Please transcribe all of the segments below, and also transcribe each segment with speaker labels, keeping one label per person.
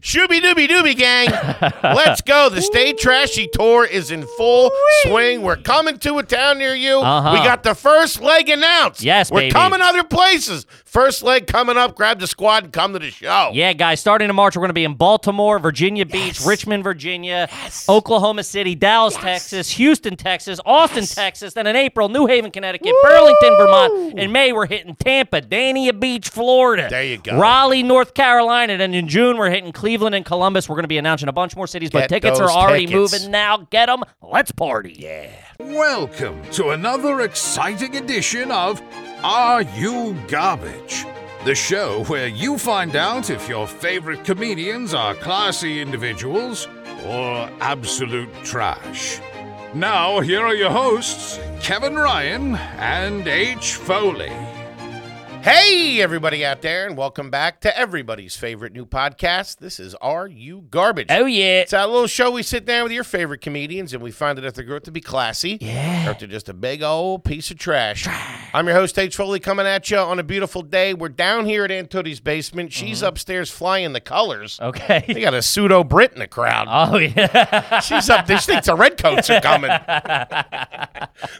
Speaker 1: Shooby Dooby Dooby Gang. Let's go. The Stay Trashy Tour is in full swing. We're coming to a town near you.
Speaker 2: Uh-huh.
Speaker 1: We got the first leg announced.
Speaker 2: Yes,
Speaker 1: We're
Speaker 2: baby.
Speaker 1: coming other places. First leg coming up. Grab the squad and come to the show.
Speaker 2: Yeah, guys, starting in March, we're going to be in Baltimore, Virginia Beach, Richmond, Virginia, Oklahoma City, Dallas, Texas, Houston, Texas, Austin, Texas. Then in April, New Haven, Connecticut, Burlington, Vermont. In May, we're hitting Tampa, Dania Beach, Florida.
Speaker 1: There you go.
Speaker 2: Raleigh, North Carolina. And in June, we're hitting Cleveland and Columbus. We're going to be announcing a bunch more cities,
Speaker 1: Get
Speaker 2: but tickets are
Speaker 1: those
Speaker 2: already
Speaker 1: tickets.
Speaker 2: moving now. Get them. Let's party. Yeah.
Speaker 3: Welcome to another exciting edition of Are You Garbage? The show where you find out if your favorite comedians are classy individuals or absolute trash. Now, here are your hosts, Kevin Ryan and H. Foley.
Speaker 1: Hey, everybody out there, and welcome back to everybody's favorite new podcast. This is Are You Garbage?
Speaker 2: Oh, yeah.
Speaker 1: It's that little show we sit down with your favorite comedians and we find out if they're going to be classy
Speaker 2: Yeah.
Speaker 1: or if they're just a big old piece of trash. I'm your host, H. Foley, coming at you on a beautiful day. We're down here at Aunt Tootie's basement. She's upstairs flying the colors.
Speaker 2: Oh.
Speaker 1: They
Speaker 2: Okay.
Speaker 1: got a pseudo Brit in the crowd.
Speaker 2: Oh, yeah.
Speaker 1: She's up there. She thinks the redcoats are coming.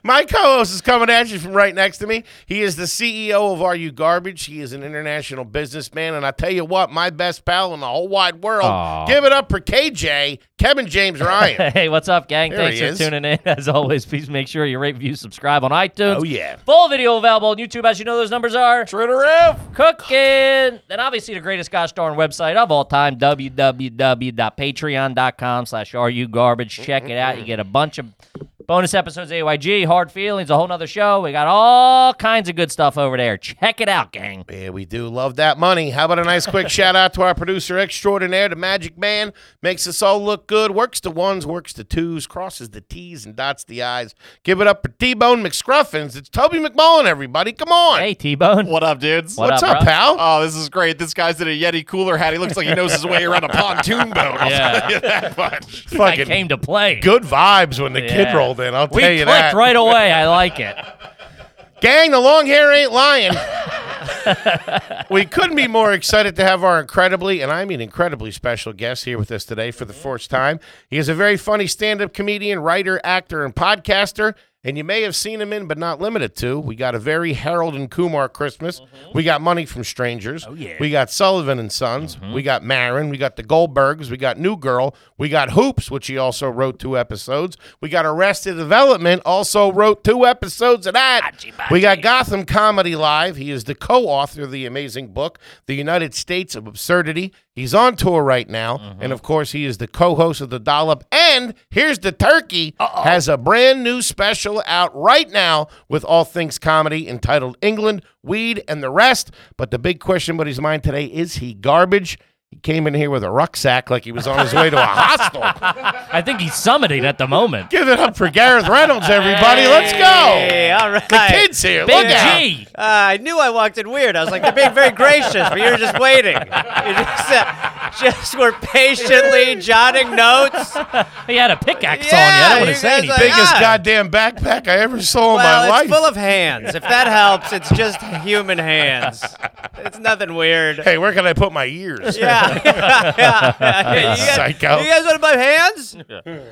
Speaker 1: My co-host is coming at you from right next to me. He is the CEO of Are You Garbage. He is an international businessman, and I tell you what, my best pal in the whole wide world.
Speaker 2: Aw.
Speaker 1: Give it up for KJ, Kevin James Ryan.
Speaker 2: Hey, what's up, gang?
Speaker 1: There
Speaker 2: Thanks
Speaker 1: he
Speaker 2: for
Speaker 1: is.
Speaker 2: tuning in. As always, please make sure you rate, view, subscribe on iTunes.
Speaker 1: Oh, yeah.
Speaker 2: Full video available on YouTube. As you know, those numbers are
Speaker 1: True to roof.
Speaker 2: cooking. Then obviously the greatest gosh darn website of all time, www.patreon.com slash garbage. Check it out. You get a bunch of bonus episodes of AYG, Hard Feelings, a whole nother show. We got all kinds of good stuff over there. Check it out, gang.
Speaker 1: Yeah, we do love that money. How about a nice quick shout out to our producer extraordinaire, the Magic Man? Makes us all look good. Works the ones, works the twos, crosses the T's and dots the I's. Give it up for T Bone McScruffins. It's Toby McMullen, everybody. Come on.
Speaker 2: Hey, T-Bone.
Speaker 4: What up, dudes?
Speaker 2: What
Speaker 1: What's
Speaker 2: up,
Speaker 1: up,
Speaker 2: bro?
Speaker 1: pal?
Speaker 4: Oh, this is great. This guy's in a Yeti cooler hat. He looks like he knows his way around a pontoon boat. I'll
Speaker 2: Yeah.
Speaker 4: tell you that much.
Speaker 2: I
Speaker 1: Fucking
Speaker 2: came to play.
Speaker 1: good vibes when the
Speaker 2: Yeah.
Speaker 1: kid rolled in. I'll tell
Speaker 2: We
Speaker 1: you
Speaker 2: clicked
Speaker 1: that.
Speaker 2: right away. I like it.
Speaker 1: Gang, the long hair ain't lying. we couldn't be more excited to have our incredibly, and I mean incredibly special guest here with us today for the first time. He is a very funny stand up comedian, writer, actor, and podcaster. And you may have seen him in, but not limited to. We got a very Harold and Kumar Christmas. We got Money from Strangers. Oh,
Speaker 2: yeah.
Speaker 1: We got Sullivan and Sons. We got Marin. We got the Goldbergs. We got New Girl. We got Hoops, which he also wrote two episodes. We got Arrested Development, also wrote two episodes of that. We got Gotham Comedy Live. He is the co author of the amazing book, The United States of Absurdity. He's on tour right now.
Speaker 5: Mm-hmm.
Speaker 1: And of course, he is the co host of The Dollop. And here's the turkey has a brand new special out right now with all things comedy entitled England, Weed, and the Rest. But the big question, but he's mine today is he garbage? He came in here with a rucksack like he was on his way to a hostel.
Speaker 2: I think he's summiting at the moment.
Speaker 1: Give it up for Gareth Reynolds, everybody. Let's go.
Speaker 5: Hey, all right.
Speaker 1: The kid's here.
Speaker 2: Big
Speaker 1: Look out.
Speaker 2: G.
Speaker 5: Uh, I knew I walked in weird. I was like, they're being very gracious, but you're just waiting. You just, uh, just were patiently jotting notes.
Speaker 1: Oh,
Speaker 2: He had a pickaxe
Speaker 5: Yeah,
Speaker 2: on you. I don't want
Speaker 5: you
Speaker 2: to say
Speaker 5: guys
Speaker 2: anything.
Speaker 5: like-
Speaker 1: biggest
Speaker 5: God.
Speaker 1: goddamn backpack I ever saw in
Speaker 5: Well,
Speaker 1: my
Speaker 5: it's
Speaker 1: life.
Speaker 5: full of hands. If that helps, it's just human hands. It's nothing weird.
Speaker 1: hey, where can I put my ears?
Speaker 5: Yeah, yeah, yeah. You guys,
Speaker 1: Psycho.
Speaker 5: You guys want to buy hands?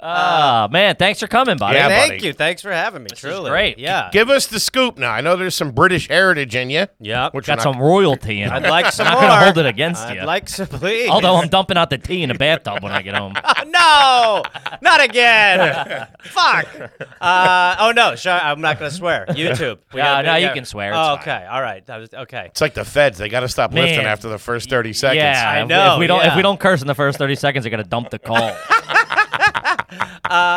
Speaker 2: Ah, man, thanks for coming, buddy.
Speaker 1: Yeah,
Speaker 5: Thank
Speaker 1: buddy.
Speaker 5: you. Thanks for having me.
Speaker 2: is
Speaker 5: truly,
Speaker 2: great.
Speaker 5: Yeah.
Speaker 1: Give us the scoop now. I know there's some British heritage in you.
Speaker 5: yeah.
Speaker 1: Which
Speaker 2: Got
Speaker 1: we're
Speaker 2: some
Speaker 1: not-
Speaker 2: royalty in it.
Speaker 5: I'd like some
Speaker 2: I'm not
Speaker 5: more.
Speaker 2: gonna hold it against
Speaker 5: I'd
Speaker 2: you.
Speaker 5: like some, please.
Speaker 2: Although I'm dumping out the tea in the bathtub when I get home.
Speaker 5: no, not again. Fuck. Uh, oh no, sure, I'm not gonna swear. YouTube. We
Speaker 2: Yeah,
Speaker 5: gotta-
Speaker 2: no,
Speaker 5: we
Speaker 2: you
Speaker 5: gotta-
Speaker 2: can swear, it's
Speaker 5: Oh,
Speaker 2: fine.
Speaker 5: okay, all right. That was okay.
Speaker 1: It's like the feds. They got to stop
Speaker 2: Man.
Speaker 1: lifting after the first 30 seconds.
Speaker 2: yeah,
Speaker 5: I
Speaker 2: if- If
Speaker 5: know,
Speaker 2: we don't, if
Speaker 5: yeah.
Speaker 2: we don't curse in the first 30 seconds, they're gonna dump the call.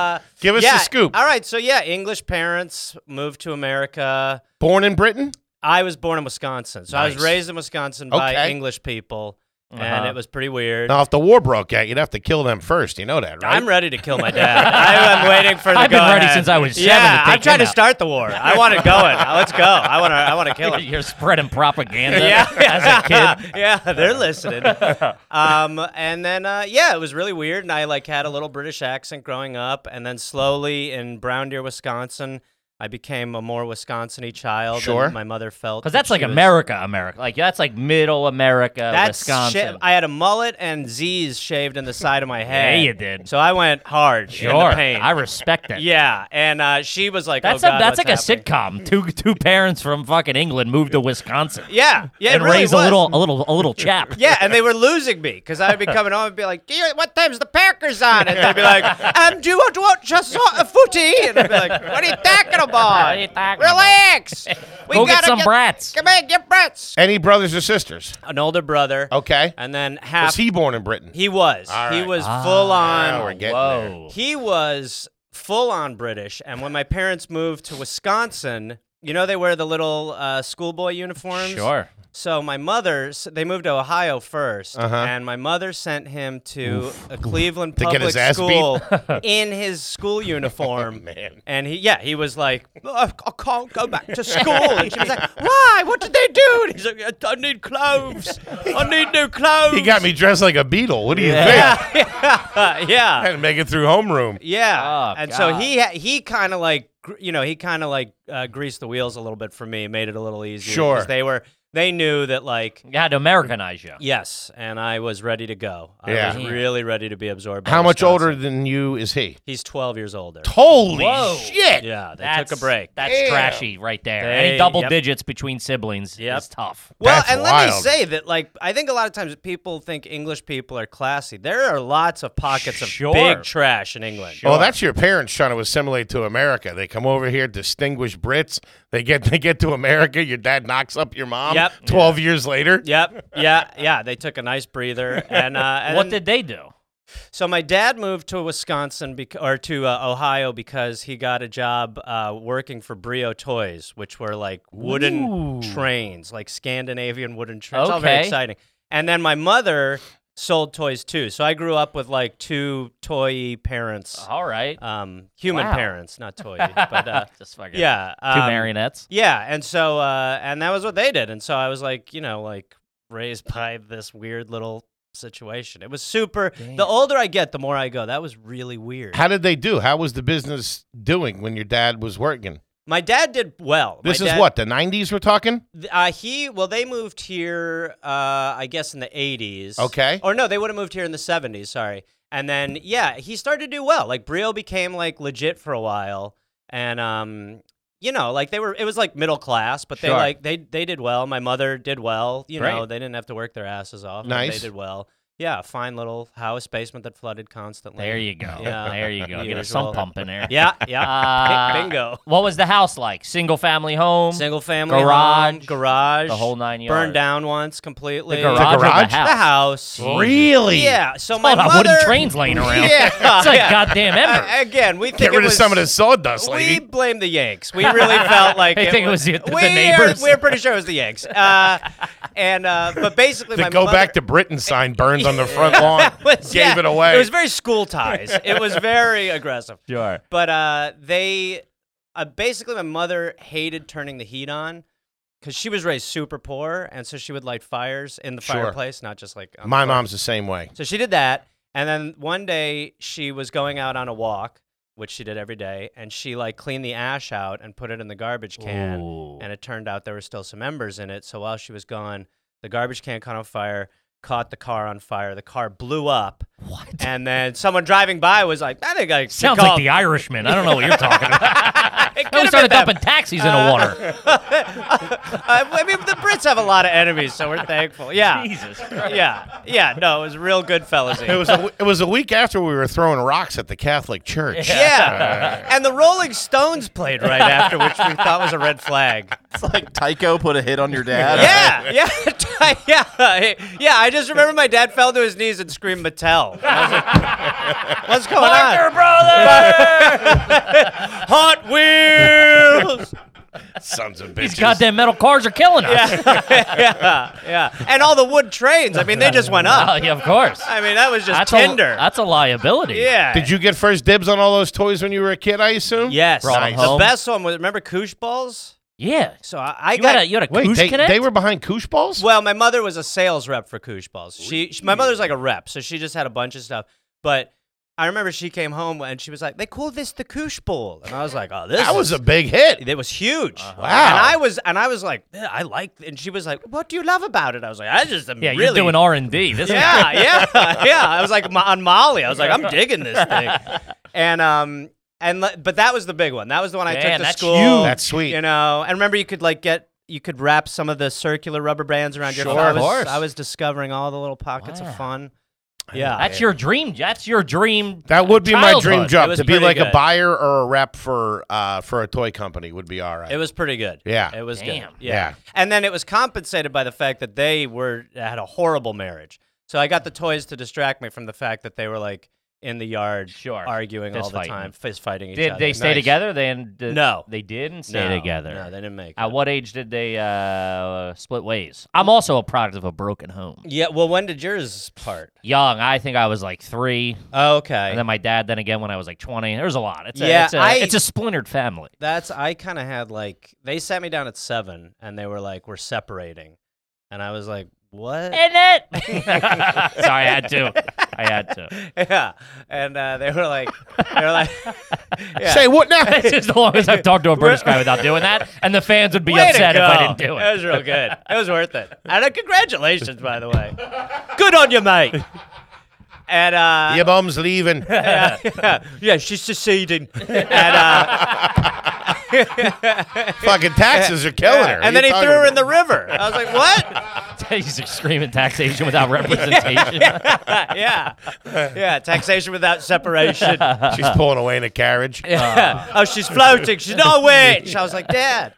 Speaker 1: Give us the scoop.
Speaker 5: All right, so yeah, English parents moved to America.
Speaker 1: Born in Britain?
Speaker 5: I was born in Wisconsin, so I was
Speaker 1: Nice.
Speaker 5: raised in Wisconsin by
Speaker 1: Okay.
Speaker 5: English people, and
Speaker 2: Uh-huh.
Speaker 5: it was pretty weird.
Speaker 1: Now, if the war broke out, you'd have to kill them first. You know that, right?
Speaker 5: I'm ready to kill my dad. I am waiting for the
Speaker 2: I've been
Speaker 5: go-ahead.
Speaker 2: ready since I was seven
Speaker 5: Yeah,
Speaker 2: to
Speaker 5: I'm
Speaker 2: take
Speaker 5: trying
Speaker 2: him
Speaker 5: to
Speaker 2: out.
Speaker 5: start the war. I want it going. Let's go. I want to. I want to kill him.
Speaker 2: You're spreading propaganda
Speaker 5: yeah,
Speaker 2: as a kid.
Speaker 5: yeah, they're listening. Um, and then uh, yeah, it was really weird, and I like had a little British accent growing up, and then slowly in Brown Deer, Wisconsin, I became a more Wisconsin-y child
Speaker 1: Sure.
Speaker 5: than my mother felt.
Speaker 2: Because
Speaker 5: that
Speaker 2: that's like
Speaker 5: she was-
Speaker 2: America, America. Like that's like middle America,
Speaker 5: That's
Speaker 2: Wisconsin.
Speaker 5: sha- I had a mullet and Z's shaved in the side of my head.
Speaker 2: you did.
Speaker 5: So I went hard in
Speaker 2: sure.
Speaker 5: the paint.
Speaker 2: I respect that.
Speaker 5: yeah, and uh, she was like,
Speaker 2: That's
Speaker 5: oh,
Speaker 2: a,
Speaker 5: God,
Speaker 2: that's like
Speaker 5: what's happening?
Speaker 2: a sitcom. Two two parents from fucking England moved to Wisconsin
Speaker 5: Yeah, yeah, it
Speaker 2: and
Speaker 5: really
Speaker 2: raise a
Speaker 5: was.
Speaker 2: little a little a little chap.
Speaker 5: Yeah, and they were losing me because I would be coming home and be like, "Dear, "What time's the Packers on?" And they'd be like, "Um, do you want to watch us a footy?" And I'd be like, "What are you talking about?
Speaker 2: are you talking about?"
Speaker 5: Relax. We
Speaker 2: Go get
Speaker 5: gotta
Speaker 2: some brats."
Speaker 5: Come in, get brats."
Speaker 1: Any brothers or sisters?
Speaker 5: An older brother.
Speaker 1: Okay.
Speaker 5: And then
Speaker 1: Was
Speaker 5: half.
Speaker 1: he born in Britain?
Speaker 5: he was.
Speaker 1: All
Speaker 5: He
Speaker 1: right.
Speaker 5: was full
Speaker 1: now we're
Speaker 5: on.
Speaker 1: getting there.
Speaker 2: Whoa.
Speaker 5: He was full on British. And when my parents moved to Wisconsin, you know they wear the little uh, schoolboy uniforms.
Speaker 2: Sure.
Speaker 5: So my mother, s- they moved to Ohio 1st
Speaker 1: Uh-huh.
Speaker 5: and my mother sent him to a Cleveland
Speaker 1: To
Speaker 5: public
Speaker 1: get his ass
Speaker 5: school in his school uniform.
Speaker 1: Man.
Speaker 5: And he, yeah, he was like, "Oh, I can't go back to school. And she was like, Why? What did they do? And he's like, "I- I need clothes. I need new clothes.
Speaker 1: He got me dressed like a beetle. What do you think?
Speaker 5: Yeah, yeah, yeah.
Speaker 1: I had to make it through homeroom.
Speaker 5: Yeah,
Speaker 2: Oh,
Speaker 5: and so
Speaker 2: God.
Speaker 5: he ha- he kind of like gr- you know he kind of like uh, greased the wheels a little bit for me, made it a little easier. 'cause
Speaker 1: Sure.
Speaker 5: they were they knew that like
Speaker 2: You had to Americanize you.
Speaker 5: yes, and I was ready to go. I
Speaker 1: Yeah.
Speaker 5: was really ready to be absorbed. By
Speaker 1: How much
Speaker 5: Wisconsin.
Speaker 1: older than you is he?
Speaker 5: He's twelve years older.
Speaker 1: Holy
Speaker 2: Whoa.
Speaker 1: shit!
Speaker 5: Yeah, they
Speaker 2: That's
Speaker 5: took a break.
Speaker 2: That's
Speaker 1: Damn.
Speaker 2: trashy right there.
Speaker 5: They-
Speaker 2: Any double
Speaker 5: yep.
Speaker 2: digits between siblings
Speaker 5: Yep.
Speaker 2: is tough.
Speaker 5: well,
Speaker 1: that's
Speaker 5: and let me
Speaker 1: wild.
Speaker 5: say that like I think a lot of times people think English people are classy. There are lots of pockets of
Speaker 2: Sure.
Speaker 5: big trash in England.
Speaker 1: Well, Oh, that's your parents trying to assimilate to America. They come over here, distinguished Brits. They get they get to America. Your dad knocks up your mom.
Speaker 5: Yep.
Speaker 1: Twelve years later.
Speaker 5: Yep. Yeah. Yeah. They took a nice breather. And, uh, and
Speaker 2: What did they do?
Speaker 5: So my dad moved to Wisconsin bec- or to uh, Ohio because he got a job uh, working for Brio Toys, which were like wooden trains, like Scandinavian wooden trains. It's all very
Speaker 2: Okay.
Speaker 5: exciting. And then my mother sold toys too, so I grew up with like two toy parents,
Speaker 2: All right.
Speaker 1: Oh.
Speaker 5: um, human
Speaker 2: Wow.
Speaker 5: parents, not toy, but uh,
Speaker 2: Just fucking
Speaker 5: yeah,
Speaker 2: Two
Speaker 5: um,
Speaker 2: marionettes.
Speaker 5: yeah, and so uh, and that was what they did, and so I was like, you know, like raised by this weird little situation. It was super. The older I get, the more I go. That was really weird.
Speaker 1: How did they do? How was the business doing when your dad was working?
Speaker 5: My dad did well. My
Speaker 1: This is
Speaker 5: dad-
Speaker 1: what the '90s we're talking.
Speaker 5: th- Uh, he well, they moved here, uh, I guess, in the '80s.
Speaker 1: Okay.
Speaker 5: Or no, they would have moved here in the '70s. Sorry. And then yeah, he started to do well. Like Brio became like legit for a while, and um, you know, like they were. It was like middle class, but they
Speaker 1: Sure.
Speaker 5: like they they did well. My mother did well. You know,
Speaker 2: Great.
Speaker 5: they didn't have to work their asses off. but
Speaker 1: Nice.
Speaker 5: They did well. Yeah, fine little house basement that flooded constantly.
Speaker 2: There you go.
Speaker 5: Yeah.
Speaker 2: There you go. Get a
Speaker 5: Usual.
Speaker 2: sump pump in there.
Speaker 5: Yeah, yeah.
Speaker 2: Uh,
Speaker 5: Bingo.
Speaker 2: What was the house like? Single family home.
Speaker 5: Single family
Speaker 2: Garage.
Speaker 5: home, garage,
Speaker 2: The whole nine yards.
Speaker 5: burned down once completely.
Speaker 2: The garage, or
Speaker 1: garage?
Speaker 2: the house.
Speaker 5: The house.
Speaker 1: Really?
Speaker 5: Yeah. So my
Speaker 2: Hold on,
Speaker 5: mother.
Speaker 2: wooden trains laying around.
Speaker 5: Yeah.
Speaker 2: it's like
Speaker 5: yeah.
Speaker 2: goddamn ember.
Speaker 5: Uh, again, we think
Speaker 1: Get
Speaker 5: it
Speaker 1: rid
Speaker 5: was,
Speaker 1: of some of the sawdust,
Speaker 5: We
Speaker 1: lady.
Speaker 5: blame the Yanks. We really felt like
Speaker 2: They think it was the- the
Speaker 5: we
Speaker 2: neighbors.
Speaker 5: Are, we're pretty sure it was the Yanks. Uh, and uh, but basically,
Speaker 1: the
Speaker 5: my
Speaker 1: go
Speaker 5: mother-
Speaker 1: back to Britain sign burned on the front lawn.
Speaker 5: was-
Speaker 1: Gave
Speaker 5: yeah,
Speaker 1: it away.
Speaker 5: It was very school ties. It was very aggressive.
Speaker 2: Sure.
Speaker 5: But uh, they uh, basically, my mother hated turning the heat on because she was raised super poor, and so she would light fires in the
Speaker 1: Sure.
Speaker 5: fireplace, not just like on the
Speaker 1: My
Speaker 5: floor.
Speaker 1: mom's the same way.
Speaker 5: So she did that, and then one day she was going out on a walk, which she did every day, and she like cleaned the ash out and put it in the garbage can,
Speaker 2: Ooh.
Speaker 5: and it turned out there were still some embers in it. So while she was gone, the garbage can caught on fire. Caught the car on fire. The car blew up. What? And then someone driving by was like, "I think I should
Speaker 2: Sounds
Speaker 5: call
Speaker 2: like the Irishman. I don't know what you're talking about.
Speaker 5: It
Speaker 2: I
Speaker 5: could've
Speaker 2: started
Speaker 5: been them.
Speaker 2: dumping taxis in the water.
Speaker 5: Uh, I mean, the Brits have a lot of enemies, so we're thankful. Yeah.
Speaker 2: Jesus Christ.
Speaker 5: Yeah. Yeah. No, it was real good fellas.
Speaker 1: It was a, it was a week after we were throwing rocks at the Catholic Church.
Speaker 5: yeah. And the Rolling Stones played right after, which we thought was a red flag.
Speaker 4: It's like Tycho put a hit on your dad.
Speaker 5: Yeah. Yeah. yeah. Yeah. I just remember my dad fell to his knees and screamed Mattel. I was like, What's going on? Hot Wheels.
Speaker 1: Sons of bitches.
Speaker 2: These goddamn metal cars are killing us.
Speaker 5: yeah. Yeah. And all the wood trains. I mean, they just went
Speaker 2: Oh,
Speaker 5: up.
Speaker 2: yeah, of course.
Speaker 5: I mean, that was just
Speaker 2: That's
Speaker 5: Tinder.
Speaker 2: A, that's a liability.
Speaker 5: yeah.
Speaker 1: Did you get first dibs on all those toys when you were a kid? I assume.
Speaker 5: Yes.
Speaker 2: Brought 'em
Speaker 5: The
Speaker 2: home.
Speaker 5: best one was remember koosh balls.
Speaker 2: Yeah.
Speaker 5: So I, I
Speaker 2: You
Speaker 5: got
Speaker 2: had a you had a
Speaker 1: Wait,
Speaker 2: Koosh
Speaker 1: they,
Speaker 2: Connect?
Speaker 1: they were behind koosh balls.
Speaker 5: well. My mother was a sales rep for koosh balls. She, she my mother's like a rep, so she just had a bunch of stuff. But I remember she came home and she was like, "They call this the Koosh Bowl," and I was like, "Oh, this
Speaker 1: That was a
Speaker 5: is-
Speaker 1: big hit.
Speaker 5: it was huge.
Speaker 2: Uh-huh.
Speaker 1: Wow.
Speaker 5: And I was and I was like, "Yeah, I like. And she was like, "What do you love about it?" I was like, "I just am
Speaker 2: Yeah,
Speaker 5: really
Speaker 2: you're doing R and D. This is
Speaker 5: yeah, yeah, yeah. I was like mo- on Molly. I was like, I'm digging this thing. And um and le- but that was the big one. That was the one I
Speaker 2: Man,
Speaker 5: took to
Speaker 2: that's
Speaker 5: school.
Speaker 2: huge.
Speaker 1: That's sweet.
Speaker 5: You know, and remember you could like get you could wrap some of the circular rubber bands around your.
Speaker 1: Sure,
Speaker 5: I
Speaker 1: of
Speaker 5: was,
Speaker 1: course.
Speaker 5: I was discovering all the little pockets
Speaker 2: Wow.
Speaker 5: of fun. Yeah,
Speaker 2: that's your dream. That's your dream.
Speaker 1: That would be my dream
Speaker 2: childhood. It
Speaker 1: job
Speaker 2: was
Speaker 1: to be
Speaker 2: pretty
Speaker 1: like a
Speaker 2: good.
Speaker 1: buyer or a rep for uh, for a toy company would be all right.
Speaker 5: it was pretty good.
Speaker 1: Yeah.
Speaker 5: it was
Speaker 2: Damn.
Speaker 5: good. yeah, and then it was compensated by the fact that they were had a horrible marriage. So I got the toys to distract me from the fact that they were like in the yard,
Speaker 2: Sure.
Speaker 5: arguing all
Speaker 2: Fist
Speaker 5: the
Speaker 2: fighting.
Speaker 5: time, fist fighting each
Speaker 2: Did
Speaker 5: other.
Speaker 2: they stay
Speaker 1: Nice.
Speaker 2: together? Then did-
Speaker 5: No.
Speaker 2: they didn't stay
Speaker 5: No,
Speaker 2: together.
Speaker 5: No, they didn't make.
Speaker 2: At
Speaker 5: it.
Speaker 2: what age did they uh, split ways? I'm also a product of a broken home.
Speaker 5: Yeah. Well, when did yours part?
Speaker 2: Young, I think I was like three,
Speaker 5: Oh, okay.
Speaker 2: and then my dad. Then again, when I was like 20, there's a lot. It's a,
Speaker 5: Yeah,
Speaker 2: it's, a
Speaker 5: I-
Speaker 2: it's a splintered family.
Speaker 5: That's I kind of had like they sat me down at seven and they were like we're separating, and I was like
Speaker 2: In
Speaker 5: what?
Speaker 2: it. Sorry, I had to. I had to.
Speaker 5: yeah. And uh, they were like they were like yeah.
Speaker 1: Say what now?
Speaker 2: It's just the longest I've talked to a British guy without doing that, and the fans would be
Speaker 5: Way to
Speaker 2: upset if I
Speaker 5: go.
Speaker 2: didn't do
Speaker 5: That
Speaker 2: it.
Speaker 5: was real good. It was worth it. And uh, congratulations, by the way. Good on you, mate. And uh,
Speaker 1: Your mom's leaving.
Speaker 5: yeah, yeah, yeah, she's seceding. And uh,
Speaker 1: Fucking taxes are killing her.
Speaker 5: and then he threw her in the river. I was like, what?
Speaker 2: He's screaming taxation without representation.
Speaker 5: yeah, yeah. Taxation without separation.
Speaker 1: the. She's pulling away in a carriage.
Speaker 5: Yeah. oh, she's floating. She's not a witch. I was like, Dad.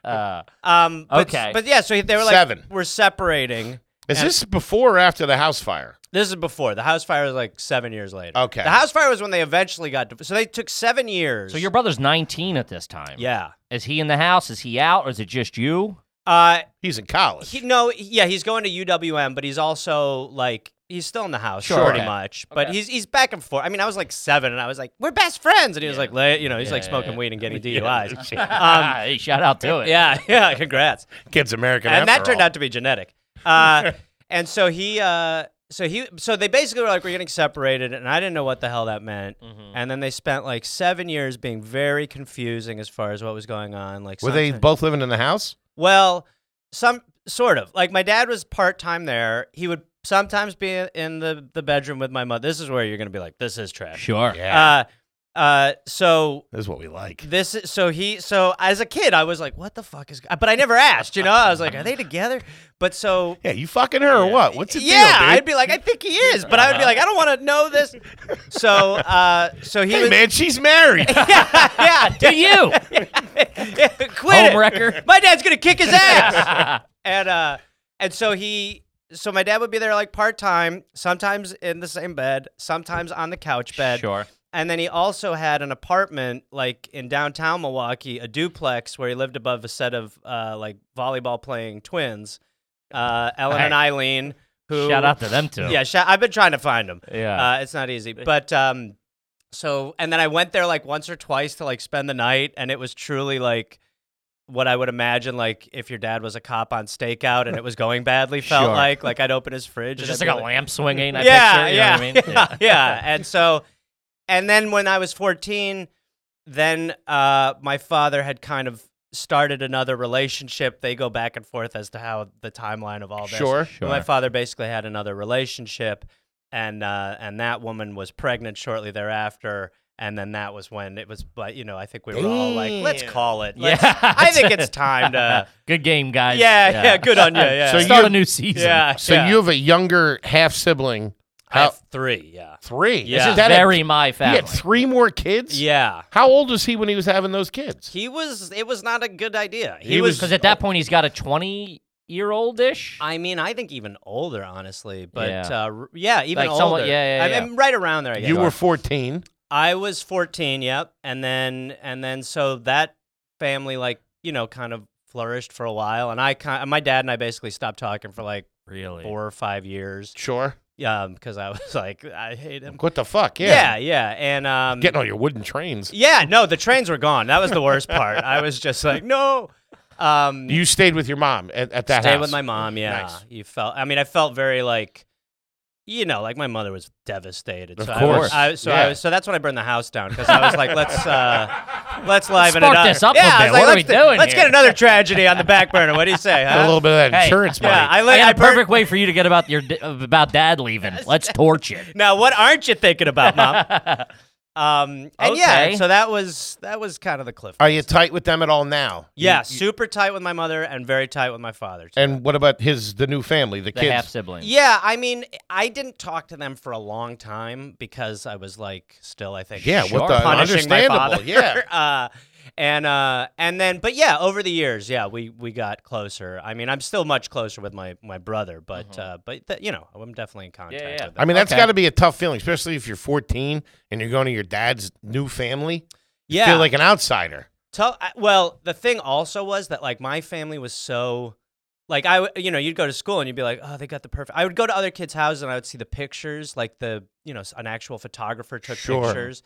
Speaker 5: um. But,
Speaker 2: okay.
Speaker 5: But yeah, so they were like,
Speaker 1: Uh, Seven.
Speaker 5: We're separating.
Speaker 1: Is this before or after the house fire?
Speaker 5: This is before the house fire was like seven years later.
Speaker 1: Okay.
Speaker 5: The house fire was when they eventually got. div- So they took seven years.
Speaker 2: so your brother's 19 at this time.
Speaker 5: Yeah.
Speaker 2: Is he in the house? Is he out? Or is it just you?
Speaker 5: Uh.
Speaker 1: He's in college.
Speaker 5: He, no. Yeah. He's going to UWM, but he's also like. He's still in the house,
Speaker 1: Sure.
Speaker 5: pretty
Speaker 1: Okay.
Speaker 5: much. But
Speaker 2: Okay.
Speaker 5: he's he's back and forth. I mean, I was like seven, and I was like, "We're best friends," and he was like, "La- "You know, he's like
Speaker 2: Yeah.
Speaker 5: smoking weed and getting DUIs."
Speaker 2: Ah, hey, shout out to it.
Speaker 5: Um, yeah, yeah. Congrats.
Speaker 1: Kids American.
Speaker 5: and that
Speaker 1: after
Speaker 5: turned
Speaker 1: all.
Speaker 5: out to be genetic. Uh, and so he, uh, so he, so they basically were like, we're getting separated, and I didn't know what the hell that meant.
Speaker 1: Mm-hmm.
Speaker 5: And then they spent like seven years being very confusing as far as what was going on. Like,
Speaker 1: Were they
Speaker 5: sometimes-
Speaker 1: both living in the house?
Speaker 5: well, some sort of like my dad was part time there. He would sometimes be in the the bedroom with my mother. This is where you're gonna be like, this is trash.
Speaker 2: Sure.
Speaker 5: Uh, uh, so
Speaker 1: That's what we like.
Speaker 5: this is so he so as a kid I was like what the fuck is but I never asked you know I was like are they together but so
Speaker 1: Yeah, you fucking her or what? What's the
Speaker 5: yeah
Speaker 1: deal, dude?
Speaker 5: I'd be like I think he is but I would be like I don't want to know this so uh so he
Speaker 1: hey,
Speaker 5: was
Speaker 1: man, she's married.
Speaker 5: yeah yeah
Speaker 2: To you.
Speaker 5: quit it.
Speaker 2: Homewrecker.
Speaker 5: my dad's gonna kick his ass and uh and so he so my dad would be there like part time sometimes in the same bed sometimes on the couch bed
Speaker 2: Sure.
Speaker 5: And then he also had an apartment like in downtown Milwaukee, a duplex where he lived above a set of uh, like volleyball playing twins, uh, Ellen and
Speaker 2: Hey.
Speaker 5: Eileen. Who
Speaker 2: Shout out to them too.
Speaker 5: Yeah, shout, I've been trying to find them.
Speaker 2: Yeah.
Speaker 5: Uh, it's not easy, but um, so and then I went there like once or twice to like spend the night, and it was truly like what I would imagine like if your dad was a cop on stakeout and it was going badly, felt
Speaker 1: Sure.
Speaker 5: like like I'd open his fridge,
Speaker 2: It's
Speaker 5: and
Speaker 2: just
Speaker 5: I'd
Speaker 2: like a
Speaker 5: be
Speaker 2: lamp swinging. I
Speaker 5: yeah,
Speaker 2: picture, you
Speaker 5: yeah,
Speaker 2: know what I mean?
Speaker 5: yeah, yeah. And so, and then when I was 14, then uh, my father had kind of started another relationship. They go back and forth as to how the timeline of all this.
Speaker 1: Sure.
Speaker 5: But My father basically had another relationship, and uh, and that woman was pregnant shortly thereafter. And then that was when it was, but you know, I think we were all like, "Let's call it." Let's-
Speaker 2: Yeah. Uh,
Speaker 5: I think it's time to.
Speaker 2: Good game, guys.
Speaker 5: Yeah, yeah, good on you. Yeah,
Speaker 1: So you-
Speaker 2: Start a new season.
Speaker 5: yeah.
Speaker 1: So
Speaker 5: yeah.
Speaker 1: you have a younger half sibling.
Speaker 5: I
Speaker 1: How
Speaker 5: have three. Yeah,
Speaker 1: three?
Speaker 5: Yeah. This is
Speaker 1: That had-
Speaker 2: Very my
Speaker 1: He
Speaker 2: family.
Speaker 1: had three more kids.
Speaker 5: yeah.
Speaker 1: How old was he when he was having those kids?
Speaker 5: He was. It was not a good idea. He,
Speaker 1: He was-
Speaker 5: was.
Speaker 2: Because at that point, he's got a 20 year old ish.
Speaker 5: I mean, I think even older, honestly. But
Speaker 2: Yeah.
Speaker 5: yeah, uh, r- yeah even
Speaker 2: Like
Speaker 5: older.
Speaker 2: somewhat- yeah, yeah,
Speaker 5: I
Speaker 2: yeah.
Speaker 5: mean, right around there. I guess.
Speaker 1: You were 14.
Speaker 5: I was fourteen. Yep. And then and then so that family like you know kind of flourished for a while, and I kind my dad and I basically stopped talking for like
Speaker 2: really?
Speaker 5: four or five years.
Speaker 1: Sure.
Speaker 5: Yeah, because I was like, I hate him.
Speaker 1: What the fuck? Yeah.
Speaker 5: Yeah, yeah, and um,
Speaker 1: Getting on your wooden trains.
Speaker 5: yeah, no, the trains were gone. That was the worst part. I was just like, no. Um,
Speaker 1: You stayed with your mom at, at that
Speaker 5: Stay
Speaker 1: house.
Speaker 5: with my mom. Yeah,
Speaker 1: Nice.
Speaker 5: you felt. I mean, I felt very like, you know, like my mother was devastated.
Speaker 1: Of
Speaker 5: so I
Speaker 1: course.
Speaker 5: was, I, so,
Speaker 1: Yeah.
Speaker 5: I was, so that's when I burned the house down because I was like, let's uh, let's liven
Speaker 2: Spark
Speaker 5: it up.
Speaker 2: this up a
Speaker 5: yeah, I
Speaker 2: bit.
Speaker 5: was like,
Speaker 2: What are
Speaker 5: let's
Speaker 2: we
Speaker 5: do-
Speaker 2: doing
Speaker 5: Let's
Speaker 2: here?
Speaker 5: get another tragedy on the back burner. What do you say?
Speaker 1: a
Speaker 5: huh?
Speaker 1: little bit of that
Speaker 2: Hey,
Speaker 1: insurance
Speaker 5: Yeah,
Speaker 1: money.
Speaker 5: I, li-
Speaker 2: I got
Speaker 5: I
Speaker 2: a
Speaker 5: burned-
Speaker 2: perfect way for you to get about your di- about dad leaving. Let's torch it.
Speaker 5: Now, what aren't you thinking about, mom? um, and yeah,
Speaker 2: Okay.
Speaker 5: so that was that was kind of the cliff.
Speaker 1: Are you tight with them at all now?
Speaker 5: yeah, super tight with my mother and very tight with my father. too.
Speaker 1: And what about his the new family, the
Speaker 2: The
Speaker 1: kids?
Speaker 2: half sibling.
Speaker 5: yeah, I mean, I didn't talk to them for a long time because I was like, still, I think,
Speaker 1: Yeah, what the
Speaker 5: punishing my
Speaker 1: understandable?
Speaker 5: father.
Speaker 1: Yeah,
Speaker 5: uh, and uh, and then, but yeah, over the years, yeah, we we got closer. I mean, I'm still much closer with my my brother, but
Speaker 1: Mm-hmm.
Speaker 5: uh, but th- you know, I'm definitely in contact
Speaker 2: yeah.
Speaker 5: with them.
Speaker 1: I mean that's
Speaker 2: Okay.
Speaker 1: got to be a tough feeling, especially if you're 14 and you're going to your dad's new family.
Speaker 5: yeah,
Speaker 1: Feel like an outsider.
Speaker 5: Tell, I- uh, well, the thing also was that like my family was so like I w- you know you'd go to school and you'd be like oh they got the perfect. I would go to other kids' houses and I would see the pictures like the you know s- an actual photographer took
Speaker 1: Sure.
Speaker 5: pictures,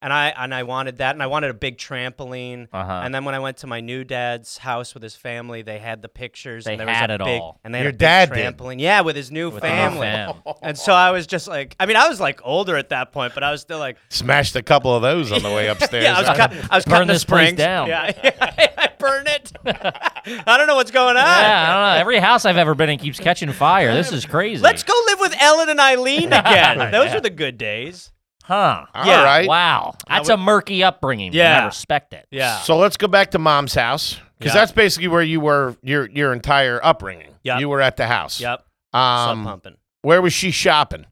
Speaker 5: and I and I wanted that and I wanted a big trampoline.
Speaker 2: Uh huh.
Speaker 5: And then when I went to my new dad's house with his family, they had the pictures.
Speaker 2: They
Speaker 5: and there
Speaker 2: had
Speaker 5: was a
Speaker 2: it
Speaker 5: big,
Speaker 2: all.
Speaker 5: And they had
Speaker 1: Your
Speaker 5: a big
Speaker 1: dad did.
Speaker 5: trampoline. Yeah, with his new family. And so I was just like, I mean, I was like older at that point, but I was still like,
Speaker 1: Smashed a couple of those on the way upstairs.
Speaker 5: yeah, I was, cut, I was
Speaker 2: Burn
Speaker 5: cutting the
Speaker 2: this place
Speaker 5: springs.
Speaker 2: down.
Speaker 5: Yeah, I burn it. I don't know what's going on.
Speaker 2: Yeah, I don't know. Every house I've ever been in keeps catching fire. This is crazy.
Speaker 5: Let's go live with Ellen and Eileen again. Those were the good days.
Speaker 2: Huh.
Speaker 1: All
Speaker 5: Yeah,
Speaker 1: right.
Speaker 2: Wow. That's a murky upbringing.
Speaker 5: Yeah.
Speaker 2: And I respect it.
Speaker 5: Yeah.
Speaker 1: So let's go back to mom's house because
Speaker 5: Ah. Yeah.
Speaker 1: that's basically where you were your your entire upbringing.
Speaker 5: Yep.
Speaker 1: you were at the house.
Speaker 5: Yep. Sub
Speaker 1: Um,
Speaker 5: pumping.
Speaker 1: where was she shopping?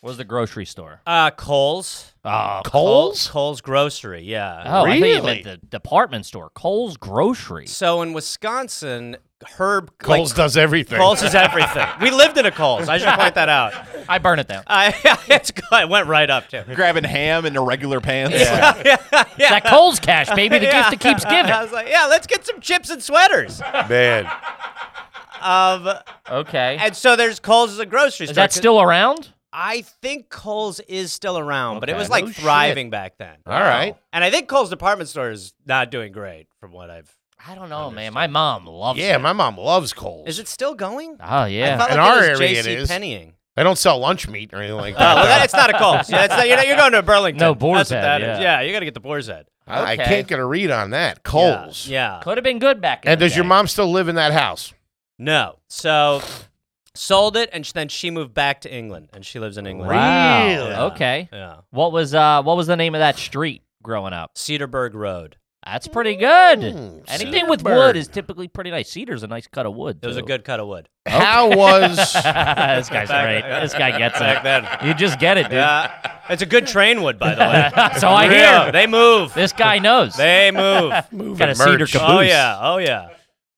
Speaker 2: Where's the grocery store?
Speaker 5: Uh, Coles.
Speaker 2: Oh,
Speaker 1: Kohl's.
Speaker 5: Uh, Coles grocery. Yeah.
Speaker 2: Oh, I thought
Speaker 1: Really?
Speaker 2: you meant the department store. Kohl's Grocery.
Speaker 5: So in Wisconsin, Herb like,
Speaker 1: Kohl's does everything.
Speaker 5: Kohl's is everything. We lived in a Coles. I should point that out.
Speaker 2: I burn it down.
Speaker 5: I, it's good. It went right up too.
Speaker 4: Grabbing ham in irregular pants.
Speaker 5: yeah, yeah.
Speaker 2: That Kohl's cash, baby, the
Speaker 5: Yeah.
Speaker 2: gift that keeps giving.
Speaker 5: I was like, yeah, let's get some chips and sweaters.
Speaker 1: Man,
Speaker 5: Um,
Speaker 2: Okay.
Speaker 5: and so there's Kohl's as a grocery
Speaker 2: Is
Speaker 5: store.
Speaker 2: that still around?
Speaker 5: I think Kohl's is still around, but it
Speaker 2: Okay.
Speaker 5: was like
Speaker 1: No
Speaker 5: thriving back then.
Speaker 1: all right.
Speaker 5: And I think Kohl's department store is not doing great from what I've.
Speaker 2: I don't know, man. My mom loves
Speaker 1: Yeah,
Speaker 2: it.
Speaker 1: my mom loves Kohl's.
Speaker 5: Is it still going?
Speaker 2: oh, yeah.
Speaker 5: I felt
Speaker 1: In
Speaker 5: like
Speaker 1: our
Speaker 5: it was
Speaker 1: area it
Speaker 5: JC
Speaker 1: is.
Speaker 5: Pennying.
Speaker 1: They don't sell lunch meat or anything like
Speaker 5: Oh,
Speaker 1: that.
Speaker 5: well,
Speaker 1: though.
Speaker 5: that, it's not a Kohl's. Yeah, it's not, you're, not, you're going to a Burlington.
Speaker 2: No, Boar's
Speaker 5: That's what
Speaker 2: Head,
Speaker 5: that is.
Speaker 2: yeah.
Speaker 5: Yeah, you got to get the Boar's Head.
Speaker 1: I I
Speaker 2: okay.
Speaker 1: can't get a read on that. Kohl's.
Speaker 5: Yeah. yeah.
Speaker 2: Could have been good back in
Speaker 1: And
Speaker 2: the
Speaker 1: does your
Speaker 2: day.
Speaker 1: mom still live in that house?
Speaker 5: No. So sold it, and sh- then she moved back to England, and she lives in England.
Speaker 2: Wow.
Speaker 1: Really?
Speaker 2: Okay.
Speaker 5: Yeah.
Speaker 2: What was uh what was the name of that street growing up?
Speaker 5: Cedarburg Road.
Speaker 2: That's pretty good.
Speaker 1: Mm,
Speaker 2: Anything with wood is typically pretty nice. Cedar's a nice cut of wood.
Speaker 5: It was a
Speaker 2: too.
Speaker 5: good cut of wood.
Speaker 1: How was
Speaker 2: this guy's great. This guy gets it. You just get it, dude.
Speaker 5: Yeah. Uh, It's a good train wood, by the way.
Speaker 2: So I
Speaker 5: Real.
Speaker 2: hear.
Speaker 5: They move.
Speaker 2: This guy knows.
Speaker 5: They move.
Speaker 2: Got a cedar
Speaker 1: merch.
Speaker 2: caboose.
Speaker 5: oh, yeah. Oh, yeah.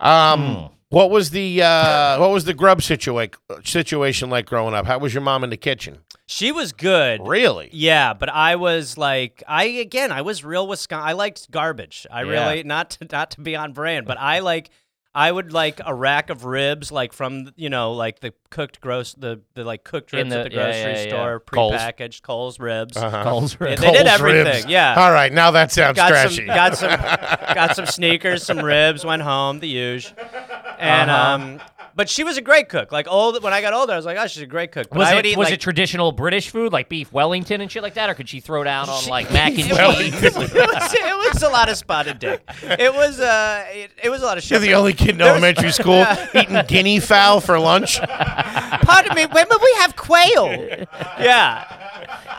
Speaker 1: um
Speaker 5: Hmm.
Speaker 1: what was the uh what was the grub situa- situation like growing up? How was your mom in the kitchen?
Speaker 5: She was good.
Speaker 1: Really?
Speaker 5: Yeah, but I was like, I again, I was real Wisconsin. I liked garbage. I
Speaker 2: Yeah.
Speaker 5: really not to not to be on brand, but I like, I would like a rack of ribs, like from you know, like the cooked gross, the the like cooked
Speaker 2: In
Speaker 5: ribs at
Speaker 2: the-
Speaker 5: the
Speaker 2: yeah,
Speaker 5: grocery
Speaker 2: yeah, yeah.
Speaker 5: store,
Speaker 1: Coles.
Speaker 5: prepackaged Coles ribs.
Speaker 1: Uh-huh.
Speaker 2: Coles
Speaker 5: They,
Speaker 2: ribs.
Speaker 5: they did
Speaker 1: Coles
Speaker 5: everything.
Speaker 1: ribs.
Speaker 5: Yeah.
Speaker 1: All right, now that sounds
Speaker 5: got
Speaker 1: trashy.
Speaker 5: some got some got some sneakers, some ribs, went home, the usual. And
Speaker 1: Uh-huh.
Speaker 5: um but she was a great cook. Like old when I got older, I was like, oh, she's a great cook. But
Speaker 2: Was
Speaker 5: I
Speaker 2: it
Speaker 5: would eat
Speaker 2: was
Speaker 5: like,
Speaker 2: it traditional British food like beef Wellington and shit like that, or could she throw down on like mac and
Speaker 1: Wellington.
Speaker 2: cheese?
Speaker 5: it, was, it was a lot of spotted dick. It was uh, it, it was a lot of
Speaker 1: You're
Speaker 5: shit.
Speaker 1: the only kid in elementary school eating guinea fowl for lunch.
Speaker 5: Pardon me, when will we have quail? yeah.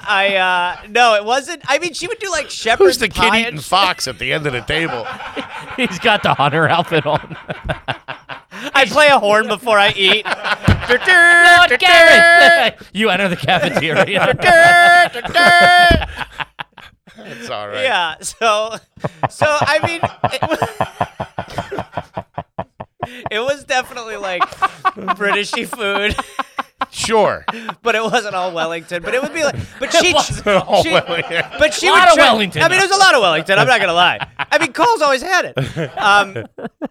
Speaker 5: I uh no, it wasn't. I mean, she would do like shepherd's
Speaker 1: Who's the kid
Speaker 5: pie
Speaker 1: eating
Speaker 5: and-
Speaker 1: fox at the end of the table?
Speaker 2: He's got the hunter outfit on.
Speaker 5: I play a horn before I eat.
Speaker 2: Lord Garrett, you enter the cafeteria.
Speaker 1: it's all right.
Speaker 5: Yeah. So, so I mean, it was, it was definitely like Britishy food,
Speaker 1: Sure.
Speaker 5: but it wasn't all Wellington. But it would be like, but she,
Speaker 1: Oh,
Speaker 5: she
Speaker 1: well, yeah.
Speaker 5: but she
Speaker 2: Lot
Speaker 5: would
Speaker 2: of
Speaker 5: try-
Speaker 2: Wellington,
Speaker 5: I mean, it was
Speaker 2: though.
Speaker 5: a lot of Wellington. I'm not gonna lie. I mean, Cole's always had it. Um,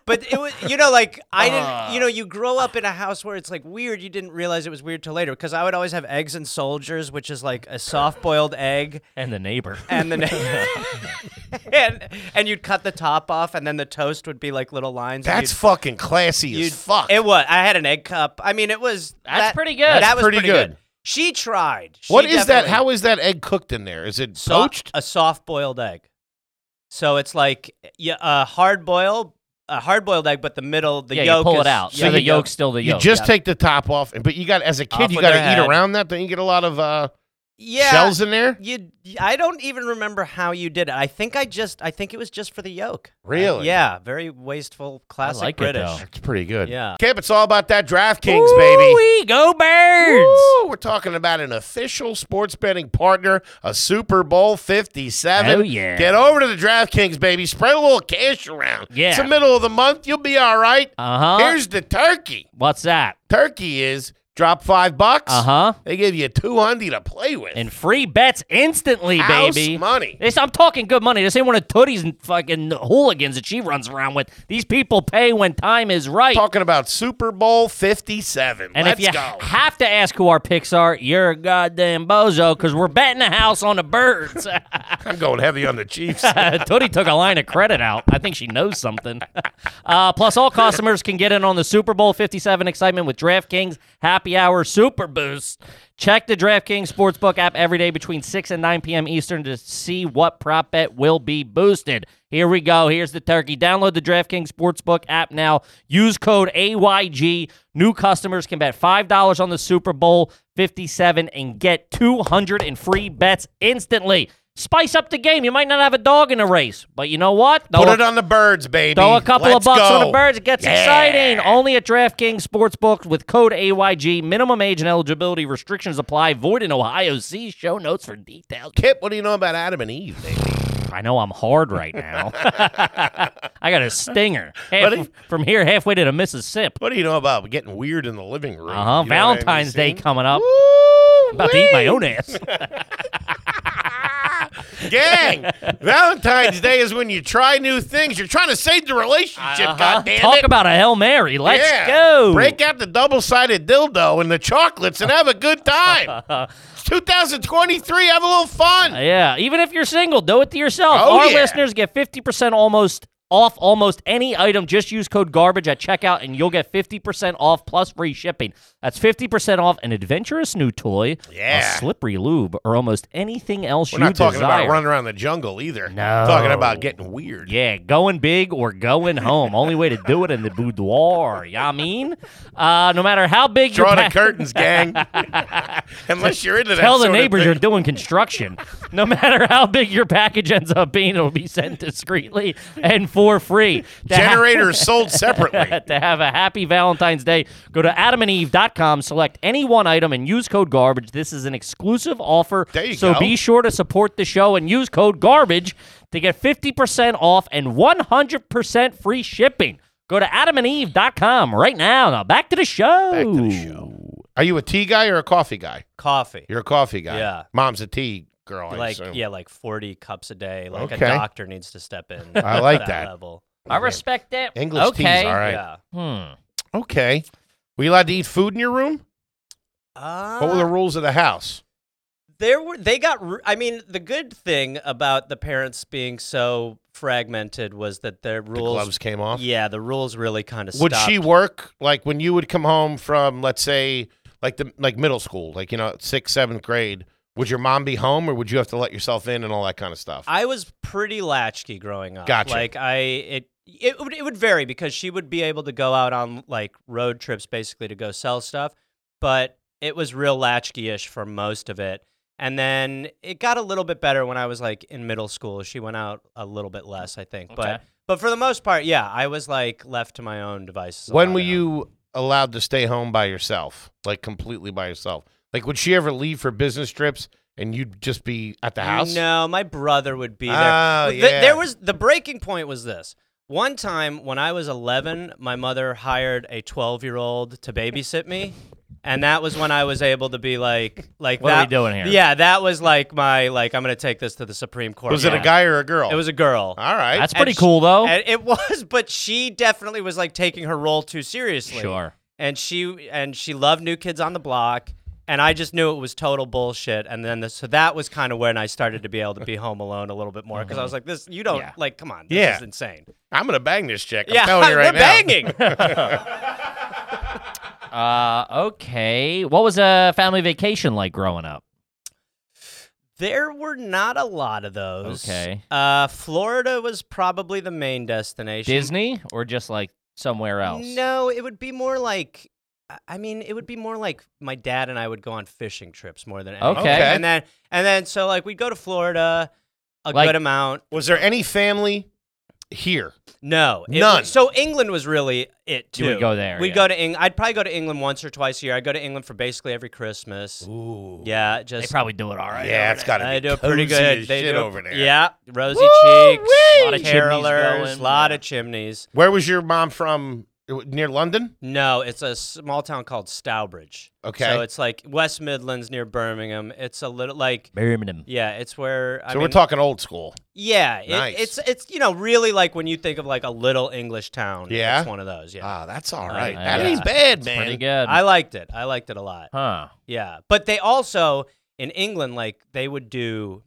Speaker 5: but it was, you know, like I
Speaker 2: Ah.
Speaker 5: didn't, you know, you grow up in a house where it's like weird. You didn't realize it was weird till later because I would always have eggs and soldiers, which is like a soft-boiled egg
Speaker 2: and the neighbor.
Speaker 5: and the and and you'd cut the top off, and then the toast would be like little lines. and
Speaker 1: That's
Speaker 5: you'd-
Speaker 1: fucking classy as
Speaker 5: you'd-
Speaker 1: fuck.
Speaker 5: It was. I had an egg cup. I mean, it was.
Speaker 2: That's
Speaker 5: that-
Speaker 2: pretty good.
Speaker 5: That
Speaker 2: That's
Speaker 5: was
Speaker 1: pretty
Speaker 5: pretty, good.
Speaker 1: good.
Speaker 5: She tried. She
Speaker 1: What is that?
Speaker 5: definitely-
Speaker 1: How is that egg cooked in there? Is it
Speaker 5: So-
Speaker 1: poached?
Speaker 5: A soft boiled egg. So it's like yeah, a hard boil, a hard boiled egg, but the middle, the
Speaker 2: yeah,
Speaker 5: yolk.
Speaker 2: you pull it
Speaker 5: is-
Speaker 2: out.
Speaker 5: yeah,
Speaker 2: So the yolk's still the
Speaker 1: You
Speaker 2: yolk.
Speaker 1: just take the top off, and- but you got as a
Speaker 2: Off
Speaker 1: kid, you
Speaker 2: with
Speaker 1: got to
Speaker 2: their
Speaker 1: eat
Speaker 2: head.
Speaker 1: around that. Don't you get a lot of uh,
Speaker 5: Yeah.
Speaker 1: shells in there?
Speaker 5: You, I don't even remember how you did it. I think I just, I think it was just for the yolk.
Speaker 1: Really?
Speaker 5: yeah. Very wasteful, classic
Speaker 2: like it,
Speaker 5: British.
Speaker 2: though.
Speaker 1: It's pretty good.
Speaker 5: Yeah.
Speaker 1: Kip, it's all about that DraftKings, baby.
Speaker 2: Woo-wee, go birds.
Speaker 1: Woo! We're talking about an official sports betting partner, a Super Bowl 57.
Speaker 2: Oh, yeah.
Speaker 1: Get over to the DraftKings, baby. Spread a little cash around.
Speaker 2: Yeah.
Speaker 1: It's the middle of the month. You'll be all right.
Speaker 2: Uh huh.
Speaker 1: Here's the turkey.
Speaker 2: What's that?
Speaker 1: Turkey is drop five bucks.
Speaker 2: Uh huh.
Speaker 1: They give you 200 to play with.
Speaker 2: And free bets instantly,
Speaker 1: House
Speaker 2: baby.
Speaker 1: money.
Speaker 2: This, I'm talking good money. This ain't one of Tootie's and fucking hooligans that she runs around with. These people pay when time is right.
Speaker 1: Talking about Super Bowl 57.
Speaker 2: and
Speaker 1: Let's
Speaker 2: if you
Speaker 1: go.
Speaker 2: have to ask who our picks are, you're a goddamn bozo because we're betting the house on the birds.
Speaker 1: I'm going heavy on the Chiefs.
Speaker 2: Tootie took a line of credit out. I think she knows something. Uh, plus, all customers can get in on the Super Bowl 57 excitement with DraftKings Happy Hour Super Boost. Check the DraftKings Sportsbook app every day between 6 and 9 p.m. Eastern to see what prop bet will be boosted. Here we go. Here's the turkey. Download the DraftKings Sportsbook app now. Use code AYG. New customers can bet $5 on the Super Bowl 57 and get 200 in free bets instantly. Spice up the game. You might not have a dog in a race, but you know what?
Speaker 1: Put
Speaker 2: Throw-
Speaker 1: it on the birds, baby.
Speaker 2: Throw a couple
Speaker 1: Let's
Speaker 2: of bucks on
Speaker 1: go.
Speaker 2: the birds. It gets
Speaker 1: Yeah.
Speaker 2: exciting. Only at DraftKings Sportsbook with code AYG. Minimum age and eligibility restrictions apply. Void in Ohio. See show notes for details.
Speaker 1: Kip, what do you know about Adam and Eve, baby?
Speaker 2: I know I'm hard right now. I got a stinger. Half-
Speaker 1: But it-
Speaker 2: from here halfway to the Mississippi.
Speaker 1: What do you know about getting weird in the living room?
Speaker 2: Uh huh.
Speaker 1: You know what I haven't
Speaker 2: Valentine's Day
Speaker 1: seen?
Speaker 2: coming up.
Speaker 1: Woo-wee.
Speaker 2: About to eat my own ass.
Speaker 1: Gang, Valentine's Day is when you try new things. You're trying to save the relationship, goddamn
Speaker 2: Uh-huh. Talk
Speaker 1: it.
Speaker 2: about a Hail Mary. Let's
Speaker 1: Yeah.
Speaker 2: go.
Speaker 1: Break out the double sided dildo and the chocolates and have a good time. It's 2023. Have a little fun.
Speaker 2: Yeah, even if you're single, do it to yourself.
Speaker 1: Oh,
Speaker 2: Our
Speaker 1: yeah.
Speaker 2: listeners get 50% almost off almost any item. Just use code GARBAGE at checkout and you'll get 50% off plus free shipping. That's 50% off an adventurous new toy,
Speaker 1: Yeah.
Speaker 2: a slippery lube, or almost anything else
Speaker 1: We're
Speaker 2: you
Speaker 1: not talking
Speaker 2: desire.
Speaker 1: about running around the jungle either.
Speaker 2: No.
Speaker 1: Talking about getting weird.
Speaker 2: Yeah, going big or going home. Only way to do it in the boudoir. You know what I mean? Uh, no matter how big your
Speaker 1: Draw the
Speaker 2: pa-
Speaker 1: curtains, gang. Unless you're into that.
Speaker 2: Tell the
Speaker 1: sort of
Speaker 2: neighbors
Speaker 1: thing.
Speaker 2: you're doing construction. no matter how big your package ends up being, it'll be sent discreetly and for free. To ha-
Speaker 1: Generators sold separately.
Speaker 2: to have a happy Valentine's Day, go to adamandeve.com, select any one item, and use code GARBAGE. This is an exclusive offer.
Speaker 1: There you
Speaker 2: so
Speaker 1: go.
Speaker 2: be sure to support the show and use code GARBAGE to get 50% off and 100% free shipping. Go to adamandeve.com right now. Now back to the show.
Speaker 1: Back to the show. Are you a tea guy or a coffee guy?
Speaker 5: Coffee.
Speaker 1: You're a coffee guy.
Speaker 5: Yeah.
Speaker 1: Mom's a tea girl. I
Speaker 5: like
Speaker 1: assume.
Speaker 5: yeah, like forty cups a day. Like
Speaker 1: Okay.
Speaker 5: a doctor needs to step in.
Speaker 1: I
Speaker 5: at
Speaker 1: like that.
Speaker 5: level.
Speaker 2: I respect that.
Speaker 1: English
Speaker 2: okay.
Speaker 1: teas. All right.
Speaker 5: Yeah.
Speaker 2: Hmm.
Speaker 1: Okay. Were you allowed to eat food in your room?
Speaker 5: Uh,
Speaker 1: What were the rules of the house?
Speaker 5: there were they got r- i mean the good thing about the parents being so fragmented was that their
Speaker 1: The
Speaker 5: rules
Speaker 1: gloves came off.
Speaker 5: yeah the rules really kind of
Speaker 1: Would she work like when you would come home from, let's say, like the like middle school, like you know sixth, seventh grade? Would your mom be home, or would you have to let yourself in and all that kind of stuff?
Speaker 5: i was pretty latchkey growing up
Speaker 1: Gotcha.
Speaker 5: like i it it would, it would vary because she would be able to go out on like road trips basically to go sell stuff but it was real latchkey-ish for most of it and then it got a little bit better when i was like in middle school she went out a little bit less i think
Speaker 2: Okay.
Speaker 5: but but for the most part yeah i was like left to my own devices a
Speaker 1: when
Speaker 5: lot
Speaker 1: were
Speaker 5: at home.
Speaker 1: you allowed to stay home by yourself, like completely by yourself? Like, would she ever leave for business trips and you'd just be at the house?
Speaker 5: No, my brother would be there.
Speaker 1: Oh,
Speaker 5: Th-
Speaker 1: yeah.
Speaker 5: There was the breaking point was this. One time when I was 11, my mother hired a 12-year-old to babysit me, and that was when I was able to be like like
Speaker 2: What are
Speaker 5: that,
Speaker 2: we doing here?
Speaker 5: Yeah, that was like my like I'm going to take this to the Supreme Court.
Speaker 1: Was it
Speaker 5: Yeah.
Speaker 1: a guy or a girl? Oh.
Speaker 5: It was a girl.
Speaker 1: All right.
Speaker 2: That's pretty
Speaker 5: And sh-
Speaker 2: cool, though.
Speaker 5: And it was, but she definitely was like taking her role too seriously
Speaker 2: Sure.
Speaker 5: and she and she loved New Kids on the Block, and I just knew it was total bullshit. And then the, so that was kind of when I started to be able to be home alone a little bit more because I was like, this you don't
Speaker 2: Mm-hmm. Yeah.
Speaker 5: like, come on, this
Speaker 1: Yeah.
Speaker 5: is insane.
Speaker 1: I'm gonna bang this chick. I'm
Speaker 5: yeah,
Speaker 1: telling you right
Speaker 5: we're
Speaker 1: now.
Speaker 5: banging.
Speaker 2: Uh, okay. What was a family vacation like growing up?
Speaker 5: There were not a lot of those.
Speaker 2: Okay.
Speaker 5: Uh, Florida was probably the main destination.
Speaker 2: Disney or just like somewhere else?
Speaker 5: No, it would be more like. I- I mean, it would be more like my dad and I would go on fishing trips more than anything.
Speaker 2: Okay.
Speaker 5: And then and then so like we'd go to Florida a
Speaker 2: Like-
Speaker 5: good amount.
Speaker 1: Was there any family here?
Speaker 5: No, it
Speaker 1: None.
Speaker 5: Was, so England was really it too.
Speaker 2: You would go there,
Speaker 5: We'd
Speaker 2: yeah.
Speaker 5: go to England. I'd probably go to England once or twice a year. I go to England for basically every Christmas.
Speaker 1: Ooh.
Speaker 5: Yeah, just
Speaker 2: They probably do it all right.
Speaker 1: Yeah,
Speaker 2: over
Speaker 1: it's got
Speaker 2: there.
Speaker 1: to be
Speaker 5: I do a pretty
Speaker 1: cozy
Speaker 5: good
Speaker 1: as
Speaker 5: they
Speaker 1: shit
Speaker 5: do a-
Speaker 1: over there.
Speaker 5: Yeah, rosy
Speaker 1: Woo-wee!
Speaker 5: cheeks, a lot of
Speaker 2: Lot of chimneys
Speaker 5: carolers,
Speaker 2: going,
Speaker 5: lot
Speaker 2: yeah.
Speaker 5: of chimneys.
Speaker 1: Where was your mom from? Near London?
Speaker 5: No, it's a small town called Stowbridge.
Speaker 1: Okay.
Speaker 5: So it's like West Midlands near Birmingham. It's a little like
Speaker 2: Birmingham.
Speaker 5: yeah, it's where I
Speaker 1: So
Speaker 5: mean,
Speaker 1: we're talking old school.
Speaker 5: Yeah, it-
Speaker 1: Nice.
Speaker 5: it's it's you know really like when you think of like a little English town.
Speaker 1: Yeah?
Speaker 5: it's one of those. Yeah,
Speaker 1: Ah, that's all
Speaker 5: Uh,
Speaker 1: right.
Speaker 2: yeah.
Speaker 1: That ain't bad, man.
Speaker 2: Pretty good.
Speaker 5: I liked it. I liked it a lot.
Speaker 2: huh.
Speaker 5: Yeah, but they also in England like they would do,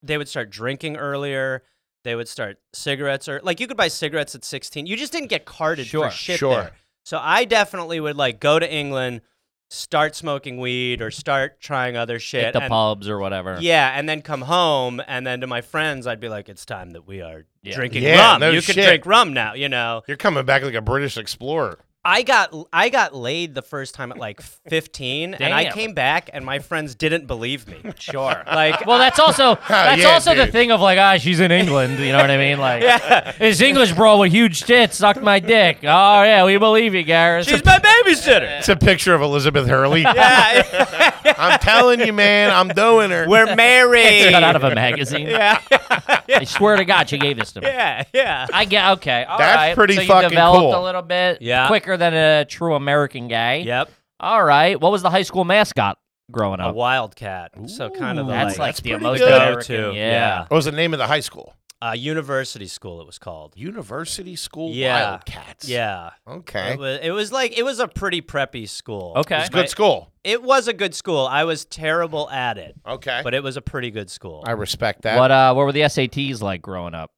Speaker 5: they would start drinking earlier. They would start cigarettes or like you could buy cigarettes at sixteen. You just didn't get carded
Speaker 2: Sure,
Speaker 5: for shit
Speaker 1: sure.
Speaker 5: there. So I definitely would like go to England, start smoking weed or start trying other
Speaker 2: Hit
Speaker 5: shit.
Speaker 2: the
Speaker 5: and-
Speaker 2: pubs or whatever.
Speaker 5: Yeah, and then come home, and then to my friends, I'd be like, "It's time that we are
Speaker 2: Yeah.
Speaker 5: drinking
Speaker 1: Yeah,
Speaker 5: rum.
Speaker 1: no
Speaker 5: you can
Speaker 1: shit.
Speaker 5: drink rum now." You know,
Speaker 1: You're coming back like a British explorer.
Speaker 5: I got I got laid the first time at like 15, and I
Speaker 2: Damn.
Speaker 5: came back, and my friends didn't believe me.
Speaker 2: Sure.
Speaker 5: Like,
Speaker 2: Well, that's
Speaker 5: Oh,
Speaker 2: also that's
Speaker 1: yeah,
Speaker 2: also the
Speaker 1: dude.
Speaker 2: thing of like, ah, she's in England. You know what I mean? Like,
Speaker 5: Yeah.
Speaker 2: this English bro with huge tits sucked my dick. Oh yeah, we believe you, Gareth.
Speaker 5: she's my babysitter.
Speaker 1: It's a picture of Elizabeth Hurley.
Speaker 5: yeah,
Speaker 1: I'm telling you, man, I'm doing her.
Speaker 5: we're married.
Speaker 2: cut out of a magazine.
Speaker 5: yeah,
Speaker 2: I swear to God, she gave this to me.
Speaker 5: yeah, yeah.
Speaker 2: I get okay. all right.
Speaker 1: That's pretty
Speaker 2: so you
Speaker 1: fucking
Speaker 2: developed
Speaker 1: cool.
Speaker 2: a little bit
Speaker 5: Yeah.
Speaker 2: quicker than a true American guy.
Speaker 5: Yep,
Speaker 2: All right. What was the high school mascot growing
Speaker 5: a
Speaker 2: up?
Speaker 5: wildcat. so kind of the,
Speaker 2: That's like
Speaker 5: like,
Speaker 2: the
Speaker 1: pretty
Speaker 2: most
Speaker 1: good.
Speaker 2: American.
Speaker 5: Go-to,
Speaker 2: Yeah.
Speaker 1: What was the name of the high school?
Speaker 5: uh, university school. It was called.
Speaker 1: University School
Speaker 5: Yeah.
Speaker 1: Wildcats.
Speaker 5: Yeah,
Speaker 1: Okay.
Speaker 5: it was. It was like it was a pretty preppy school.
Speaker 2: Okay.
Speaker 1: It's a good school.
Speaker 5: It was a good school. I was terrible at it,
Speaker 1: Okay.
Speaker 5: but it was a pretty good school.
Speaker 1: I respect that.
Speaker 2: What uh? What were the SATs like growing up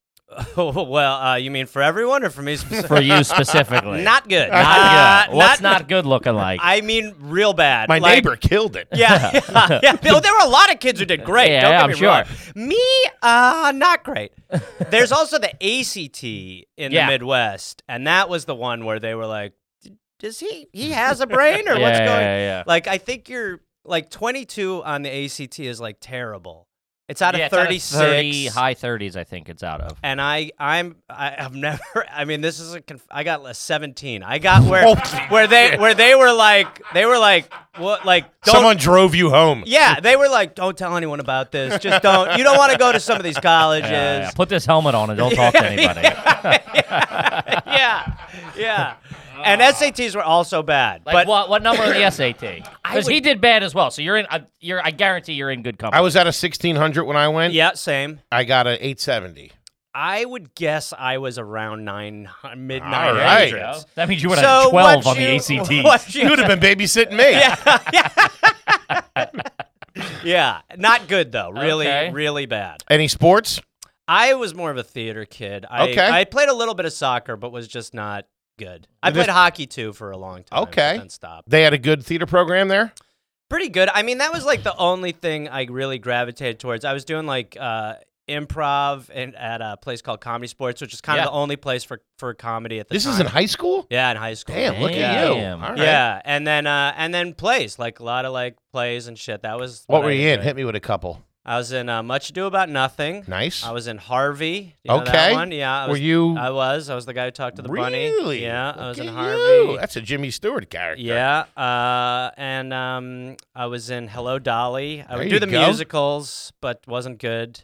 Speaker 5: Oh, well, uh, you mean for everyone or for me specifically?
Speaker 2: for you specifically?
Speaker 5: not good.
Speaker 2: Not
Speaker 5: Uh,
Speaker 2: good. What's not, good looking like?
Speaker 5: I mean, real bad.
Speaker 1: My
Speaker 5: Like-
Speaker 1: neighbor killed it.
Speaker 5: Yeah, yeah, yeah. Well, there were a lot of kids who did great.
Speaker 2: Yeah,
Speaker 5: don't get
Speaker 2: I'm
Speaker 5: me
Speaker 2: sure.
Speaker 5: wrong. Me, uh, not great. There's also the ACT in
Speaker 2: Yeah.
Speaker 5: the Midwest, and that was the one where they were like, "Does he? He has a brain, or
Speaker 2: yeah,
Speaker 5: what's going?"
Speaker 2: yeah, yeah.
Speaker 5: Like, I think you're like 22 on the ACT is like terrible. It's out of
Speaker 2: Yeah, it's
Speaker 5: 36.
Speaker 2: thirty, high thirties, I think it's out of.
Speaker 5: and I I'm I, I've never I mean this is a conf- I got a 17 I got where
Speaker 1: Oh,
Speaker 5: where they where they were like they were like what like don't
Speaker 1: Someone drove you home.
Speaker 5: yeah they were like don't tell anyone about this just don't you don't want to go to some of these colleges
Speaker 2: Yeah, yeah, yeah. Put this helmet on and don't talk to anybody.
Speaker 5: yeah yeah and SATs were also bad
Speaker 2: Like
Speaker 5: but
Speaker 2: what? What number on the SAT? Because he did bad as well. So you're in. I, you're. I guarantee you're in good company.
Speaker 1: I was at a 1600 when I went.
Speaker 5: yeah same
Speaker 1: I got an 870.
Speaker 5: I would guess I was around nine mid
Speaker 1: All
Speaker 5: 900s
Speaker 1: right.
Speaker 2: There you go. That means you would have
Speaker 5: so
Speaker 2: twelve
Speaker 5: what
Speaker 2: on
Speaker 5: you-
Speaker 2: the ACT.
Speaker 5: what
Speaker 1: You
Speaker 5: you-
Speaker 1: would have been babysitting me.
Speaker 5: yeah not good though really
Speaker 2: Okay.
Speaker 5: really bad
Speaker 1: Any sports?
Speaker 5: I was more of a theater kid. I,
Speaker 1: Okay.
Speaker 5: I played a little bit of soccer, but was just not good. I
Speaker 1: But this-
Speaker 5: played hockey too for a long time. but
Speaker 1: Okay.
Speaker 5: Then stopped.
Speaker 1: They had a good theater program there.
Speaker 5: Pretty good. I mean, that was like the only thing I really gravitated towards. I was doing like uh, improv and at a place called Comedy Sports, which is kind
Speaker 2: Yeah.
Speaker 5: of the only place for, for comedy at the
Speaker 1: This
Speaker 5: time.
Speaker 1: is in high school?
Speaker 5: Yeah, in high school.
Speaker 1: Damn, look at you.
Speaker 2: Damn.
Speaker 1: All right.
Speaker 5: Yeah, and then uh, and then plays like a lot of like plays and shit. That was
Speaker 1: What
Speaker 5: I
Speaker 1: were you in?
Speaker 5: enjoyed.
Speaker 1: Hit me with a couple.
Speaker 5: I was in uh, Much Ado About Nothing.
Speaker 1: Nice.
Speaker 5: I was in Harvey. You know that
Speaker 1: Okay.
Speaker 5: one? Yeah. I
Speaker 1: were
Speaker 5: was-
Speaker 1: you
Speaker 5: I was. I was the guy who talked to the bunny.
Speaker 1: really?
Speaker 5: Yeah, I
Speaker 1: Look
Speaker 5: was in
Speaker 1: at
Speaker 5: Harvey.
Speaker 1: you. That's a Jimmy Stewart character.
Speaker 5: Yeah, uh, and um, I was in Hello Dolly. I
Speaker 1: There you
Speaker 5: would do the
Speaker 1: go.
Speaker 5: musicals, but wasn't good.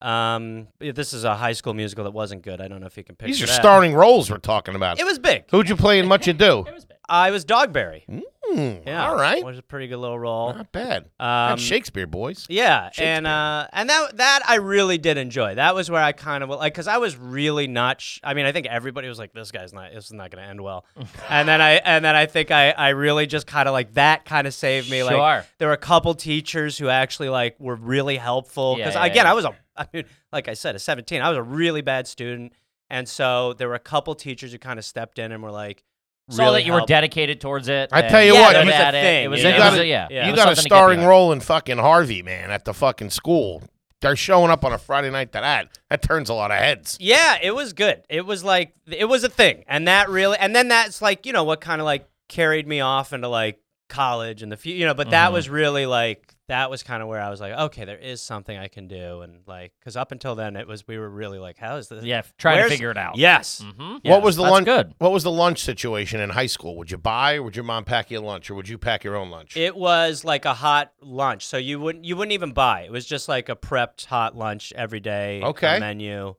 Speaker 5: Um, yeah, this is a high school musical that wasn't good. I don't know if you can picture
Speaker 1: These are
Speaker 5: that.
Speaker 1: starring roles we're talking about.
Speaker 5: It was big.
Speaker 1: Who'd you play in Much Ado?
Speaker 5: I was Dogberry.
Speaker 1: Mm,
Speaker 5: Yeah,
Speaker 1: All right.
Speaker 5: was a pretty good little role.
Speaker 1: Not bad.
Speaker 5: Um,
Speaker 1: That's Shakespeare, boys.
Speaker 5: Yeah,
Speaker 1: Shakespeare.
Speaker 5: and uh, and that that I really did enjoy. That was where I kind of like because I was really not. Sh- I mean, I think everybody was like, "This guy's not. This is not going to end well." and then I and then I think I I really just kind of like that kind of saved me.
Speaker 2: Sure.
Speaker 5: Like there were a couple teachers who actually like were really helpful
Speaker 2: Yeah,
Speaker 5: because
Speaker 2: yeah,
Speaker 5: again
Speaker 2: yeah.
Speaker 5: I was a I mean like I said at 17 I was a really bad student and so there were a couple teachers who kind of stepped in and were like.
Speaker 2: saw
Speaker 5: really
Speaker 2: that you were
Speaker 5: helped.
Speaker 2: dedicated towards it.
Speaker 1: I
Speaker 2: and
Speaker 1: tell you
Speaker 2: you
Speaker 1: what,
Speaker 2: got
Speaker 1: it was
Speaker 5: a
Speaker 2: at it.
Speaker 5: thing,
Speaker 2: It was,
Speaker 5: yeah.
Speaker 1: You
Speaker 2: it
Speaker 1: got
Speaker 2: was
Speaker 1: a-
Speaker 2: a, yeah.
Speaker 5: you
Speaker 2: it
Speaker 1: you
Speaker 2: was
Speaker 1: got a
Speaker 2: something to get
Speaker 1: starring
Speaker 2: behind.
Speaker 1: role in fucking Harvey, man, at the fucking school. They're showing up on a Friday night to that. That turns a lot of heads.
Speaker 5: Yeah, it was good. It was like it was a thing, and that really, and then that's like you know what kind of like carried me off into like college and the few, you know. But
Speaker 1: Mm-hmm.
Speaker 5: that was really like that was kind of where I was like, okay, there is something I can do, and like because up until then it was we were really like, how is this?
Speaker 2: Yeah, f- trying to
Speaker 5: Where's-
Speaker 2: figure it out.
Speaker 5: Yes.
Speaker 1: Mm.
Speaker 2: Mhm.
Speaker 1: what was the
Speaker 2: that's
Speaker 1: lunch?
Speaker 2: Good.
Speaker 1: What was the lunch situation in high school? Would you buy, or would your mom pack you lunch, or would you pack your own lunch?
Speaker 5: It was like a hot lunch, so you wouldn't you wouldn't even buy. It was just like a prepped hot lunch every day. a
Speaker 1: Okay.
Speaker 5: menu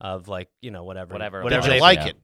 Speaker 5: of like you know whatever
Speaker 2: Whatever it
Speaker 1: Did
Speaker 5: whatever
Speaker 1: you
Speaker 5: they-
Speaker 1: like
Speaker 2: yeah.
Speaker 1: it?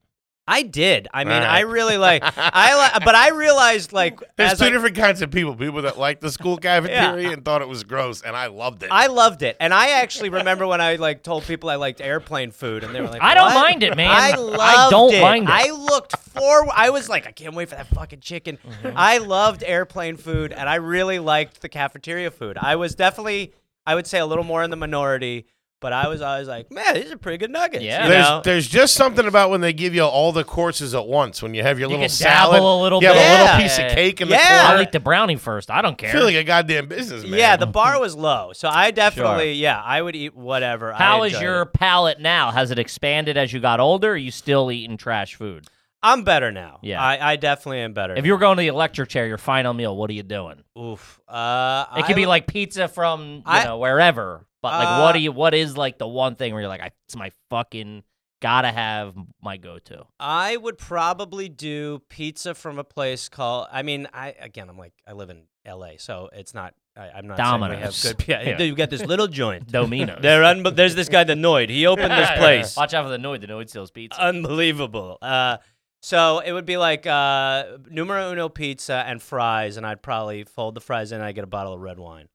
Speaker 5: I did. I mean,
Speaker 1: All right.
Speaker 5: I really like. I li- but I realized like
Speaker 1: There's
Speaker 5: as
Speaker 1: two
Speaker 5: I,
Speaker 1: different kinds of people: people that liked the school cafeteria and thought it was gross, and I loved it.
Speaker 5: I loved it, and I actually remember when I like told people I liked airplane food, and they were like,
Speaker 2: I don't
Speaker 5: "What?"
Speaker 2: mind it, man.
Speaker 5: I
Speaker 2: I
Speaker 5: loved
Speaker 2: don't mind it.
Speaker 5: I looked forward. I was like, I can't wait for that fucking chicken.
Speaker 2: Mm-hmm.
Speaker 5: I loved airplane food, and I really liked the cafeteria food. I was definitely, I would say, a little more in the minority, but I was always like, man, these are pretty good nuggets.
Speaker 2: Yeah.
Speaker 5: you
Speaker 1: there's,
Speaker 5: know?
Speaker 1: there's just something about when they give you all the courses at once. When you have your
Speaker 2: You
Speaker 1: little
Speaker 2: can
Speaker 1: salad,
Speaker 2: dabble a little
Speaker 1: you have
Speaker 2: bit.
Speaker 1: a little
Speaker 5: Yeah.
Speaker 1: piece of cake in
Speaker 5: Yeah.
Speaker 1: the
Speaker 2: I'll
Speaker 1: corner.
Speaker 2: eat the brownie first. I don't
Speaker 1: I
Speaker 2: care.
Speaker 1: feel like a goddamn businessman.
Speaker 5: yeah, the bar was low, so I definitely, yeah, I would eat whatever. I
Speaker 2: How is
Speaker 5: enjoyed
Speaker 2: your
Speaker 5: it.
Speaker 2: palate now? Has it expanded as you got older? Or are you still eating trash food?
Speaker 5: I'm better now.
Speaker 2: Yeah.
Speaker 5: I, I definitely am better.
Speaker 2: If you were going to the electric chair, your final meal, what are you doing?
Speaker 5: Oof. Uh,
Speaker 2: It could be like pizza from you
Speaker 5: I-
Speaker 2: know wherever, but like what
Speaker 5: Uh,
Speaker 2: do you? What is like the one thing where you're like, I, it's my fucking gotta have my go-to.
Speaker 5: I would probably do pizza from a place called. I mean, I again, I'm like, I live in L.A., so it's not. I, I'm not
Speaker 2: Domino's.
Speaker 5: saying we have good. Yeah,
Speaker 2: Yeah.
Speaker 5: you got this little joint.
Speaker 2: Domino's.
Speaker 5: They're un- There's this guy, the Noid. He opened this place.
Speaker 2: Watch out for the Noid. The Noid steals pizza.
Speaker 5: Unbelievable. Uh, so it would be like uh, numero uno pizza and fries, and I'd probably fold the fries in. and I'd get a bottle of red wine.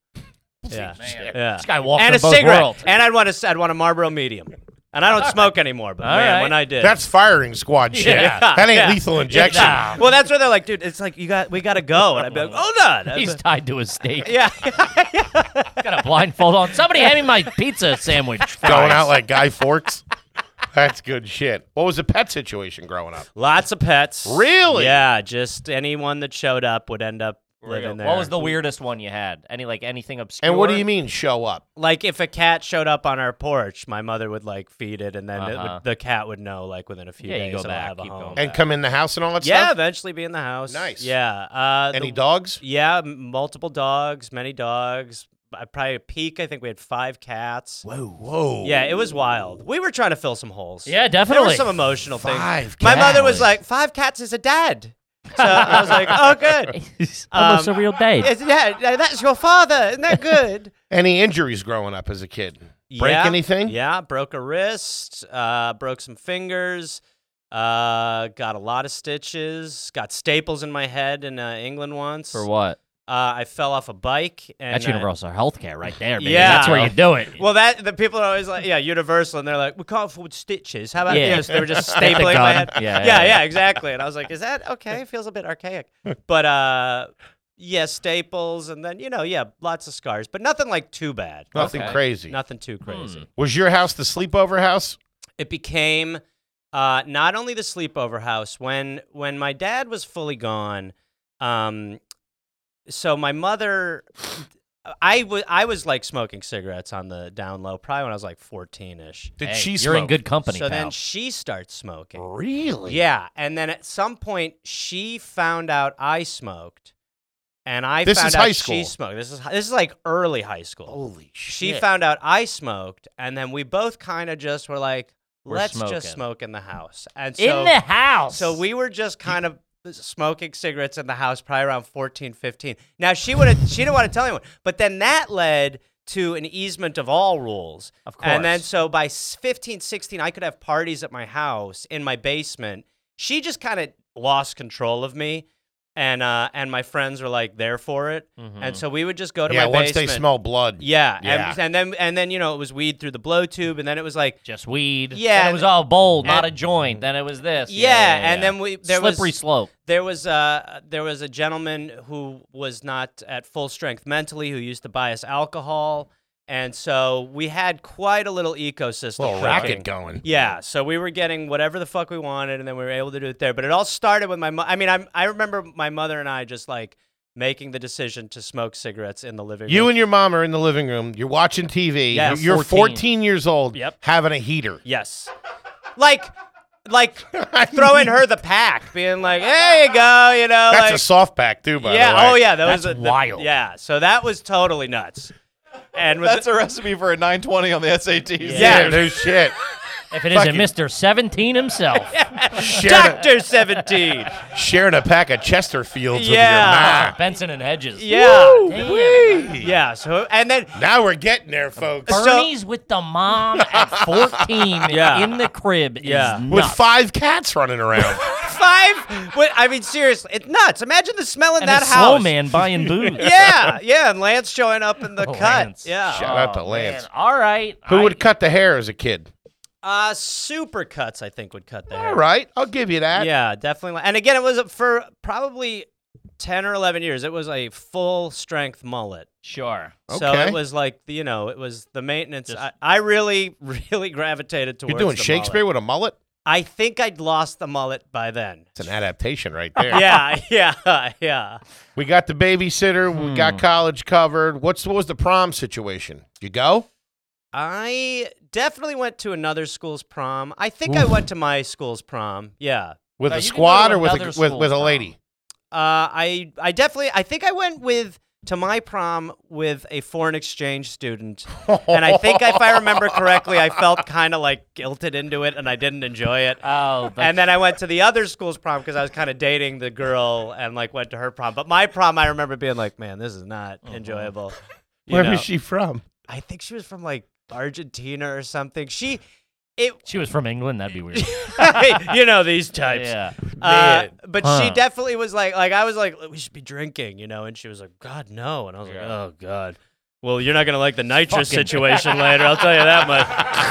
Speaker 5: Yeah,
Speaker 2: Man.
Speaker 5: yeah.
Speaker 2: This guy walks
Speaker 5: And
Speaker 2: in
Speaker 5: a
Speaker 2: both
Speaker 5: cigarette,
Speaker 2: worlds.
Speaker 5: and I'd want a, I'd want a Marlboro medium. And I don't smoke anymore, but
Speaker 2: All
Speaker 5: man,
Speaker 2: right.
Speaker 5: when I did,
Speaker 1: That's firing squad shit.
Speaker 5: Yeah.
Speaker 1: That ain't
Speaker 5: Yeah.
Speaker 1: lethal injection.
Speaker 2: Nah.
Speaker 5: well, that's where they're like, dude, it's like you got, we gotta go, and I'd be like, "Oh, hold on,
Speaker 2: He's tied to his steak.
Speaker 5: yeah,
Speaker 2: He's got a blindfold on. Somebody hand me my pizza sandwich.
Speaker 1: Going
Speaker 2: fries.
Speaker 1: out like Guy Fawkes. That's good shit. What was the pet situation growing up?
Speaker 5: lots of pets.
Speaker 1: Really?
Speaker 5: Yeah, just anyone that showed up would end up
Speaker 2: There you go.
Speaker 5: living there.
Speaker 2: What was the weirdest one you had? Any like anything obscure?
Speaker 1: And what do you mean show up?
Speaker 5: like if a cat showed up on our porch, my mother would like feed it, and then it
Speaker 2: Uh-huh.
Speaker 5: would, the cat would know like within a few
Speaker 2: Yeah, you
Speaker 5: days
Speaker 2: go
Speaker 5: it'll
Speaker 2: back,
Speaker 5: have a
Speaker 2: keep
Speaker 5: home.
Speaker 2: going
Speaker 1: And come in the house and all that
Speaker 5: yeah,
Speaker 1: stuff?
Speaker 5: eventually be in the house.
Speaker 1: Nice.
Speaker 5: Yeah. Uh,
Speaker 1: Any
Speaker 5: the-
Speaker 1: dogs?
Speaker 5: Yeah, m- multiple dogs, many dogs. I probably at peak. I think we had five cats.
Speaker 1: Whoa. Whoa.
Speaker 5: Yeah, it was wild. We were trying to fill some holes.
Speaker 2: Yeah,
Speaker 5: There were
Speaker 2: definitely.
Speaker 5: some emotional things.
Speaker 1: Five
Speaker 5: My mother
Speaker 2: cats.
Speaker 5: was like, five cats is a dad. So I was like, oh, good.
Speaker 2: Almost
Speaker 5: Um,
Speaker 2: a real date.
Speaker 5: Is that, that's your father. Isn't that good?
Speaker 1: Any injuries growing up as a kid? Break
Speaker 5: Yeah,
Speaker 1: anything?
Speaker 5: Yeah, broke a wrist, uh, broke some fingers, uh, got a lot of stitches, got staples in my head in uh, England once.
Speaker 2: For what?
Speaker 5: Uh, I fell off a bike. And
Speaker 2: That's
Speaker 5: I-
Speaker 2: universal health care right there, baby.
Speaker 5: Yeah.
Speaker 2: That's where you do it.
Speaker 5: Well, that the people are always like, yeah, universal, and they're like, we can't afford stitches. How about
Speaker 2: Yeah.
Speaker 5: this? They were just
Speaker 2: Get the
Speaker 5: stapling my
Speaker 2: gun.
Speaker 5: head.
Speaker 2: Yeah,
Speaker 5: yeah,
Speaker 2: yeah,
Speaker 5: yeah,
Speaker 2: yeah.
Speaker 5: exactly. And I was like, is that okay? It feels a bit archaic. But uh, yeah, staples, and then you know, yeah, lots of scars, but nothing like too bad.
Speaker 1: Nothing
Speaker 2: Okay.
Speaker 1: crazy.
Speaker 5: Nothing too crazy.
Speaker 1: Was your house the sleepover house?
Speaker 5: It became uh, not only the sleepover house when when my dad was fully gone. Um, so my mother, I was I was like smoking cigarettes on the down low, probably when I was like fourteen ish.
Speaker 1: Did
Speaker 2: Hey,
Speaker 1: she
Speaker 2: you're
Speaker 1: smoke?
Speaker 2: in good company,
Speaker 5: So
Speaker 2: pal.
Speaker 5: then she starts smoking.
Speaker 1: Really?
Speaker 5: Yeah, and then at some point she found out I smoked, and I
Speaker 1: This
Speaker 5: found
Speaker 1: is
Speaker 5: out
Speaker 1: high
Speaker 5: she
Speaker 1: school.
Speaker 5: smoked. This is hi- this is like early high school.
Speaker 1: Holy shit.
Speaker 5: she found out I smoked, and then we both kind of just were like,
Speaker 2: We're
Speaker 5: "Let's
Speaker 2: smoking."
Speaker 5: just smoke in the house." And so,
Speaker 2: in the house.
Speaker 5: so we were just kind of smoking cigarettes in the house, probably around 14, 15. Now she would have, she didn't want to tell anyone, but then that led to an easement of all rules.
Speaker 2: Of
Speaker 5: And then
Speaker 2: course.
Speaker 5: so by s- 15, 16, I could have parties at my house in my basement. She just kind of lost control of me. And uh, and my friends were like there for it, and so we would just go to
Speaker 1: Yeah,
Speaker 5: my
Speaker 1: once
Speaker 5: basement.
Speaker 1: they smell blood.
Speaker 5: Yeah,
Speaker 1: Yeah.
Speaker 5: And, and then and then you know it was weed through the blow tube, and then it was like
Speaker 2: just weed.
Speaker 5: Yeah,
Speaker 2: Then it
Speaker 5: and-
Speaker 2: was all bold, not a
Speaker 5: and-
Speaker 2: joint. Then it was this.
Speaker 5: yeah, and then we there
Speaker 2: slippery
Speaker 5: was
Speaker 2: slope.
Speaker 5: there was uh there was a gentleman who was not at full strength mentally who used to buy us alcohol, And so we had quite a little ecosystem.
Speaker 1: Little
Speaker 5: cooking.
Speaker 1: racket going.
Speaker 5: Yeah, so we were getting whatever the fuck we wanted, and then we were able to do it there. But it all started with my. Mo- I mean, I'm, I remember my mother and I just like making the decision to smoke cigarettes in the living room.
Speaker 1: You and your mom are in the living room. You're watching TV.
Speaker 5: Yes.
Speaker 1: You're 14.
Speaker 2: 14.
Speaker 1: years old.
Speaker 5: Yep.
Speaker 1: Having a heater.
Speaker 5: yes, like, like throwing her the pack, being like, "There you go," you know.
Speaker 1: That's
Speaker 5: like,
Speaker 1: a soft pack too, by
Speaker 5: yeah.
Speaker 1: the way.
Speaker 5: Oh yeah, that was a,
Speaker 2: That's
Speaker 5: the-
Speaker 2: wild.
Speaker 5: yeah, so that was totally nuts. And with
Speaker 4: That's a recipe for a 920 on the SATs.
Speaker 5: Yeah.
Speaker 1: Yeah, no shit.
Speaker 2: If it isn't
Speaker 1: Fucking-
Speaker 2: Mr. 17 himself.
Speaker 1: sharing,
Speaker 5: Doctor Seventeen.
Speaker 1: a, sharing a pack of Chesterfields
Speaker 5: Yeah.
Speaker 1: with
Speaker 2: Benson and Hedges.
Speaker 5: Yeah.
Speaker 2: Damn.
Speaker 1: your mom.
Speaker 5: Yeah. So and then
Speaker 1: Now we're getting there, folks.
Speaker 5: So-
Speaker 2: Bernie's with the mom at 14
Speaker 5: Yeah.
Speaker 2: in the crib
Speaker 5: Yeah.
Speaker 2: is
Speaker 1: With
Speaker 2: nuts.
Speaker 1: five cats running around.
Speaker 5: five. What, I mean, seriously, it's nuts. Imagine the smell in
Speaker 2: and
Speaker 5: that
Speaker 2: a
Speaker 5: house.
Speaker 2: slow man buying booze.
Speaker 5: yeah, yeah, and Lance showing up in the
Speaker 2: Oh,
Speaker 5: cut.
Speaker 2: Lance.
Speaker 5: Yeah.
Speaker 1: Shout out to
Speaker 2: Oh,
Speaker 1: Lance.
Speaker 2: man. All right.
Speaker 1: Who
Speaker 2: I-
Speaker 1: would cut the hair as a kid?
Speaker 5: Uh super cuts I think would cut there.
Speaker 1: All right, I'll give you that.
Speaker 5: Yeah, definitely. And again, it was for probably 10 or 11 years. It was a full strength mullet.
Speaker 2: Sure.
Speaker 5: So
Speaker 1: Okay.
Speaker 5: it was like, you know, it was the maintenance. I, I really, really gravitated towards
Speaker 1: You're doing
Speaker 5: the
Speaker 1: Shakespeare
Speaker 5: mullet.
Speaker 1: with a mullet?
Speaker 5: I think I'd lost the mullet by then.
Speaker 1: It's an adaptation right there.
Speaker 5: yeah, yeah, yeah.
Speaker 1: We got the babysitter. We
Speaker 5: Hmm.
Speaker 1: got college covered. What's what was the prom situation? You go?
Speaker 5: I definitely went to another school's prom. I think I went to my school's prom. Yeah.
Speaker 1: With
Speaker 2: No,
Speaker 1: a
Speaker 2: you can go
Speaker 1: squad
Speaker 2: to
Speaker 1: or with
Speaker 2: another
Speaker 1: a, with,
Speaker 2: school
Speaker 1: with a
Speaker 2: prom.
Speaker 1: lady?
Speaker 5: Uh, I I definitely I think I went with to my prom with a foreign exchange student, and I think if I remember correctly, I felt kind of like guilted into it, and I didn't enjoy it.
Speaker 2: Oh, but
Speaker 5: And then I went to the other school's prom because I was kind of dating the girl and like went to her prom. But my prom, I remember being like, man, this is not enjoyable.
Speaker 1: Uh-huh.
Speaker 5: You
Speaker 1: Where
Speaker 5: know?
Speaker 1: was she from?
Speaker 5: I think she was from like Argentina or something. She, it,
Speaker 2: she was from England. That'd be weird.
Speaker 5: you know these types.
Speaker 2: yeah.
Speaker 5: Uh, but she
Speaker 2: Huh.
Speaker 5: definitely was like, like I was like, we should be drinking, you know, and she was like, God no, and I was like, oh god. Well, you're not gonna like the nitrous situation later. I'll tell you that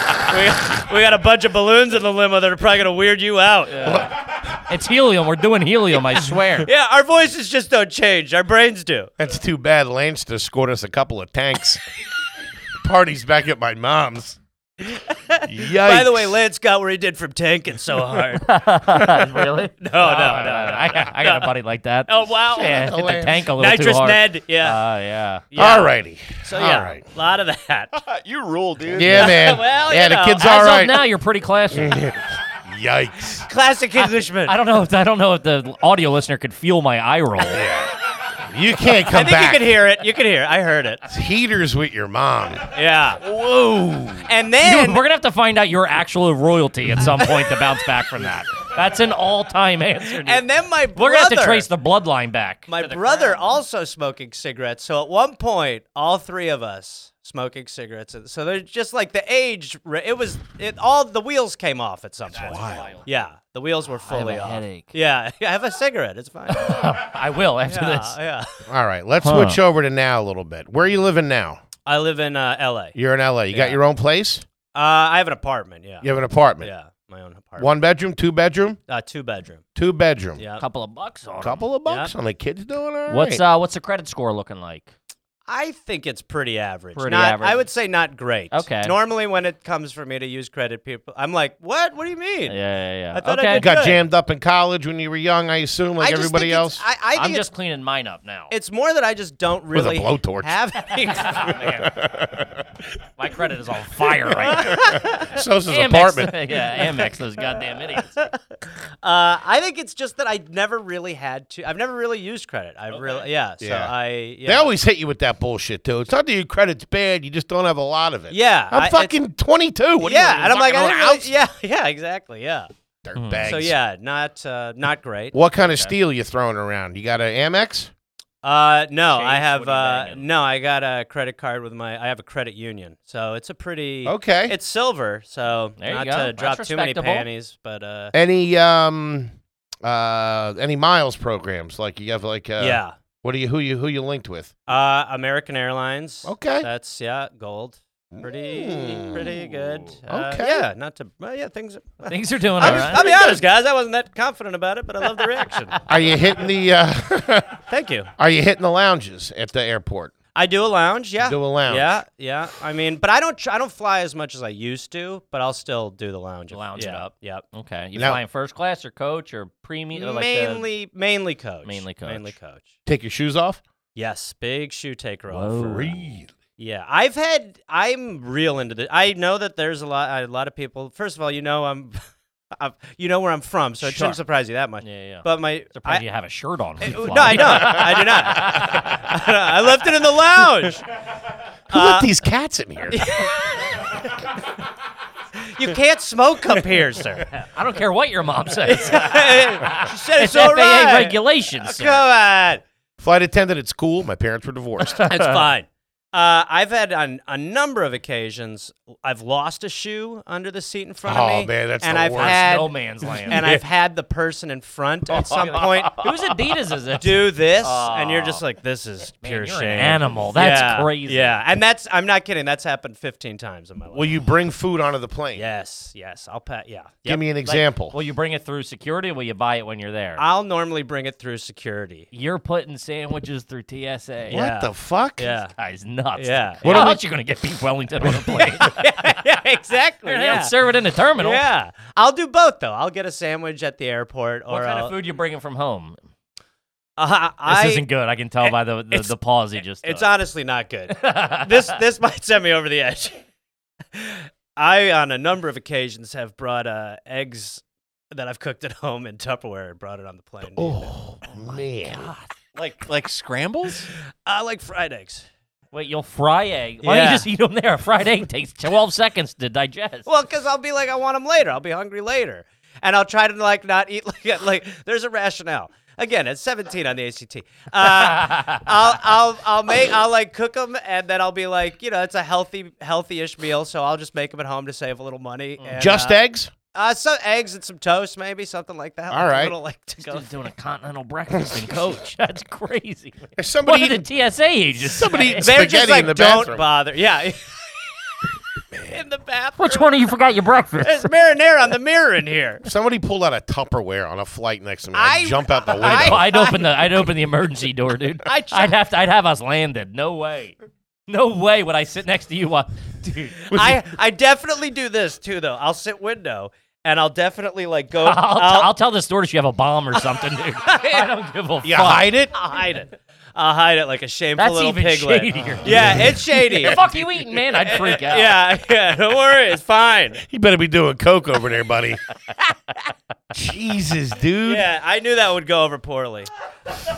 Speaker 5: much. We, we got a bunch of balloons in the limo that are probably gonna weird you out. Yeah,
Speaker 2: It's helium. We're doing helium, I swear.
Speaker 5: our voices just don't change. Our brains do.
Speaker 1: That's too bad. Lance just scored us a couple of tanks. Party's back at my mom's. Yikes.
Speaker 5: By the way, Lance got where he did from tanking so hard.
Speaker 2: really? No,
Speaker 5: Oh, no,
Speaker 2: I,
Speaker 5: no, no,
Speaker 2: got- I got a buddy like that.
Speaker 5: oh wow.
Speaker 2: yeah, hit the tank a little too
Speaker 5: Nitrous
Speaker 2: hard.
Speaker 5: Ned. Yeah.
Speaker 2: Uh, yeah.
Speaker 5: yeah.
Speaker 1: all righty.
Speaker 5: So yeah,
Speaker 1: all right.
Speaker 5: a lot of that.
Speaker 4: Uh, you rule, dude.
Speaker 1: Yeah, man.
Speaker 5: Well,
Speaker 1: yeah,
Speaker 5: you
Speaker 1: the
Speaker 5: know,
Speaker 1: kid's
Speaker 2: As
Speaker 1: all right.
Speaker 2: of now, you're pretty classy.
Speaker 1: Yikes.
Speaker 5: Classic Englishman.
Speaker 2: I don't know. If, I don't know if the audio listener could feel my eye roll.
Speaker 1: You can't
Speaker 5: I
Speaker 1: come
Speaker 5: think
Speaker 1: back.
Speaker 5: you could hear it. You could hear. It. I heard it.
Speaker 1: Heaters with your mom.
Speaker 5: Yeah. Whoa. And then
Speaker 2: Dude, we're gonna have to find out your actual royalty at some point to bounce back from that. That's an all-time answer. dude.
Speaker 5: and then my brother.
Speaker 2: we're gonna have to trace the bloodline back.
Speaker 5: my brother also smoking cigarettes. So at one point, all three of us smoking cigarettes. And So they're just like the age. ra- It was it all the wheels came off at some point. Yeah, the wheels were fully
Speaker 2: a
Speaker 5: off.
Speaker 2: headache.
Speaker 5: Yeah, I have a cigarette. It's fine.
Speaker 2: I will after
Speaker 5: yeah,
Speaker 2: this.
Speaker 5: yeah.
Speaker 1: All right, let's
Speaker 2: Huh.
Speaker 1: switch over to now a little bit. Where are you living now?
Speaker 5: I live in uh, L.A.
Speaker 1: You're in LA. You got
Speaker 5: Yeah.
Speaker 1: your own place?
Speaker 5: Uh, I have an apartment. Yeah.
Speaker 1: You have an apartment.
Speaker 5: Yeah, my own apartment.
Speaker 1: One bedroom, two bedroom,
Speaker 5: Uh, two bedroom.
Speaker 1: two bedroom.
Speaker 5: Yeah.
Speaker 2: couple of bucks on. it.
Speaker 1: Couple of bucks on the kids doing all right.
Speaker 2: What's uh what's the credit score looking like?
Speaker 5: I think it's pretty average.
Speaker 2: Pretty
Speaker 5: Not-
Speaker 2: average.
Speaker 5: I would say not great.
Speaker 2: Okay.
Speaker 5: Normally, when it comes for me to use credit, people, I'm like, "What? What do you mean?"
Speaker 2: Yeah, yeah, yeah.
Speaker 5: I thought I
Speaker 2: okay.
Speaker 5: did
Speaker 1: Got
Speaker 5: good.
Speaker 1: jammed up in college when you were young, I assume, like
Speaker 5: I just
Speaker 1: everybody
Speaker 5: think
Speaker 1: else.
Speaker 5: it's- I, I think
Speaker 2: I'm
Speaker 5: it's,
Speaker 2: just cleaning mine up now.
Speaker 5: it's more that I just don't
Speaker 1: With a
Speaker 5: really
Speaker 1: blowtorch.
Speaker 5: have. any-
Speaker 2: My credit is on fire right now.
Speaker 1: So's his
Speaker 2: Amex-
Speaker 1: apartment.
Speaker 2: yeah, Amex, those goddamn idiots.
Speaker 5: uh, I think it's just that I never really had to. I've never really used credit. I have really, yeah. So
Speaker 1: Yeah.
Speaker 5: I.
Speaker 1: They
Speaker 5: Yeah.
Speaker 1: always hit you with that bullshit too. It's not that your credit's bad; you just don't have a lot of it.
Speaker 5: Yeah,
Speaker 1: I'm
Speaker 5: I- it's-
Speaker 1: fucking 22. What
Speaker 5: yeah,
Speaker 1: do you,
Speaker 5: and I'm like, I
Speaker 1: fucking own
Speaker 5: didn't
Speaker 1: a
Speaker 5: really,
Speaker 1: house?
Speaker 5: yeah, yeah, exactly, yeah.
Speaker 1: Dirtbags.
Speaker 5: So yeah, not uh, not great.
Speaker 1: What kind of steel you throwing around? You got an Amex?
Speaker 5: Uh, no, I
Speaker 2: Chase,
Speaker 5: have
Speaker 2: what are you
Speaker 5: uh,
Speaker 2: banging?
Speaker 5: no, I got a credit card with my. I have a credit union, so it's a pretty
Speaker 1: Okay.
Speaker 5: It's silver, so
Speaker 2: There you
Speaker 5: not
Speaker 2: go.
Speaker 5: to
Speaker 2: That's
Speaker 5: drop too many
Speaker 2: respectable.
Speaker 5: panties, but uh,
Speaker 1: any um uh any miles programs? Like you have like uh,
Speaker 5: yeah.
Speaker 1: What do you who you who you linked with?
Speaker 5: Uh, American Airlines.
Speaker 1: Okay.
Speaker 5: That's yeah, gold. Pretty, pretty good. Uh,
Speaker 1: Okay.
Speaker 5: Yeah, not to. Well, yeah, things.
Speaker 2: Things are doing all
Speaker 5: I'm,
Speaker 2: right.
Speaker 5: I'll be honest, guys. I wasn't that confident about it, but I love the reaction.
Speaker 1: Are you hitting the uh,
Speaker 5: Thank you.
Speaker 1: Are you hitting the lounges at the airport?
Speaker 5: I do a lounge, yeah.
Speaker 1: do a lounge.
Speaker 5: Yeah, yeah. I mean, but I don't tr- I don't fly as much as I used to, but I'll still do the lounge. if-
Speaker 2: Lounge it
Speaker 5: yeah,
Speaker 2: up.
Speaker 5: Yep.
Speaker 2: Okay. You
Speaker 1: Now-
Speaker 2: flying first class or coach or premium? Or like uh, the-
Speaker 5: mainly mainly coach.
Speaker 2: Mainly coach.
Speaker 5: Mainly coach.
Speaker 1: Take your shoes off.
Speaker 5: Yes, big shoe taker
Speaker 2: Whoa.
Speaker 5: off. for-
Speaker 1: Really?
Speaker 5: Yeah, I've had I'm real into this. I know that there's a lot a lot of people. First of all, you know I'm, I'm you know where I'm from, so it
Speaker 2: Sure.
Speaker 5: shouldn't surprise you that much.
Speaker 2: yeah, yeah.
Speaker 5: But my
Speaker 2: Surprised
Speaker 5: I-
Speaker 2: you
Speaker 5: Uh,
Speaker 2: have a shirt on. when you
Speaker 5: no,
Speaker 2: fly.
Speaker 5: I don't. I do not. I left it in the lounge. Uh,
Speaker 1: Who let these cats in here?
Speaker 5: You can't smoke up here, sir.
Speaker 2: I don't care what your mom says.
Speaker 5: she said
Speaker 2: it's
Speaker 5: it's
Speaker 2: FAA
Speaker 5: all right.
Speaker 2: regulations. sir.
Speaker 5: Come on.
Speaker 1: Flight attendant at school. My parents were divorced.
Speaker 5: It's fine. Uh, I've had on a number of occasions. I've lost a shoe under the seat in front of
Speaker 1: Oh,
Speaker 5: me.
Speaker 1: man, that's
Speaker 5: and
Speaker 1: the
Speaker 5: I've
Speaker 1: worst.
Speaker 5: had
Speaker 2: No man's land.
Speaker 5: And I've had the person in front at some point
Speaker 2: Whose Adidas is it?
Speaker 5: do this, and you're just like, "This is
Speaker 2: Man,
Speaker 5: pure
Speaker 2: you're an
Speaker 5: shame."
Speaker 2: animal. That's
Speaker 5: Yeah,
Speaker 2: crazy.
Speaker 5: Yeah, and that's I'm not kidding. That's happened 15 times in my life.
Speaker 1: Will you bring food onto the plane?
Speaker 5: yes, yes. I'll pat. Yeah.
Speaker 1: Give me an example.
Speaker 2: Will you bring it through security? or Will you buy it when you're there?
Speaker 5: I'll normally bring it through security.
Speaker 2: you're putting sandwiches through TSA.
Speaker 1: what
Speaker 5: yeah.
Speaker 1: the fuck?
Speaker 5: Yeah.
Speaker 2: Guy's nuts.
Speaker 5: Yeah.
Speaker 2: What are you gonna get Pete Wellington on a plane?
Speaker 5: yeah, exactly.
Speaker 2: They
Speaker 5: yeah.
Speaker 2: don't serve it in the terminal.
Speaker 5: Yeah. I'll do both though. I'll get a sandwich at the airport or
Speaker 2: What kind
Speaker 5: I'll,
Speaker 2: of food you bringing from home? This
Speaker 5: Uh, I, eh,
Speaker 2: isn't good. I can tell by the the,
Speaker 5: it's-
Speaker 2: the pause he just.
Speaker 5: It's
Speaker 2: took.
Speaker 5: honestly not good. this this might send me over the edge. I on a number of occasions have brought uh, eggs that I've cooked at home in Tupperware and brought it on the plane.
Speaker 1: Oh man.
Speaker 4: Like like scrambles?
Speaker 5: I like fried eggs.
Speaker 2: Wait, you'll fry egg. Why don't
Speaker 5: Yeah.
Speaker 2: you just eat them there? A fried egg takes 12 seconds to digest.
Speaker 5: Well, because I'll be like, I want them later. I'll be hungry later, and I'll try to like not eat like like. There's a rationale. Again, at 17 on the ACT, uh, I'll I'll I'll make I'll like cook them, and then I'll be like, you know, it's a healthy healthy-ish meal, so I'll just make them at home to save a little money. And,
Speaker 1: Just
Speaker 5: uh,
Speaker 1: eggs?
Speaker 5: Uh, some eggs and some toast, maybe something like that.
Speaker 1: All
Speaker 5: like
Speaker 1: right.
Speaker 5: a little like to go.
Speaker 2: Dude's doing a continental breakfast in coach. That's crazy.
Speaker 1: There's
Speaker 2: What
Speaker 1: somebody
Speaker 2: did
Speaker 1: eating,
Speaker 2: the TSA agents
Speaker 1: somebody
Speaker 2: say?
Speaker 1: eating
Speaker 5: They're just
Speaker 1: spaghetti
Speaker 5: like,
Speaker 1: in the
Speaker 5: don't
Speaker 1: bathroom.
Speaker 5: bother. Yeah, in the bathroom.
Speaker 2: Which one of you forgot your breakfast?
Speaker 5: There's marinara on the mirror in here.
Speaker 1: Somebody pulled out a Tupperware on a flight next to me. I'd
Speaker 5: I-
Speaker 1: jump out the window.
Speaker 5: I-
Speaker 2: Oh, I'd open the I'd open the emergency door, dude.
Speaker 5: I
Speaker 2: I
Speaker 5: tr-
Speaker 2: would have to I'd have us landed. No way. No way would I sit next to you while dude.
Speaker 5: I I definitely do this too, though. I'll sit window and I'll definitely like go.
Speaker 2: I'll,
Speaker 5: I'll-
Speaker 2: I'll, tell the stewardess you have a bomb or something, dude. I don't give a
Speaker 1: you
Speaker 2: fuck.
Speaker 1: hide it?
Speaker 5: I'll hide it. I'll hide it like a shameful
Speaker 2: That's
Speaker 5: little
Speaker 2: even
Speaker 5: piglet.
Speaker 2: shadier.
Speaker 5: Yeah, it's shady.
Speaker 2: The fuck you eating, man? I'd freak out.
Speaker 5: yeah, yeah. Don't worry, it's fine.
Speaker 1: You better be doing coke over there, buddy. Jesus, dude.
Speaker 5: Yeah, I knew that would go over poorly.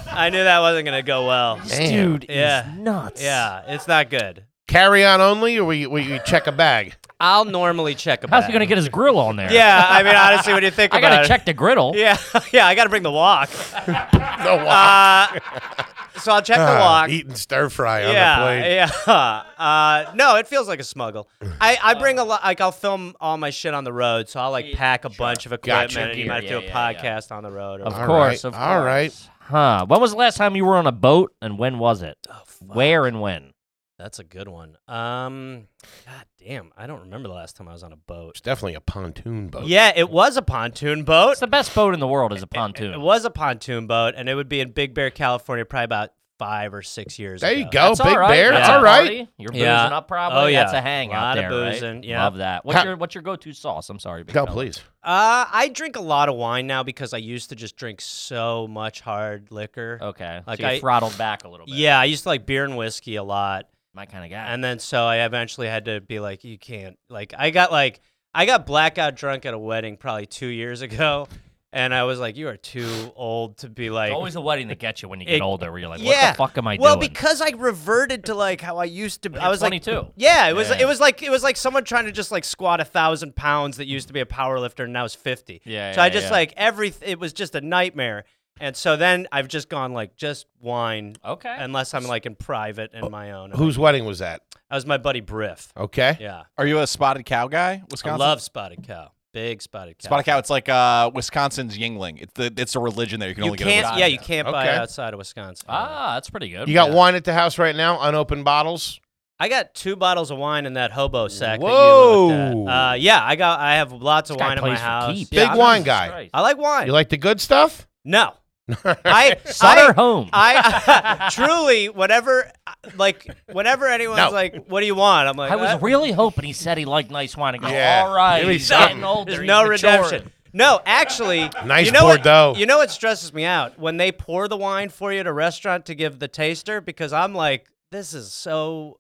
Speaker 5: I knew that wasn't gonna go well.
Speaker 2: This dude
Speaker 5: Yeah.
Speaker 2: is nuts.
Speaker 5: Yeah, it's not good.
Speaker 1: Carry on only, or we we check a bag.
Speaker 5: I'll normally check a
Speaker 2: How's he gonna get his grill on there?
Speaker 5: Yeah, I mean, honestly, when you think
Speaker 2: I
Speaker 5: about
Speaker 2: gotta
Speaker 5: it,
Speaker 2: check the griddle.
Speaker 5: Yeah, yeah, I gotta bring the walk.
Speaker 1: No walk.
Speaker 5: Uh, so I'll check the
Speaker 1: Ah,
Speaker 5: walk.
Speaker 1: Eating stir fry on the plane.
Speaker 5: yeah, yeah. Uh, no, it feels like a smuggle. I, I
Speaker 1: Uh,
Speaker 5: bring a lot. Like I'll film all my shit on the road, so I'll like pack a bunch of equipment.
Speaker 1: Gotcha.
Speaker 5: and you might have to do
Speaker 2: Yeah,
Speaker 5: a
Speaker 2: yeah, yeah.
Speaker 5: podcast on the road. Or
Speaker 2: Of
Speaker 1: All right,
Speaker 2: course, of course.
Speaker 1: all right.
Speaker 2: Huh. When was the last time you were on a boat and when was it? Where and when?
Speaker 5: That's a good one. Um, God damn, I don't remember the last time I was on a boat.
Speaker 1: It's definitely a pontoon boat.
Speaker 5: Yeah, it was a pontoon boat.
Speaker 2: It's the best boat in the world is a pontoon.
Speaker 5: It was a pontoon boat, and it would be in Big Bear, California, probably about five or six years
Speaker 1: There
Speaker 5: ago.
Speaker 1: you go,
Speaker 2: That's
Speaker 1: Oh, Big
Speaker 2: all right.
Speaker 1: Bear. It's
Speaker 2: That's a
Speaker 1: all right.
Speaker 2: party. You're boozing
Speaker 5: Yeah.
Speaker 2: up probably.
Speaker 5: Oh, yeah.
Speaker 2: That's a hang out
Speaker 5: Lot
Speaker 2: there,
Speaker 5: of boozing,
Speaker 2: right?
Speaker 5: yeah.
Speaker 2: Love that. What's
Speaker 1: Ha-
Speaker 2: your what's your go-to sauce? I'm sorry. Big
Speaker 1: Go,
Speaker 2: fella.
Speaker 1: please.
Speaker 5: Uh, I drink a lot of wine now because I used to just drink so much hard liquor.
Speaker 1: Oh,
Speaker 2: Okay.
Speaker 5: Like
Speaker 2: so you
Speaker 5: I-
Speaker 2: throttled back a little bit.
Speaker 5: Yeah, I used to like beer and whiskey a lot,
Speaker 2: My kind of guy.
Speaker 5: and then so I eventually had to be like, you can't. Like I got like I got blackout drunk at a wedding probably two years ago, and I was like, you are too old to be like.
Speaker 2: it's always a wedding that gets you when you get
Speaker 5: It-
Speaker 2: older. Where you're like,
Speaker 5: yeah.
Speaker 2: what the fuck am I
Speaker 5: well,
Speaker 2: doing?
Speaker 5: because I reverted to like how I used to. be. I
Speaker 2: You're
Speaker 5: was like
Speaker 2: 22.
Speaker 5: Yeah, it was.
Speaker 2: Yeah.
Speaker 5: It was like it was like someone trying to just like squat a thousand pounds that used to be a power lifter and now is fifty.
Speaker 2: Yeah,
Speaker 5: So I
Speaker 2: yeah,
Speaker 5: just
Speaker 2: yeah.
Speaker 5: like every. It was just a nightmare. And so then I've just gone like just wine,
Speaker 2: okay.
Speaker 5: unless I'm like in private and my own.
Speaker 1: Whose wedding was that?
Speaker 5: That was my buddy Briff.
Speaker 1: Okay.
Speaker 5: Yeah,
Speaker 4: Are you a spotted cow guy?
Speaker 5: I
Speaker 4: Wisconsin?
Speaker 5: love spotted cow. Big spotted cow.
Speaker 4: Spotted cow, it's like uh, Wisconsin's Yingling. It's, the, it's a religion there. You can
Speaker 5: You
Speaker 4: only get
Speaker 5: can't.
Speaker 4: it
Speaker 5: Yeah, you can't buy it
Speaker 1: Okay.
Speaker 5: outside of Wisconsin.
Speaker 2: ah, that's pretty good.
Speaker 1: You got
Speaker 2: Yeah.
Speaker 1: wine at the house right now, unopened bottles.
Speaker 5: I got two bottles of wine in that hobo sack. that you
Speaker 1: Whoa.
Speaker 5: looked at. Uh, yeah, I got. I have lots of
Speaker 2: This guy
Speaker 5: wine in my
Speaker 2: plays for
Speaker 5: house.
Speaker 2: keeps.
Speaker 5: Yeah,
Speaker 1: Big
Speaker 5: I'm-
Speaker 1: wine guy.
Speaker 2: Christ.
Speaker 5: I like wine.
Speaker 1: You like the good stuff?
Speaker 5: no, I.
Speaker 2: Sutter
Speaker 5: I,
Speaker 2: home.
Speaker 5: I truly, whatever. like whenever anyone's
Speaker 1: No.
Speaker 5: like, "What do you want?" I'm like,
Speaker 2: I was
Speaker 5: "Uh,
Speaker 2: really hoping he said he liked nice wine. I go,
Speaker 1: Yeah.
Speaker 2: all right,
Speaker 1: Give me
Speaker 2: he's getting
Speaker 1: something.
Speaker 2: older.
Speaker 5: There's
Speaker 2: he's
Speaker 5: no
Speaker 2: maturing."
Speaker 5: redemption. No, actually,
Speaker 1: Nice
Speaker 5: you know
Speaker 1: Bordeaux.
Speaker 5: What, you know what stresses me out when they pour the wine for you at a restaurant to give the taster because I'm like, this is so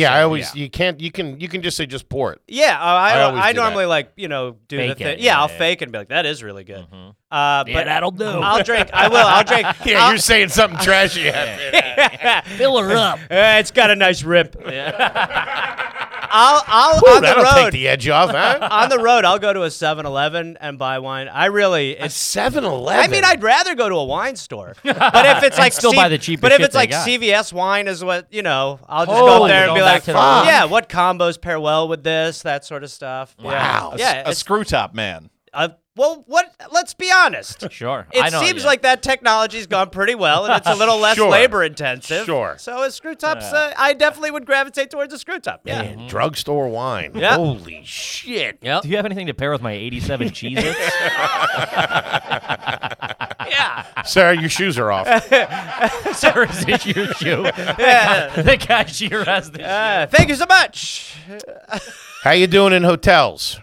Speaker 1: Yeah, I always you can't you can you can just say just pour it.
Speaker 5: Yeah,
Speaker 1: I
Speaker 5: I, I,
Speaker 1: always
Speaker 5: I
Speaker 1: do that.
Speaker 5: normally like you know do
Speaker 2: Fake
Speaker 5: the
Speaker 2: it,
Speaker 5: thing. Yeah, I'll
Speaker 2: yeah. Mm-hmm.
Speaker 5: fake it and be like, that is really good. Uh, but
Speaker 2: Yeah, that'll do.
Speaker 5: I'll drink. I will. I'll drink.
Speaker 1: Yeah,
Speaker 5: I'll-
Speaker 1: you're saying something trashy. happened.
Speaker 2: Fill her up.
Speaker 5: Eh, it's got a nice rip. I'll, I'll on the
Speaker 1: That'll
Speaker 5: road.
Speaker 1: take the edge off, huh?
Speaker 5: on the road, I'll go to a 7-Eleven and buy wine. I really, it's,
Speaker 1: 7
Speaker 5: I
Speaker 1: Eleven.
Speaker 5: mean, I'd rather go to a wine store. But if it's like
Speaker 2: still buy the cheapest
Speaker 5: but if
Speaker 2: shit
Speaker 5: it's
Speaker 2: they
Speaker 5: like
Speaker 2: got.
Speaker 5: CVS wine is what you know, I'll just go
Speaker 2: Oh,
Speaker 5: up there
Speaker 2: you're
Speaker 5: and be
Speaker 2: going back
Speaker 5: like,
Speaker 2: to the well.
Speaker 5: yeah, what combos pair well with this, that sort of stuff.
Speaker 1: Wow.
Speaker 5: Yeah, yeah.
Speaker 4: a
Speaker 5: it's-
Speaker 4: screw top man.
Speaker 5: uh, well, what? Let's be honest.
Speaker 2: Sure. I
Speaker 5: It
Speaker 2: know
Speaker 5: seems
Speaker 2: you.
Speaker 5: like that technology's gone pretty well, and it's a little less
Speaker 1: Sure.
Speaker 5: labor intensive.
Speaker 1: Sure.
Speaker 5: So as screw tops, uh, I definitely would gravitate towards a screw top. Yeah.
Speaker 1: Man, drugstore wine.
Speaker 5: Yeah.
Speaker 1: Holy shit.
Speaker 2: Do you have anything to pair with my 87 cheeses?
Speaker 1: Sarah, your shoes are off.
Speaker 2: Sir, is it your shoe?
Speaker 5: Yeah.
Speaker 2: the cashier has the
Speaker 5: Uh, thank you so much.
Speaker 1: How you doing in hotels?
Speaker 2: shoe.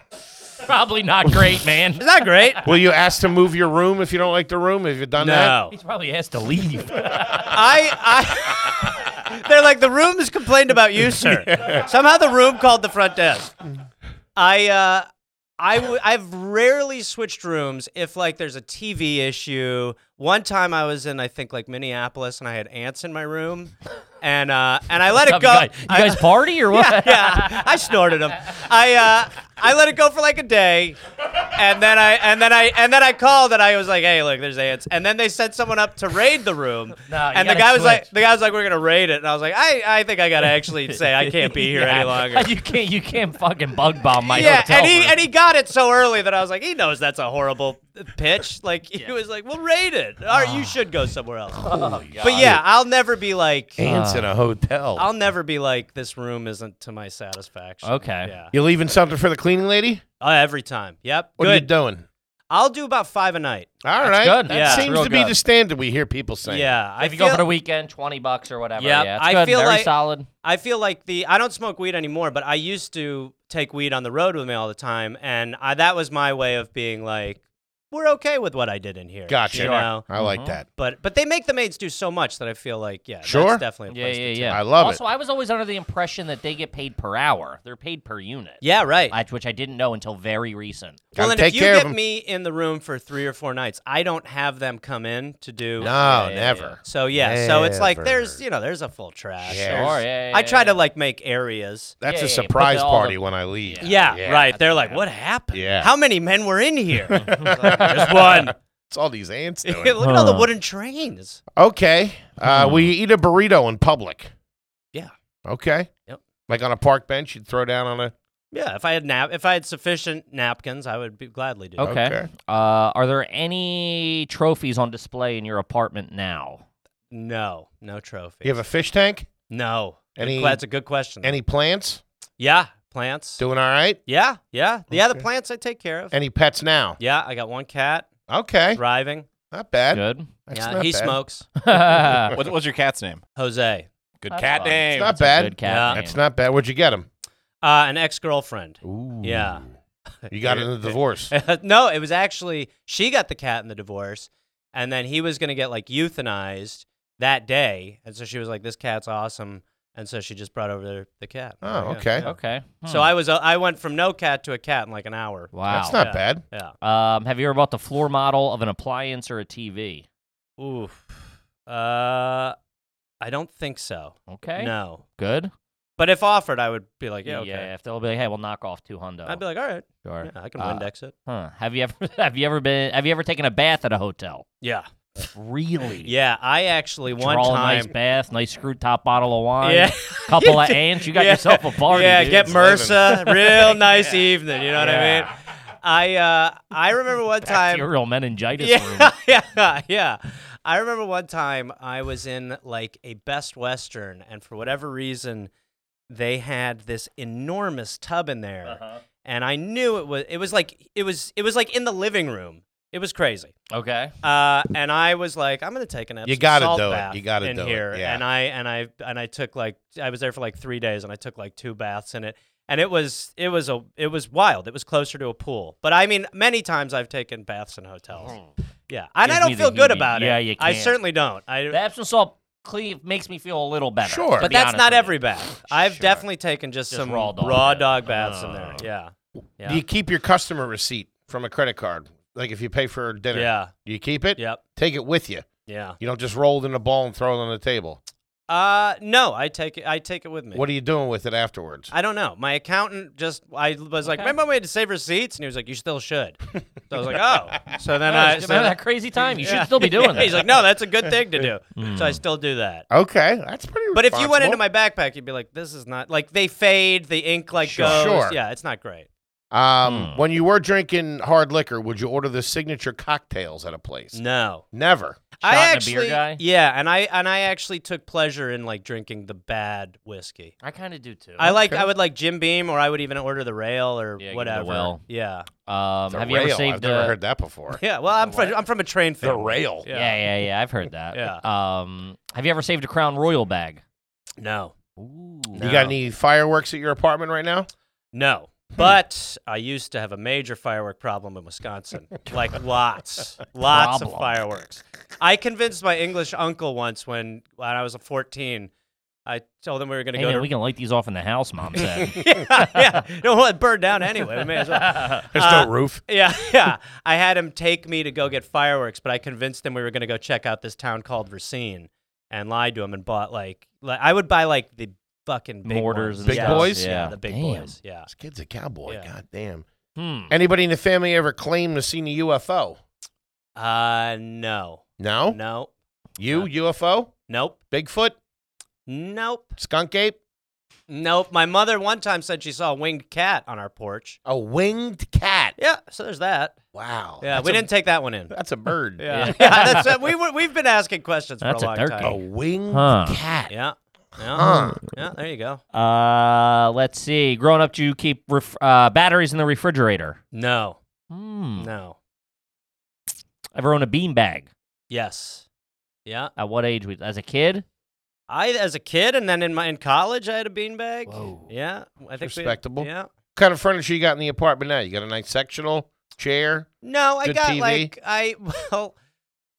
Speaker 2: Probably not great, man.
Speaker 5: Is that great?
Speaker 1: Will you ask to move your room if you don't like the room? Have you done that?
Speaker 2: He's probably asked to leave.
Speaker 5: I, I, they're like the room has complained about you, sir. Somehow the room called the front desk. I, uh, I w- I've rarely switched rooms if like there's a TV issue. One time I was in I think like Minneapolis and I had ants in my room, and uh, and I let it
Speaker 2: Up,
Speaker 5: go.
Speaker 2: You guys, you
Speaker 5: I-
Speaker 2: guys party or what?
Speaker 5: yeah, I snorted them. I uh, I let it go for like a day, and then I and then I and then I called and I was like, hey, look, there's ants. And then they sent someone up to raid the room,
Speaker 2: No, you
Speaker 5: and the
Speaker 2: gotta
Speaker 5: guy was like,
Speaker 2: switch.
Speaker 5: the guy was like, we're gonna raid it, and I was like, I I think I gotta actually say I can't be here any longer.
Speaker 2: you can't. You can't fucking bug bomb my
Speaker 5: yeah,
Speaker 2: hotel
Speaker 5: and he
Speaker 2: room.
Speaker 5: and he got it so early that I was like, he knows that's a horrible pitch. Like he was like, well, raid it. All
Speaker 2: Ah.
Speaker 5: right, you should go somewhere else.
Speaker 2: Oh,
Speaker 5: but yeah, I'll never be like.
Speaker 1: Ants in a hotel.
Speaker 5: I'll never be like this room isn't to my satisfaction.
Speaker 2: Okay.
Speaker 5: Yeah.
Speaker 1: you leaving something for the cleaning lady?
Speaker 5: Uh, every time. Yep.
Speaker 1: What are you
Speaker 5: good.
Speaker 1: doing?
Speaker 5: I'll do about five a night.
Speaker 1: All right,
Speaker 2: That's good.
Speaker 1: That
Speaker 2: Yeah, it's
Speaker 1: seems
Speaker 2: real
Speaker 1: to be
Speaker 2: good.
Speaker 1: the standard we hear people saying.
Speaker 5: Yeah. I
Speaker 2: if you go
Speaker 5: feel,
Speaker 2: for the weekend, twenty bucks or whatever.
Speaker 5: Yep,
Speaker 2: Yeah, it's
Speaker 5: I
Speaker 2: good.
Speaker 5: feel
Speaker 2: Very
Speaker 5: like-
Speaker 2: solid.
Speaker 5: I feel like the I don't smoke weed anymore, but I used to take weed on the road with me all the time, and I, that was my way of being like, we're okay with what I did in here.
Speaker 1: Gotcha.
Speaker 5: You know?
Speaker 1: I
Speaker 2: Mm-hmm.
Speaker 1: like that.
Speaker 5: But but they make the maids do so much that I feel like yeah,
Speaker 1: Sure.
Speaker 5: that's definitely a
Speaker 2: Yeah,
Speaker 5: place
Speaker 2: yeah,
Speaker 5: to
Speaker 2: yeah.
Speaker 1: I love
Speaker 2: also, I was always under the impression that they get paid per hour. They're paid per unit.
Speaker 5: Yeah, right.
Speaker 2: I- which I didn't know until very recent.
Speaker 1: Gotta
Speaker 5: well, and
Speaker 1: take
Speaker 5: if you
Speaker 1: care of
Speaker 5: get
Speaker 1: 'em.
Speaker 5: me in the room for three or four nights, I don't have them come in to do.
Speaker 1: No, never.
Speaker 5: So yeah, so it's like
Speaker 1: Never.
Speaker 5: there's you know there's a full trash.
Speaker 1: Yeah.
Speaker 5: There's-
Speaker 2: Sure, yeah, yeah,
Speaker 5: I try
Speaker 2: yeah.
Speaker 5: to like make areas.
Speaker 1: That's a
Speaker 2: Yeah, yeah, yeah. Put
Speaker 1: surprise
Speaker 2: all the-
Speaker 1: party when I leave.
Speaker 5: Yeah,
Speaker 1: Yeah.
Speaker 5: right. They're like, what happened?
Speaker 1: Yeah.
Speaker 5: How many men were in here? Just one.
Speaker 1: It's all these ants
Speaker 5: Look
Speaker 1: doing.
Speaker 5: at all the wooden trains.
Speaker 1: okay. Uh, Will you eat a burrito in public?
Speaker 5: Yeah.
Speaker 1: Okay.
Speaker 5: Yep.
Speaker 1: Like on a park bench, you'd throw down on a.
Speaker 5: Yeah, if I had nap, if I had sufficient napkins, I would be, gladly do.
Speaker 2: Okay.
Speaker 1: Okay.
Speaker 2: Uh, are there any trophies on display in your apartment now?
Speaker 5: it. No, no trophy.
Speaker 1: You have a fish tank?
Speaker 5: no. Good
Speaker 1: Any-
Speaker 5: que- that's a good question.
Speaker 1: Any plants?
Speaker 5: yeah, plants.
Speaker 1: Doing all right?
Speaker 5: yeah, yeah. The other plants I take care of.
Speaker 1: Any pets now?
Speaker 5: yeah, I got one cat
Speaker 1: Okay.
Speaker 5: thriving.
Speaker 1: Not bad.
Speaker 2: Good.
Speaker 1: That's
Speaker 5: yeah,
Speaker 1: not
Speaker 5: he
Speaker 1: bad.
Speaker 5: smokes.
Speaker 2: That's
Speaker 4: What, what's your cat's name?
Speaker 5: Jose,
Speaker 4: Good
Speaker 2: That's
Speaker 4: cat
Speaker 2: fun.
Speaker 4: name.
Speaker 1: It's not
Speaker 2: a
Speaker 1: bad.
Speaker 2: Good cat.
Speaker 5: Yeah.
Speaker 2: name.
Speaker 1: That's not bad. Where'd you get him?
Speaker 5: uh, an ex-girlfriend.
Speaker 1: Ooh.
Speaker 5: Yeah.
Speaker 1: You got in a divorce.
Speaker 5: no, it was actually she got the cat in the divorce, and then he was gonna get like euthanized that day, and so she was like, "This cat's awesome," and so she just brought over the cat.
Speaker 1: Oh,
Speaker 5: Yeah,
Speaker 1: okay.
Speaker 5: yeah.
Speaker 2: Okay. Hmm.
Speaker 5: So I was uh, I went from no cat to a cat in like an hour.
Speaker 2: Wow.
Speaker 1: That's not
Speaker 5: Yeah.
Speaker 1: bad.
Speaker 5: Yeah.
Speaker 2: Um, have you ever bought the floor model of an appliance or a TV?
Speaker 5: Oof. Uh, I don't think so.
Speaker 2: Okay.
Speaker 5: No.
Speaker 2: Good.
Speaker 5: But if offered, I would be like, yeah, okay.
Speaker 2: If they'll be like, hey, we'll knock off two hundo.
Speaker 5: I'd be like, all right,
Speaker 2: sure.
Speaker 5: yeah, I can
Speaker 2: Uh,
Speaker 5: Windex it.
Speaker 2: Huh. Have you ever have you ever been have you ever taken a bath at a hotel?
Speaker 5: Yeah.
Speaker 2: Really?
Speaker 5: Yeah. I actually one
Speaker 2: Draw a
Speaker 5: time.
Speaker 2: nice bath, nice screw top bottle of wine.
Speaker 5: Yeah.
Speaker 2: Couple of ants. You got
Speaker 5: Yeah.
Speaker 2: yourself a party.
Speaker 5: Yeah,
Speaker 2: dude.
Speaker 5: get
Speaker 1: It's living.
Speaker 5: MRSA. Real nice evening. You know
Speaker 2: Yeah.
Speaker 5: what I mean? I uh, I remember one time.
Speaker 2: bacterial meningitis
Speaker 5: Yeah,
Speaker 2: room.
Speaker 5: yeah, yeah. I remember one time I was in like a Best Western, and for whatever reason, they had this
Speaker 2: Uh-huh.
Speaker 5: enormous tub in there, and I knew it was it was like it was it was like in the living room, It was crazy.
Speaker 2: Okay.
Speaker 5: Uh, and I was like, I'm gonna take an Epsom
Speaker 1: You gotta
Speaker 5: salt
Speaker 1: do it.
Speaker 5: bath
Speaker 1: You gotta
Speaker 5: in
Speaker 1: do it.
Speaker 5: here.
Speaker 1: Yeah.
Speaker 5: And I and I and I took like I was there for like three days, and I took like two baths in it, and it was it was a it was wild. It was closer to a pool, but I mean, many times I've taken baths in hotels. Yeah, and I
Speaker 2: Hmm. Gives me
Speaker 5: don't
Speaker 2: the
Speaker 5: feel good
Speaker 2: heebie.
Speaker 5: about it.
Speaker 2: Yeah, you
Speaker 5: I
Speaker 2: can't.
Speaker 5: certainly don't. I
Speaker 2: The Epsom salt cleave makes me feel a little better.
Speaker 1: Sure.
Speaker 2: to
Speaker 5: but
Speaker 2: be
Speaker 5: that's
Speaker 2: honest
Speaker 5: not
Speaker 2: with you.
Speaker 5: every bath. I've definitely taken just,
Speaker 2: Just
Speaker 5: some
Speaker 2: raw
Speaker 5: raw
Speaker 2: dog Oh.
Speaker 5: dog,
Speaker 2: bath.
Speaker 5: baths in there. Yeah,
Speaker 1: Do you keep your customer receipt from a credit card? Like if you pay for dinner,
Speaker 5: yeah,
Speaker 1: do you keep it?
Speaker 5: yep,
Speaker 1: Take it with you.
Speaker 5: yeah.
Speaker 1: You don't just roll it in a ball and throw it on the table.
Speaker 5: Uh, no, I take it. I take it with me.
Speaker 1: What are you doing with it afterwards?
Speaker 5: I don't know. My accountant just I was like,
Speaker 2: Okay.
Speaker 5: remember when we had to save receipts, and he was like, you still should. So I was like, oh. So then
Speaker 2: Yeah,
Speaker 5: I
Speaker 2: just
Speaker 5: so
Speaker 2: remember that crazy time. You
Speaker 5: Yeah.
Speaker 2: should still be doing that. Hmm.
Speaker 5: He's like, no, that's a good thing to do. So I still do that.
Speaker 1: Okay, that's pretty.
Speaker 5: But if you went into
Speaker 1: responsible.
Speaker 5: my backpack, you'd be like, this is not like they fade, the ink like
Speaker 1: Sure.
Speaker 5: goes.
Speaker 1: Sure.
Speaker 5: Yeah, it's not great. Hmm.
Speaker 1: um, when you were drinking hard liquor, would you order the signature cocktails at a place?
Speaker 5: No.
Speaker 1: Never.
Speaker 5: I
Speaker 2: Shot in a
Speaker 5: actually,
Speaker 2: beer guy?
Speaker 5: yeah, and I and I actually took pleasure in like drinking the bad whiskey.
Speaker 2: I kind of do too.
Speaker 5: I like
Speaker 1: Okay.
Speaker 5: I would like Jim Beam, or I would even order the rail or
Speaker 2: Yeah, give it a
Speaker 5: whatever.
Speaker 2: whirl.
Speaker 5: Yeah,
Speaker 2: Um,
Speaker 1: The
Speaker 2: have you
Speaker 1: rail.
Speaker 2: ever saved?
Speaker 1: I've never
Speaker 2: uh,
Speaker 1: heard that before.
Speaker 5: yeah. Well, I'm from, I'm from a train
Speaker 1: the
Speaker 5: family.
Speaker 1: rail.
Speaker 5: Yeah.
Speaker 2: Yeah, yeah, yeah. I've heard that.
Speaker 5: Yeah.
Speaker 2: Um, have you ever saved a Crown Royal bag?
Speaker 5: No,
Speaker 2: Ooh.
Speaker 1: You got any fireworks at your apartment right now?
Speaker 5: no.
Speaker 2: Hmm.
Speaker 5: But I used to have a major firework problem in Wisconsin, like lots, lots of
Speaker 2: Problem.
Speaker 5: fireworks. I convinced my English uncle once when when I was 14. I told him we were going to
Speaker 2: Hey
Speaker 5: go
Speaker 2: man,
Speaker 5: to
Speaker 2: we can light these off in the house. Mom said.
Speaker 5: yeah, yeah. No, well, it burned down anyway. We may as well.
Speaker 1: There's
Speaker 5: Uh,
Speaker 1: no roof.
Speaker 5: Yeah, yeah. I had him take me to go get fireworks, but I convinced him we were going to go check out this town called Racine, and lied to him and bought like, like I would buy like the fucking big
Speaker 2: Mortars
Speaker 5: ones.
Speaker 2: and
Speaker 1: Big
Speaker 5: yeah,
Speaker 1: boys?
Speaker 5: yeah,
Speaker 2: Yeah.
Speaker 5: the big
Speaker 2: Damn.
Speaker 5: boys, yeah.
Speaker 1: This kid's a cowboy.
Speaker 5: Yeah.
Speaker 1: God damn.
Speaker 2: hmm.
Speaker 1: Anybody in the family ever claim to seen a UFO?
Speaker 5: Uh, no,
Speaker 1: No.
Speaker 5: no,
Speaker 1: You UFO?
Speaker 5: nope,
Speaker 1: Bigfoot?
Speaker 5: nope,
Speaker 1: Skunk ape?
Speaker 5: nope. My mother one time said she saw a winged cat on our porch.
Speaker 1: A winged cat.
Speaker 5: Yeah, so there's that.
Speaker 1: Wow.
Speaker 5: Yeah,
Speaker 1: That's
Speaker 5: we
Speaker 1: a-
Speaker 5: didn't take that one in.
Speaker 1: That's a bird.
Speaker 5: Yeah, yeah. That's, we were, we've been asking questions
Speaker 2: That's
Speaker 5: for
Speaker 2: a
Speaker 5: a long
Speaker 2: turkey.
Speaker 5: time.
Speaker 1: A winged
Speaker 2: Huh.
Speaker 1: cat.
Speaker 5: Yeah. Yeah.
Speaker 1: Huh.
Speaker 5: Yeah, there you go.
Speaker 2: Uh, let's see. Growing up, do you keep ref- uh, batteries in the refrigerator?
Speaker 5: No.
Speaker 2: Hmm.
Speaker 5: No.
Speaker 2: Ever own a beanbag?
Speaker 5: Yes. Yeah.
Speaker 2: At what age? Was- As a kid?
Speaker 5: I as a kid and then in my in college I had a beanbag.
Speaker 2: Whoa.
Speaker 5: Yeah. I think we-
Speaker 1: Respectable.
Speaker 5: yeah.
Speaker 1: What kind of furniture you got in the apartment now? You got a nice sectional chair?
Speaker 5: No, I
Speaker 1: Good
Speaker 5: got
Speaker 1: TV?
Speaker 5: like I well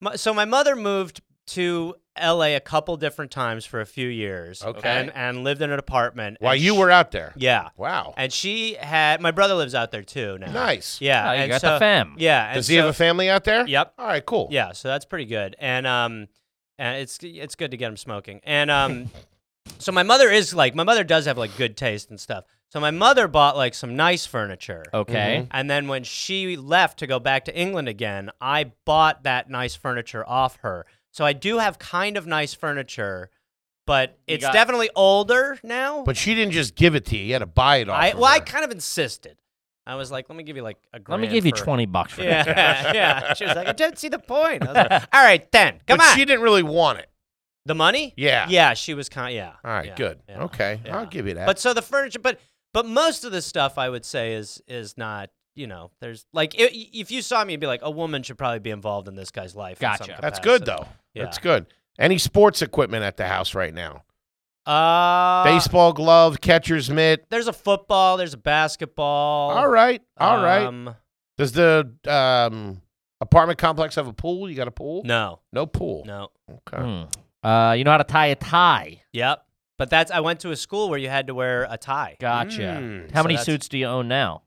Speaker 5: my, so my mother moved to LA a couple different times for a few years.
Speaker 1: Okay.
Speaker 5: And and lived in an apartment.
Speaker 1: While
Speaker 5: and
Speaker 1: you
Speaker 5: sh-
Speaker 1: were out there.
Speaker 5: Yeah.
Speaker 1: Wow.
Speaker 5: And she had my brother lives out there too now.
Speaker 1: Nice.
Speaker 5: Yeah.
Speaker 2: Oh, you
Speaker 5: and
Speaker 2: got
Speaker 5: so-
Speaker 2: the fam.
Speaker 5: Yeah. and
Speaker 1: Does he have
Speaker 5: so-
Speaker 1: a family out there?
Speaker 5: Yep.
Speaker 1: All right, cool.
Speaker 5: Yeah, so that's pretty good, and um, and it's it's good to get them smoking, and um, so my mother is like my mother does have like good taste and stuff. So my mother bought like some nice furniture,
Speaker 2: Okay.
Speaker 5: and then when she left to go back to England again, I bought that nice furniture off her. So I do have kind of nice furniture, but
Speaker 2: You
Speaker 5: it's
Speaker 2: got-
Speaker 5: definitely older now.
Speaker 1: But she didn't just give it to you. You had to buy it off.
Speaker 5: I
Speaker 1: of
Speaker 5: well, I
Speaker 1: her.
Speaker 5: kind of insisted. I was like, let me give you like a
Speaker 2: Let
Speaker 5: grand
Speaker 2: me give you
Speaker 5: for-
Speaker 2: twenty bucks for that.
Speaker 5: Yeah, yeah. She was like, I don't see the point. I was like, All right, then, come
Speaker 1: but
Speaker 5: on.
Speaker 1: she didn't really want it.
Speaker 5: The money?
Speaker 1: Yeah.
Speaker 5: Yeah, she was kind. Yeah.
Speaker 1: All right,
Speaker 5: yeah,
Speaker 1: good.
Speaker 5: yeah,
Speaker 1: okay,
Speaker 5: yeah.
Speaker 1: I'll give you that.
Speaker 5: But so the furniture, but but most of the stuff I would say is is not. You know, there's like i if you saw me, you'd be like, a woman should probably be involved in this guy's life. in some
Speaker 2: Gotcha.
Speaker 1: That's
Speaker 5: capacity."
Speaker 1: good though.
Speaker 5: Yeah.
Speaker 1: That's good. Any sports equipment at the house right now?
Speaker 5: Uh,
Speaker 1: Baseball glove, catcher's mitt.
Speaker 5: There's a football. There's a basketball.
Speaker 1: All right, all right.
Speaker 5: Oh, Um,
Speaker 1: Does the um, apartment complex have a pool? You got a pool?
Speaker 5: no,
Speaker 1: No pool.
Speaker 5: no.
Speaker 1: Okay.
Speaker 2: Hmm. Uh, you know how to tie a tie?
Speaker 5: Yep. But that's. I went to a school where you had to wear a tie.
Speaker 2: Gotcha.
Speaker 1: Mm,
Speaker 2: How
Speaker 5: so
Speaker 2: many
Speaker 5: that's-
Speaker 2: suits do you own now?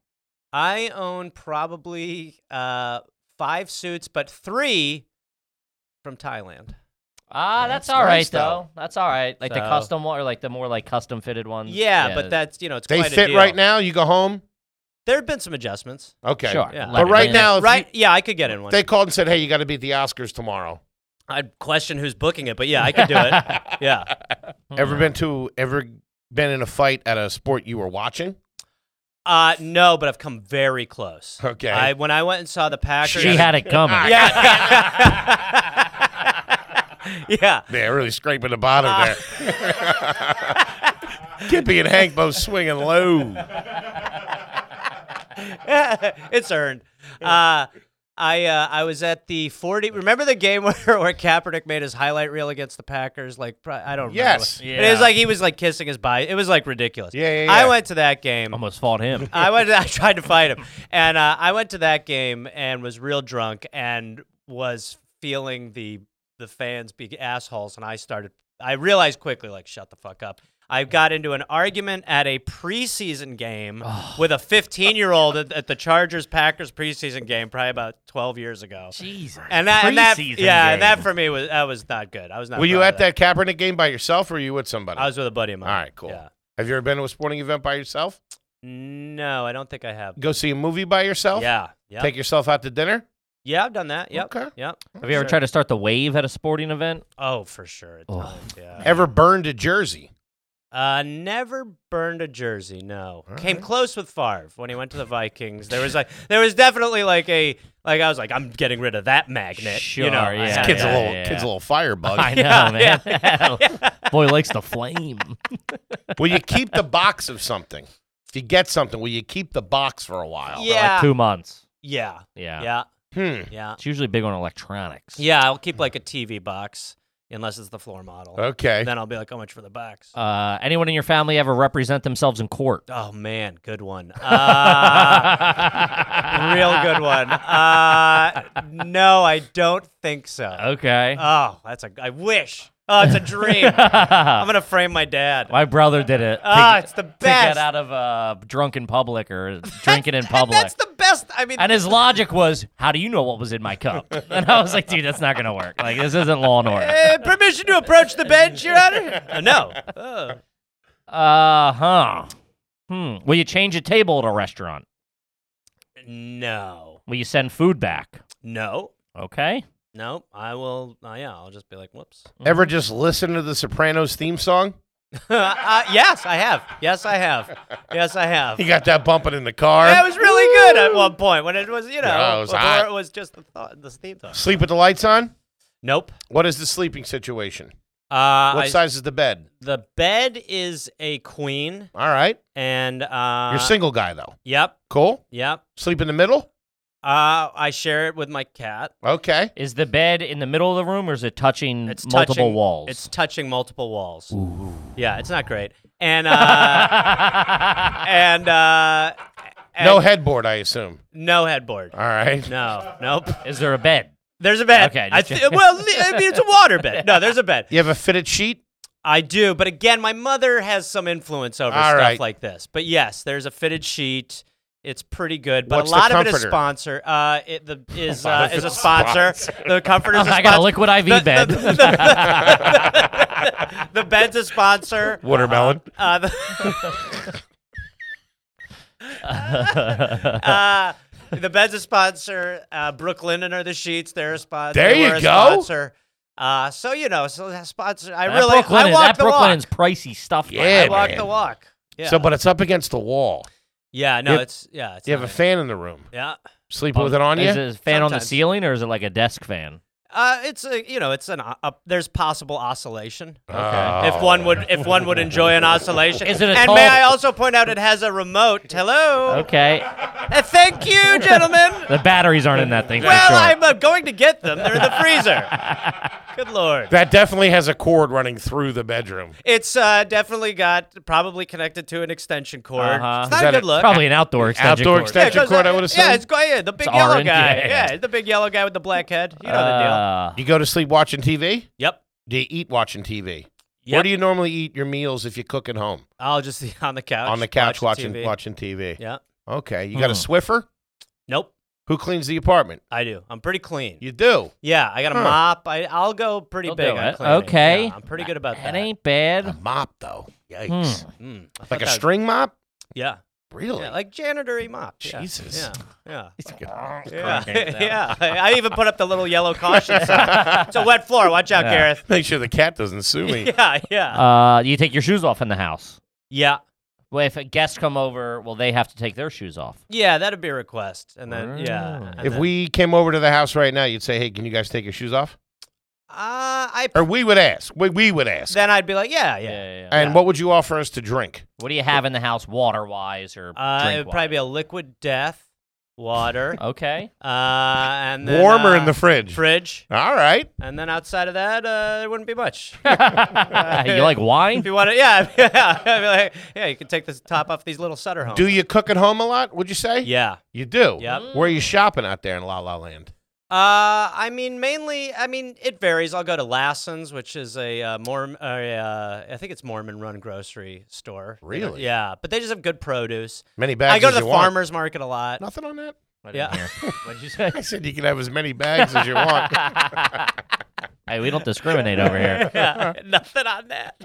Speaker 5: I own probably uh five suits, but three from Thailand.
Speaker 2: Ah,
Speaker 1: That's
Speaker 2: that's, all right
Speaker 1: nice, though.
Speaker 2: though. That's all right. Like the
Speaker 5: So-
Speaker 2: custom one, or like the more like custom fitted ones.
Speaker 5: Yeah, but that's you know it's
Speaker 1: Um, They
Speaker 5: quite a
Speaker 1: fit
Speaker 5: deal.
Speaker 1: right now. You go home.
Speaker 5: There have been some adjustments.
Speaker 1: Okay.
Speaker 2: sure.
Speaker 5: Yeah.
Speaker 1: But right
Speaker 2: Leatherman.
Speaker 1: now, if
Speaker 5: right? yeah, I could get in
Speaker 1: you-
Speaker 5: one.
Speaker 1: they called and said, "Hey, you got to be at the Oscars tomorrow."
Speaker 5: I'd question who's booking it, but yeah, I could do it. yeah.
Speaker 2: Hmm.
Speaker 5: Mm-hmm.
Speaker 1: Ever been to? Ever been in a fight at a sport you were watching?
Speaker 5: Uh no, but I've come very close.
Speaker 1: Okay.
Speaker 5: I when I went and saw the Packers.
Speaker 2: she had it coming.
Speaker 5: Yeah. yeah.
Speaker 1: They're really scraping the bottom there. Kippy and Hank both swinging low.
Speaker 5: it's earned. Uh, I uh, I was at the 40. Remember the game where, where Kaepernick made his highlight reel against the Packers? Like pro- I don't. Remember
Speaker 1: Yes.
Speaker 5: what- But it
Speaker 2: Yeah.
Speaker 5: was like he was like kissing his body. It was like ridiculous.
Speaker 1: Yeah, yeah, yeah.
Speaker 5: I went to that game.
Speaker 2: Almost fought him.
Speaker 5: I went. I tried to fight him, and uh, I went to that game and was real drunk and was feeling the the fans be assholes, and I started. I realized quickly, like, shut the fuck up. I got into an argument at a preseason game
Speaker 1: Oh.
Speaker 5: with a 15 year old at, at the Chargers Packers preseason game, probably about 12 years ago.
Speaker 2: Jesus.
Speaker 5: And that, and that,
Speaker 2: Preseason
Speaker 5: yeah,
Speaker 2: game.
Speaker 5: and that for me was that was not good. I was not.
Speaker 1: Were you
Speaker 5: proud
Speaker 1: at
Speaker 5: of
Speaker 1: that Kaepernick game by yourself, or were you with somebody?
Speaker 5: I was with a buddy of mine.
Speaker 1: All right, cool.
Speaker 5: Yeah.
Speaker 1: Have you ever been to a sporting event by yourself?
Speaker 5: No, I don't think I have.
Speaker 1: Go see a movie by yourself?
Speaker 5: Yeah, yeah,
Speaker 1: Take yourself out to dinner?
Speaker 5: yeah. I've done that. Yep,
Speaker 1: Okay.
Speaker 5: yep.
Speaker 2: Have you ever tried to start the wave at a sporting event?
Speaker 5: Oh, for sure. At
Speaker 2: Ugh.
Speaker 5: times, yeah.
Speaker 1: Ever burned a jersey?
Speaker 5: Uh, never burned a jersey. No. Came close with Favre when he went to the Vikings. There was like, there was definitely like a like I was like, I'm getting rid of that magnet.
Speaker 2: Sure,
Speaker 5: you know, I
Speaker 2: yeah,
Speaker 5: had
Speaker 1: Kid's
Speaker 5: that.
Speaker 1: a little
Speaker 2: yeah.
Speaker 1: kid's a little firebug.
Speaker 2: I know,
Speaker 5: Yeah,
Speaker 2: man. Boy likes the flame.
Speaker 1: will you keep the box of something? If you get something, will you keep the box for a while?
Speaker 5: Yeah.
Speaker 2: Like two months.
Speaker 5: yeah,
Speaker 2: Yeah.
Speaker 5: yeah,
Speaker 1: Hmm.
Speaker 5: yeah,
Speaker 2: It's usually big on electronics.
Speaker 5: yeah. I'll keep like a TV box unless it's the floor model.
Speaker 1: Okay.
Speaker 5: And then I'll be like, how much for the box?
Speaker 2: Uh, anyone in your family ever represent themselves in court?
Speaker 5: oh man, good one. Uh, real good one. Uh, no, I don't think so.
Speaker 2: Okay.
Speaker 5: Oh, that's a. I wish. Oh, it's a dream. I'm gonna frame my dad.
Speaker 2: My brother did it.
Speaker 5: Ah,
Speaker 2: To-
Speaker 5: it's the
Speaker 2: To get
Speaker 5: best.
Speaker 2: out of uh, drunk in public or drinking in public.
Speaker 5: That's the best. I mean,
Speaker 2: And his logic was, "How do you know what was in my cup?" And I was like, "Dude, that's not gonna work. Like, this isn't law and order."
Speaker 5: uh, permission to approach the bench, Your Honor? Uh, no. Uh,
Speaker 2: Uh huh. Hmm. Will you change a table at a restaurant?
Speaker 5: no.
Speaker 2: Will you send food back?
Speaker 5: No.
Speaker 2: Okay.
Speaker 5: No. I will. Uh, yeah, I'll just be like, whoops.
Speaker 1: Ever just listen to the Sopranos theme song?
Speaker 5: uh, yes, I have. Yes, I have. Yes, I have.
Speaker 1: You got that bumping in the car.
Speaker 5: That was really good at one point when it was, you know,
Speaker 1: Yeah, it was
Speaker 5: before
Speaker 1: hot.
Speaker 5: it was just the thought, the theme song.
Speaker 1: Sleep with the lights on?
Speaker 5: Nope.
Speaker 1: What is the sleeping situation?
Speaker 5: Uh,
Speaker 1: What
Speaker 5: I-
Speaker 1: size is the bed?
Speaker 5: the bed is a queen,
Speaker 1: All right.
Speaker 5: and uh,
Speaker 1: You're single guy though.
Speaker 5: Yep.
Speaker 1: Cool.
Speaker 5: Yep.
Speaker 1: Sleep in the middle?
Speaker 5: Uh, I share it with my cat.
Speaker 1: Okay.
Speaker 2: Is the bed in the middle of the room, or is it touching
Speaker 5: It's
Speaker 2: multiple
Speaker 5: touching,
Speaker 2: walls?
Speaker 5: It's touching multiple walls. Yeah, it's not great. And uh, and, uh, and
Speaker 1: No headboard, I assume.
Speaker 5: no headboard.
Speaker 1: All right.
Speaker 5: No, nope.
Speaker 2: is there a bed?
Speaker 5: There's a bed.
Speaker 2: Okay,
Speaker 5: I
Speaker 2: just
Speaker 5: thi- well, li- I mean, it's a water bed. No, there's a bed.
Speaker 1: You have a fitted sheet?
Speaker 5: I do, but again, my mother has some influence over
Speaker 1: All
Speaker 5: stuff
Speaker 1: right.
Speaker 5: like this. But yes, there's a fitted sheet. It's pretty good, but
Speaker 1: What's
Speaker 5: a
Speaker 1: the
Speaker 5: lot of it is
Speaker 1: comforter?
Speaker 5: sponsor. Uh, it the is
Speaker 1: lot
Speaker 5: uh,
Speaker 1: of
Speaker 5: is a
Speaker 1: it's
Speaker 5: sponsor. The
Speaker 1: Oh
Speaker 5: comforter is a
Speaker 2: I got a
Speaker 5: sponsor.
Speaker 2: liquid IV bed.
Speaker 5: The, the- the bed's a sponsor.
Speaker 1: Watermelon.
Speaker 5: Uh, the, uh, the bed's a sponsor. Uh, Brooklinen are the sheets. They're a sponsor.
Speaker 1: There you
Speaker 5: We're a
Speaker 1: go.
Speaker 5: Sponsor. Uh, so you know, so that sponsor. I
Speaker 2: That
Speaker 5: really,
Speaker 2: Brooklyn
Speaker 5: I
Speaker 2: is,
Speaker 5: walk
Speaker 2: that
Speaker 5: the
Speaker 2: Brooklyn
Speaker 5: walk.
Speaker 2: is pricey stuff. man.
Speaker 1: Yeah,
Speaker 5: I walk
Speaker 1: man.
Speaker 5: the walk. Yeah.
Speaker 1: So, but it's up against the wall.
Speaker 5: yeah, no,
Speaker 1: you-
Speaker 5: it's yeah, it's
Speaker 1: You have a
Speaker 5: not-
Speaker 1: fan in the room.
Speaker 5: yeah.
Speaker 1: Sleep
Speaker 5: Oh,
Speaker 1: with it on you?
Speaker 2: Is it a fan on the
Speaker 5: Sometimes.
Speaker 2: ceiling, or is it like a desk fan?
Speaker 5: Uh, it's a you know, it's an o- up there's possible oscillation.
Speaker 1: Oh.
Speaker 5: If one would, if one would enjoy an oscillation,
Speaker 2: Is it a
Speaker 5: and
Speaker 2: tall-
Speaker 5: may I also point out, it has a remote. Hello,
Speaker 2: Okay.
Speaker 5: Uh, thank you, gentlemen.
Speaker 2: The batteries aren't in that thing.
Speaker 5: Well,
Speaker 2: for sure.
Speaker 5: I'm uh, going to get them. They're in the freezer. Good lord.
Speaker 1: That definitely has a cord running through the bedroom.
Speaker 5: It's uh, definitely got probably connected to an extension cord.
Speaker 2: Uh-huh.
Speaker 5: It's
Speaker 2: Is
Speaker 5: not a
Speaker 1: that
Speaker 5: good
Speaker 1: a-
Speaker 5: look.
Speaker 2: Probably an outdoor extension.
Speaker 1: Outdoor
Speaker 2: cord.
Speaker 1: extension.
Speaker 5: it goes
Speaker 1: cord,
Speaker 5: out-
Speaker 1: I would assume.
Speaker 5: Yeah, it's go- yeah, the big
Speaker 2: It's
Speaker 5: yellow
Speaker 2: orange,
Speaker 5: guy.
Speaker 2: yeah.
Speaker 5: Yeah. the big yellow guy with the black head. You know the
Speaker 2: Uh,
Speaker 1: You go to sleep watching TV?
Speaker 5: deal. Yep.
Speaker 1: Do you eat watching TV?
Speaker 5: Yep.
Speaker 1: Where do you normally eat your meals if you cook at home?
Speaker 5: I'll just be on the couch.
Speaker 1: on the couch watching
Speaker 5: TV.
Speaker 1: watching TV.
Speaker 5: Yeah.
Speaker 1: Okay. You got a
Speaker 2: Hmm.
Speaker 1: Swiffer?
Speaker 5: Nope.
Speaker 1: Who cleans the apartment?
Speaker 5: I do. I'm pretty clean.
Speaker 1: You do.
Speaker 5: yeah, I got a
Speaker 1: Huh.
Speaker 5: mop. I, I'll go pretty
Speaker 2: You'll
Speaker 5: big
Speaker 2: do
Speaker 5: on
Speaker 2: it.
Speaker 5: cleaning.
Speaker 2: Okay.
Speaker 5: Yeah, I'm pretty good about
Speaker 2: that
Speaker 5: that.
Speaker 2: ain't bad.
Speaker 1: A mop though. Yikes.
Speaker 5: Mm, I thought
Speaker 1: Like a
Speaker 5: that-
Speaker 1: string mop?
Speaker 5: Yeah.
Speaker 1: Really?
Speaker 5: yeah. Like janitory mop. Yeah,
Speaker 1: Jesus.
Speaker 5: Yeah. Yeah. Yeah,
Speaker 2: Correct answer.
Speaker 5: yeah. I I even put up the little yellow caution sign. It's a wet floor. Watch out,
Speaker 2: Yeah.
Speaker 5: Gareth.
Speaker 1: Make sure the cat doesn't sue me.
Speaker 5: Yeah, yeah,
Speaker 2: Uh, you take your shoes off in the house.
Speaker 5: yeah,
Speaker 2: Well, if a guest come over, will they have to take their shoes off?
Speaker 5: yeah. That'd be a request, and then
Speaker 2: Wow.
Speaker 5: yeah. and
Speaker 1: Oh. If
Speaker 5: then-
Speaker 1: we came over to the house right now, you'd say, "Hey, can you guys take your shoes off?"
Speaker 5: uh, I
Speaker 1: Or we would ask. We, we would ask.
Speaker 5: then I'd be like, yeah, yeah.
Speaker 2: yeah.
Speaker 1: and what would you offer us to drink?
Speaker 2: What do you have in the house, water wise or
Speaker 5: Uh,
Speaker 2: drink
Speaker 5: it'd probably be a liquid death. water, uh,
Speaker 2: Okay.
Speaker 5: and then,
Speaker 1: Warmer in
Speaker 5: uh,
Speaker 1: the fridge.
Speaker 5: fridge.
Speaker 1: All right.
Speaker 5: And then outside of that, uh, there wouldn't be much. Uh,
Speaker 2: you like
Speaker 5: if
Speaker 2: wine?
Speaker 5: you want to, yeah, yeah, I'd be like, yeah, you can take the top off these little Sutter homes.
Speaker 1: Do you cook at home a lot? Would you say?
Speaker 5: yeah.
Speaker 1: You do.
Speaker 5: Yep.
Speaker 1: Where are you shopping out there in La La Land?
Speaker 5: Uh, I mean, mainly, I mean, it varies. I'll go to Lassen's, which is a uh, Mormon, uh, uh, I think it's Mormon-run grocery store. They don't-
Speaker 1: Really?
Speaker 5: Yeah, but they just have good produce.
Speaker 1: Many bags.
Speaker 5: I go to
Speaker 1: as you
Speaker 5: the
Speaker 1: want.
Speaker 5: farmers market a lot.
Speaker 1: Nothing on that.
Speaker 5: Yeah.
Speaker 2: What'd you say?
Speaker 1: I said you can have as many bags as you want.
Speaker 2: Hey, we don't discriminate over here.
Speaker 5: yeah, nothing on that.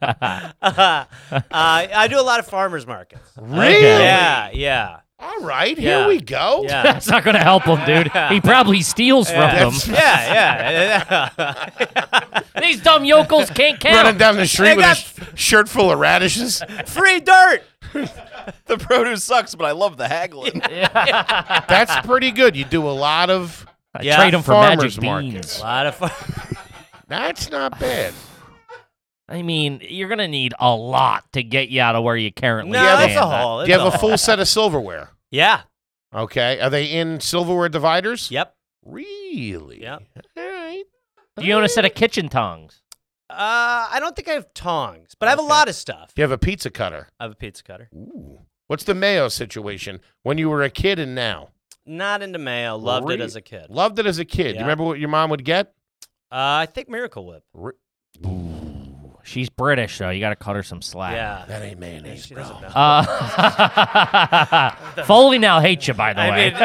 Speaker 5: uh, I do a lot of farmers markets.
Speaker 1: really?
Speaker 5: Yeah, yeah,
Speaker 1: All right.
Speaker 5: Yeah.
Speaker 1: Here we go.
Speaker 5: yeah.
Speaker 2: That's not going to help him, dude. He probably steals
Speaker 5: Yeah.
Speaker 2: from them.
Speaker 5: yeah, yeah,
Speaker 2: These dumb yokels can't
Speaker 1: Running
Speaker 2: count.
Speaker 1: down the street
Speaker 5: They
Speaker 1: with
Speaker 5: got-
Speaker 1: a sh- shirt full of radishes.
Speaker 5: Free dirt.
Speaker 4: The produce sucks, but I love the haggling.
Speaker 1: That's pretty good. You do a lot of.
Speaker 5: Yeah.
Speaker 2: Trade them for
Speaker 1: Farmers
Speaker 2: magic
Speaker 1: market.
Speaker 2: beans.
Speaker 5: A lot of fun.
Speaker 1: That's not bad.
Speaker 2: I mean, you're going to need a lot to get you out of where you currently
Speaker 5: No,
Speaker 1: have a-
Speaker 5: that's
Speaker 2: stand.
Speaker 5: a haul.
Speaker 1: Do
Speaker 5: That's
Speaker 1: you have a
Speaker 5: haul.
Speaker 1: full set of silverware?
Speaker 5: Yeah.
Speaker 1: Okay. Are they in silverware dividers?
Speaker 5: Yep.
Speaker 1: Really?
Speaker 5: Yep.
Speaker 1: All right.
Speaker 2: Do you own a set of kitchen tongs?
Speaker 5: Uh, I don't think I have tongs, but I have a
Speaker 2: Okay.
Speaker 5: lot of stuff.
Speaker 1: Do you have a pizza cutter?
Speaker 5: I have a pizza cutter.
Speaker 1: Ooh. What's the mayo situation when you were a kid and now?
Speaker 5: Not into mayo. Loved it as a kid. Uh,
Speaker 1: Loved it as a kid. Do
Speaker 5: Yeah.
Speaker 1: You remember what your mom would get?
Speaker 5: I think Miracle Whip.
Speaker 2: She's British, though. You got to cut her some slack.
Speaker 5: Yeah.
Speaker 1: That ain't mayonnaise,
Speaker 5: She
Speaker 1: bro.
Speaker 5: doesn't know.
Speaker 2: Uh, Foley now hates you, by the
Speaker 5: I
Speaker 2: way.
Speaker 5: mean,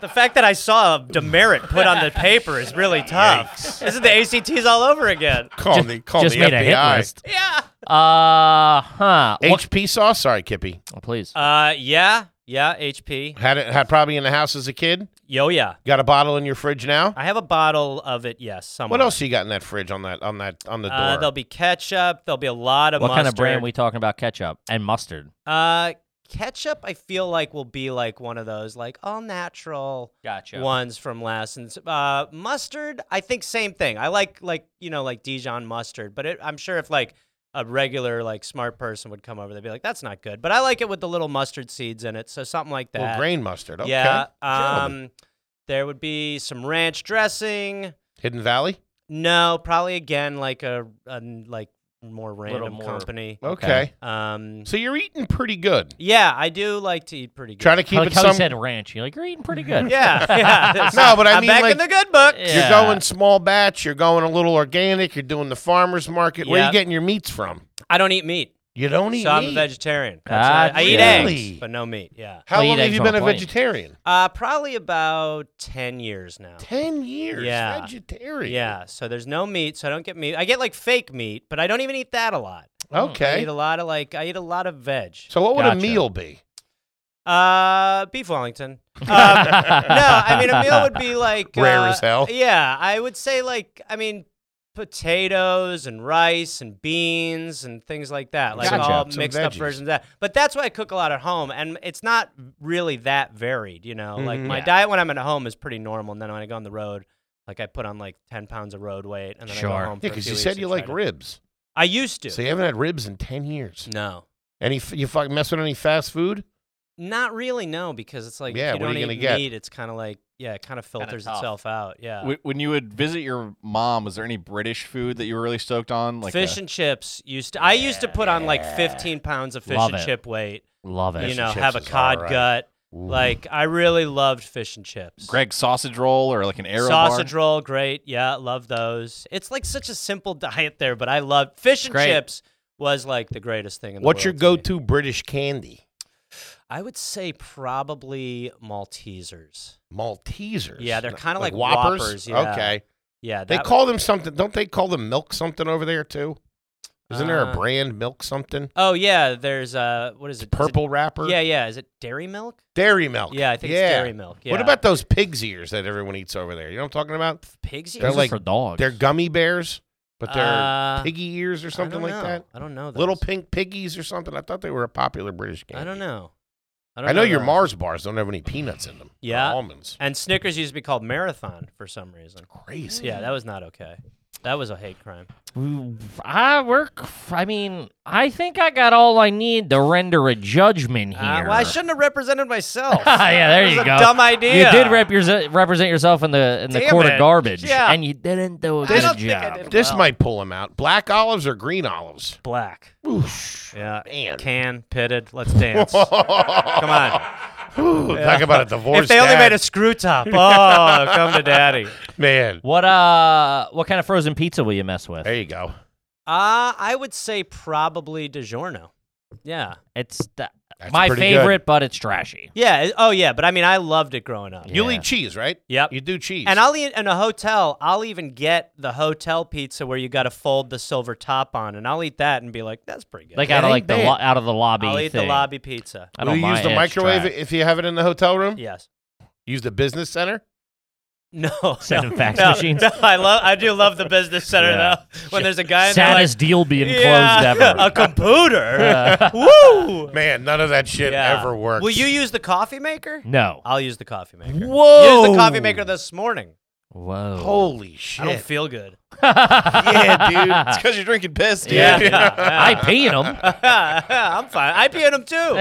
Speaker 5: the fact that I saw a demerit put on the paper is really tough. This is the ACTs all over again.
Speaker 1: Call the call
Speaker 2: Just
Speaker 1: the
Speaker 2: made a hit
Speaker 1: FBI.
Speaker 2: list.
Speaker 5: Yeah.
Speaker 2: Uh huh. What-
Speaker 1: HP sauce. Sorry, Kippy.
Speaker 2: oh, please.
Speaker 5: Uh, yeah, yeah. HP.
Speaker 1: Had it had probably in the house as a kid.
Speaker 5: Yo, yeah.
Speaker 1: Got a bottle in your fridge now.
Speaker 5: I have a bottle of it. Yes. Somewhere.
Speaker 1: What else you got in that fridge on that on that on the door?
Speaker 5: Uh, there'll be ketchup. There'll be a lot of
Speaker 2: What kind
Speaker 5: mustard.
Speaker 2: of brand we talking about? Ketchup and mustard.
Speaker 5: Uh, ketchup. I feel like will be like one of those like all natural.
Speaker 2: Gotcha.
Speaker 5: ones from Lassen's. Uh, mustard, I think same thing. I like like you know like Dijon mustard, but it, I'm sure if like a regular like smart person would come over, they'd be like, "That's not good." But I like it with the little mustard seeds in it, so something like that.
Speaker 1: Well, grain mustard. Okay.
Speaker 5: Yeah.
Speaker 1: Sure.
Speaker 5: Um, there would be some ranch dressing.
Speaker 1: Hidden Valley.
Speaker 5: No, probably again like a, a like more random
Speaker 2: more-
Speaker 5: company.
Speaker 1: Okay.
Speaker 2: Okay.
Speaker 5: Um,
Speaker 1: So you're eating pretty good.
Speaker 5: yeah, I do like to eat pretty good.
Speaker 1: Try to keep
Speaker 2: I like
Speaker 1: it
Speaker 2: how
Speaker 1: some.
Speaker 2: you said ranch. You're like you're eating pretty good.
Speaker 5: yeah, yeah.
Speaker 1: No, but I
Speaker 5: I'm
Speaker 1: mean,
Speaker 5: back
Speaker 1: like- eh
Speaker 5: in the good book.
Speaker 1: You're going small batch. You're going a little organic. You're doing the farmers market. Where are
Speaker 5: Yeah.
Speaker 1: you getting your meats from?
Speaker 5: I don't eat meat.
Speaker 1: You don't eat
Speaker 5: so I'm
Speaker 1: meat.
Speaker 5: a vegetarian.
Speaker 2: Gotcha.
Speaker 5: That's what I, I eat
Speaker 1: Ah, Really?
Speaker 5: eggs, but no meat. Yeah.
Speaker 1: How
Speaker 2: Well, you
Speaker 1: long
Speaker 2: eat
Speaker 1: have
Speaker 2: eggs
Speaker 1: you
Speaker 2: on a
Speaker 1: been a
Speaker 2: plane.
Speaker 1: vegetarian?
Speaker 5: Uh, probably about ten years now.
Speaker 1: Ten years.
Speaker 5: Yeah.
Speaker 1: Vegetarian.
Speaker 5: Yeah. So there's no meat, so I don't get meat. I get like fake meat, but I don't even eat that a lot. I
Speaker 1: Okay.
Speaker 5: eat a lot of like I eat a lot of veg.
Speaker 1: So what would a
Speaker 2: Gotcha.
Speaker 1: meal be?
Speaker 5: Uh, beef Wellington. Um, no, I mean a meal would be like
Speaker 1: Rare
Speaker 5: uh,
Speaker 1: as hell.
Speaker 5: Yeah, I would say like I mean potatoes and rice and beans and things like that, like
Speaker 1: Gotcha.
Speaker 5: all
Speaker 1: Some
Speaker 5: mixed up
Speaker 1: veggies.
Speaker 5: versions of that. But that's why I cook a lot at home, and it's not really that varied, you know. Like
Speaker 1: Mhm.
Speaker 5: my
Speaker 2: Yeah.
Speaker 5: diet when I'm at home is pretty normal, and then when I go on the road. Like I put on like ten pounds of road weight, and then I
Speaker 2: Sure.
Speaker 5: go home.
Speaker 1: Yeah,
Speaker 5: because
Speaker 1: because you said you like ribs.
Speaker 5: I used to.
Speaker 1: So you haven't had ribs in ten years.
Speaker 5: No,
Speaker 1: Any f- you fucking mess with any fast food?
Speaker 5: Not really, no, because it's like
Speaker 1: Yeah,
Speaker 5: if you
Speaker 1: what are
Speaker 5: don't
Speaker 1: you gonna
Speaker 5: eat
Speaker 1: get?
Speaker 5: meat, it's kind of like yeah, it kind of filters
Speaker 2: tough.
Speaker 5: itself out. Yeah,
Speaker 4: Wh- When you would visit your mom, was there any British food that you were really stoked on? Like
Speaker 5: fish
Speaker 4: a-
Speaker 5: and chips used. To, I used to put on like 15 pounds of fish
Speaker 2: Love
Speaker 5: and
Speaker 2: it.
Speaker 5: chip weight.
Speaker 2: Love it.
Speaker 5: you know,
Speaker 1: chips
Speaker 5: have a
Speaker 1: is
Speaker 5: cod
Speaker 1: alright.
Speaker 5: gut. Like I really loved fish and chips.
Speaker 4: Greg sausage roll or like an arrow
Speaker 5: Sausage
Speaker 4: bar?
Speaker 5: roll, great. Yeah, love those. It's like such a simple diet there, but I loved fish and
Speaker 2: Great.
Speaker 5: chips. Was like the greatest thing in the
Speaker 1: What's your
Speaker 5: world to me.
Speaker 1: go-to British candy?
Speaker 5: I would say probably Maltesers.
Speaker 1: Maltesers.
Speaker 5: Yeah, they're kinda like
Speaker 1: Whoppers.
Speaker 5: Whoppers, yeah.
Speaker 1: Okay.
Speaker 5: Yeah,
Speaker 1: They
Speaker 5: that
Speaker 1: call them something. Don't they call them milk something over there too? Isn't there a
Speaker 5: Uh,
Speaker 1: brand milk something?
Speaker 5: Oh yeah, there's uh, what is it? Is it-
Speaker 1: Purple wrapper.
Speaker 5: Yeah, yeah. Is it dairy milk?
Speaker 1: Dairy milk.
Speaker 5: Yeah, I think
Speaker 1: Yeah.
Speaker 5: it's dairy milk. Yeah.
Speaker 1: What about those pig's ears that everyone eats over there? You know what I'm talking about?
Speaker 5: pigs?
Speaker 1: They're
Speaker 5: ears?
Speaker 1: like-
Speaker 2: for dogs.
Speaker 1: They're gummy bears, but they're
Speaker 5: Uh,
Speaker 1: piggy ears or
Speaker 5: I
Speaker 1: something like
Speaker 5: don't know.
Speaker 1: that.
Speaker 5: I don't know. Those.
Speaker 1: Little pink piggies or something. I thought they were a popular British candy.
Speaker 5: I don't know.
Speaker 1: I,
Speaker 5: don't
Speaker 1: know, your
Speaker 5: those.
Speaker 1: Mars bars don't have any peanuts in them. or
Speaker 5: Yeah.
Speaker 1: almonds.
Speaker 5: And Snickers used to be called Marathon for some reason.
Speaker 1: Crazy.
Speaker 5: Yeah, that was not okay. That was a hate crime.
Speaker 2: I work. I mean, I think I got all I need to render a judgment here.
Speaker 5: Uh, well, I shouldn't have represented myself.
Speaker 2: Ah, yeah, there
Speaker 5: That
Speaker 2: you
Speaker 5: was a
Speaker 2: go.
Speaker 5: dumb idea.
Speaker 2: You did represent represent yourself in the in the
Speaker 5: Damn
Speaker 2: court
Speaker 5: it.
Speaker 2: of garbage,
Speaker 5: Yeah.
Speaker 2: and you didn't do a
Speaker 5: I
Speaker 2: good
Speaker 5: don't think I
Speaker 2: job.
Speaker 5: did
Speaker 1: This
Speaker 5: well.
Speaker 1: might pull him out. Black olives or green olives?
Speaker 5: black. yeah, can pitted. Let's dance.
Speaker 1: Come
Speaker 5: on.
Speaker 1: Talk about a divorce.
Speaker 5: if they only
Speaker 1: dad.
Speaker 5: made a screw top, oh, come to daddy.
Speaker 1: man.
Speaker 2: What uh, what kind of frozen pizza will you mess with?
Speaker 1: There you go.
Speaker 5: Uh, I would say probably DiGiorno. Yeah,
Speaker 2: It's the,
Speaker 1: That's
Speaker 2: my
Speaker 1: pretty good.
Speaker 2: favorite, but it's trashy.
Speaker 5: yeah. it- Oh, yeah. But I mean, I loved it growing up.
Speaker 1: You'll
Speaker 2: Yeah.
Speaker 1: eat cheese, right?
Speaker 5: Yep.
Speaker 1: You do cheese.
Speaker 5: And I'll eat in a hotel. I'll even get the hotel pizza where you got to fold the silver top on, and I'll eat that and be like, "That's pretty good."
Speaker 2: Like out of
Speaker 1: ain't
Speaker 2: like the
Speaker 1: bad.
Speaker 2: lo- out of the lobby.
Speaker 5: I'll eat the
Speaker 2: thing.
Speaker 5: lobby pizza.
Speaker 2: I
Speaker 1: Will
Speaker 2: don't
Speaker 1: you use
Speaker 2: mind.
Speaker 1: the
Speaker 2: It's
Speaker 1: microwave
Speaker 2: trash.
Speaker 1: if you have it in the hotel room?
Speaker 5: Yes.
Speaker 1: Use the business center?
Speaker 5: No.
Speaker 2: Send
Speaker 5: no,
Speaker 2: them fax
Speaker 5: no,
Speaker 2: machines.
Speaker 5: No, I love. I do love the business center though. When there's a guy in there, like,
Speaker 2: Saddest deal being
Speaker 5: yeah,
Speaker 2: closed ever.
Speaker 5: a computer. Woo.
Speaker 1: Man, none of that shit
Speaker 5: Yeah.
Speaker 1: ever works.
Speaker 5: Will you use the coffee maker?
Speaker 2: no.
Speaker 5: I'll use the coffee maker.
Speaker 2: Whoa.
Speaker 5: Used the coffee maker this morning.
Speaker 2: Whoa.
Speaker 1: Holy
Speaker 5: I don't
Speaker 1: shit.
Speaker 5: feel good.
Speaker 1: yeah, dude.
Speaker 4: It's because you're drinking piss, dude.
Speaker 5: Yeah.
Speaker 2: I pee in 'em.
Speaker 5: I'm fine. I pee in them too.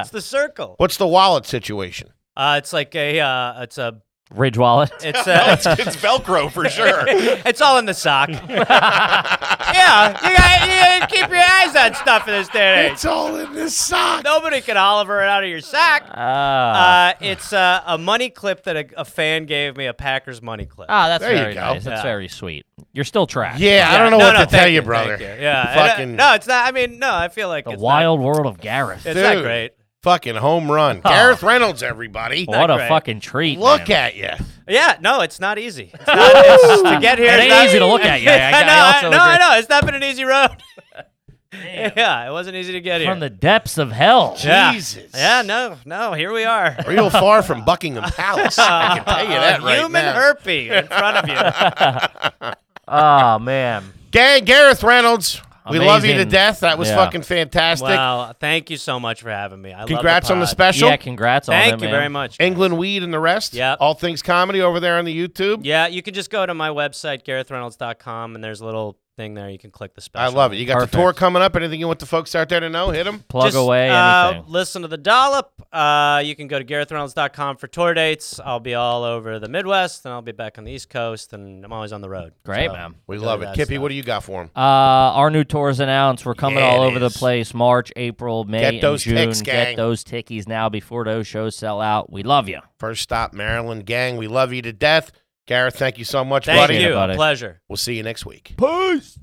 Speaker 5: it's the circle.
Speaker 1: What's the wallet situation?
Speaker 5: Uh, it's like a. Uh, it's a.
Speaker 2: Ridge wallet.
Speaker 5: It's a.
Speaker 4: It's, it's Velcro for sure.
Speaker 5: it's all in the sock. yeah, you gotta, you gotta keep your eyes on stuff in this day and age.
Speaker 1: It's all in this sock.
Speaker 5: Nobody can Oliver it out of your sack.
Speaker 2: Ah.
Speaker 5: Uh, it's uh, a money clip that a, a fan gave me, a Packers money clip.
Speaker 2: ah, that's
Speaker 1: there you
Speaker 2: very
Speaker 1: go.
Speaker 2: nice. That's
Speaker 5: Yeah.
Speaker 2: very sweet. You're still trash.
Speaker 1: Yeah, I don't know
Speaker 5: No,
Speaker 1: what
Speaker 5: no,
Speaker 1: to tell
Speaker 5: thank
Speaker 1: you,
Speaker 5: thank
Speaker 1: brother.
Speaker 5: you. Yeah, and, uh,
Speaker 1: Fucking,
Speaker 5: no, it's not. I mean, no, I feel like
Speaker 2: The
Speaker 5: it's not-
Speaker 2: wild world of Gareth.
Speaker 5: it's not
Speaker 1: Dude.
Speaker 5: great.
Speaker 1: fucking home run. Gareth Reynolds, everybody.
Speaker 2: What a
Speaker 5: great.
Speaker 2: fucking treat.
Speaker 1: Look
Speaker 2: man.
Speaker 1: at you.
Speaker 5: Yeah, no, it's not easy. It's not, it's, to get here,
Speaker 2: It
Speaker 5: it's
Speaker 2: ain't
Speaker 5: not-
Speaker 2: easy to look at, yeah, I- I
Speaker 5: no,
Speaker 2: also
Speaker 5: no, I
Speaker 2: agree.
Speaker 5: know. It's not been an easy road. yeah, it wasn't easy to get here.
Speaker 2: From the depths of hell.
Speaker 5: yeah.
Speaker 1: Jesus.
Speaker 5: Yeah, no, no. Here we are.
Speaker 1: Real far from Buckingham Palace. I can tell you that right
Speaker 5: Human
Speaker 1: now.
Speaker 5: herpes in front of you.
Speaker 2: Oh, man.
Speaker 1: Gang, Gareth Reynolds, we love you to
Speaker 2: Amazing.
Speaker 1: death. That was
Speaker 2: Yeah.
Speaker 1: fucking fantastic.
Speaker 5: wow, thank you so much for having me. I love the
Speaker 1: Congrats on the
Speaker 5: pod.
Speaker 1: special.
Speaker 2: Yeah, congrats on
Speaker 5: Thank
Speaker 2: it,
Speaker 5: you
Speaker 2: man.
Speaker 5: very much.
Speaker 1: England Weed and the rest.
Speaker 5: Yep.
Speaker 1: All Things Comedy over there on the YouTube.
Speaker 5: Yeah, you can just go to my website, GarethReynolds.com, and there's a little thing there. You can click the
Speaker 1: I
Speaker 5: special.
Speaker 1: love it. You got
Speaker 2: Perfect.
Speaker 1: the tour coming up. Anything you want the folks out there to know? Hit them.
Speaker 2: Plug
Speaker 5: Just,
Speaker 2: away
Speaker 5: uh,
Speaker 2: anything.
Speaker 5: listen to the dollop. Uh, you can go to GarethReynolds.com for tour dates. I'll be all over the Midwest, and I'll be back on the East Coast, and I'm always on the road.
Speaker 2: Great,
Speaker 5: So,
Speaker 2: man.
Speaker 1: We
Speaker 5: go
Speaker 1: love
Speaker 5: to
Speaker 1: it.
Speaker 5: that
Speaker 1: Kippy,
Speaker 5: stuff.
Speaker 1: what do you got for him?
Speaker 2: Uh, our new tour is announced. We're coming
Speaker 1: Yeah,
Speaker 2: all
Speaker 1: it
Speaker 2: over the
Speaker 1: is.
Speaker 2: place. March, April, May,
Speaker 1: Get those
Speaker 2: and June.
Speaker 1: ticks, gang.
Speaker 2: Get those tickies now before those shows sell out. We love you.
Speaker 1: First stop, Maryland gang. We love you to death. Gareth, thank you so much,
Speaker 5: Thank
Speaker 1: buddy.
Speaker 5: you.
Speaker 2: Buddy.
Speaker 5: Pleasure.
Speaker 1: We'll see you next week.
Speaker 2: Peace.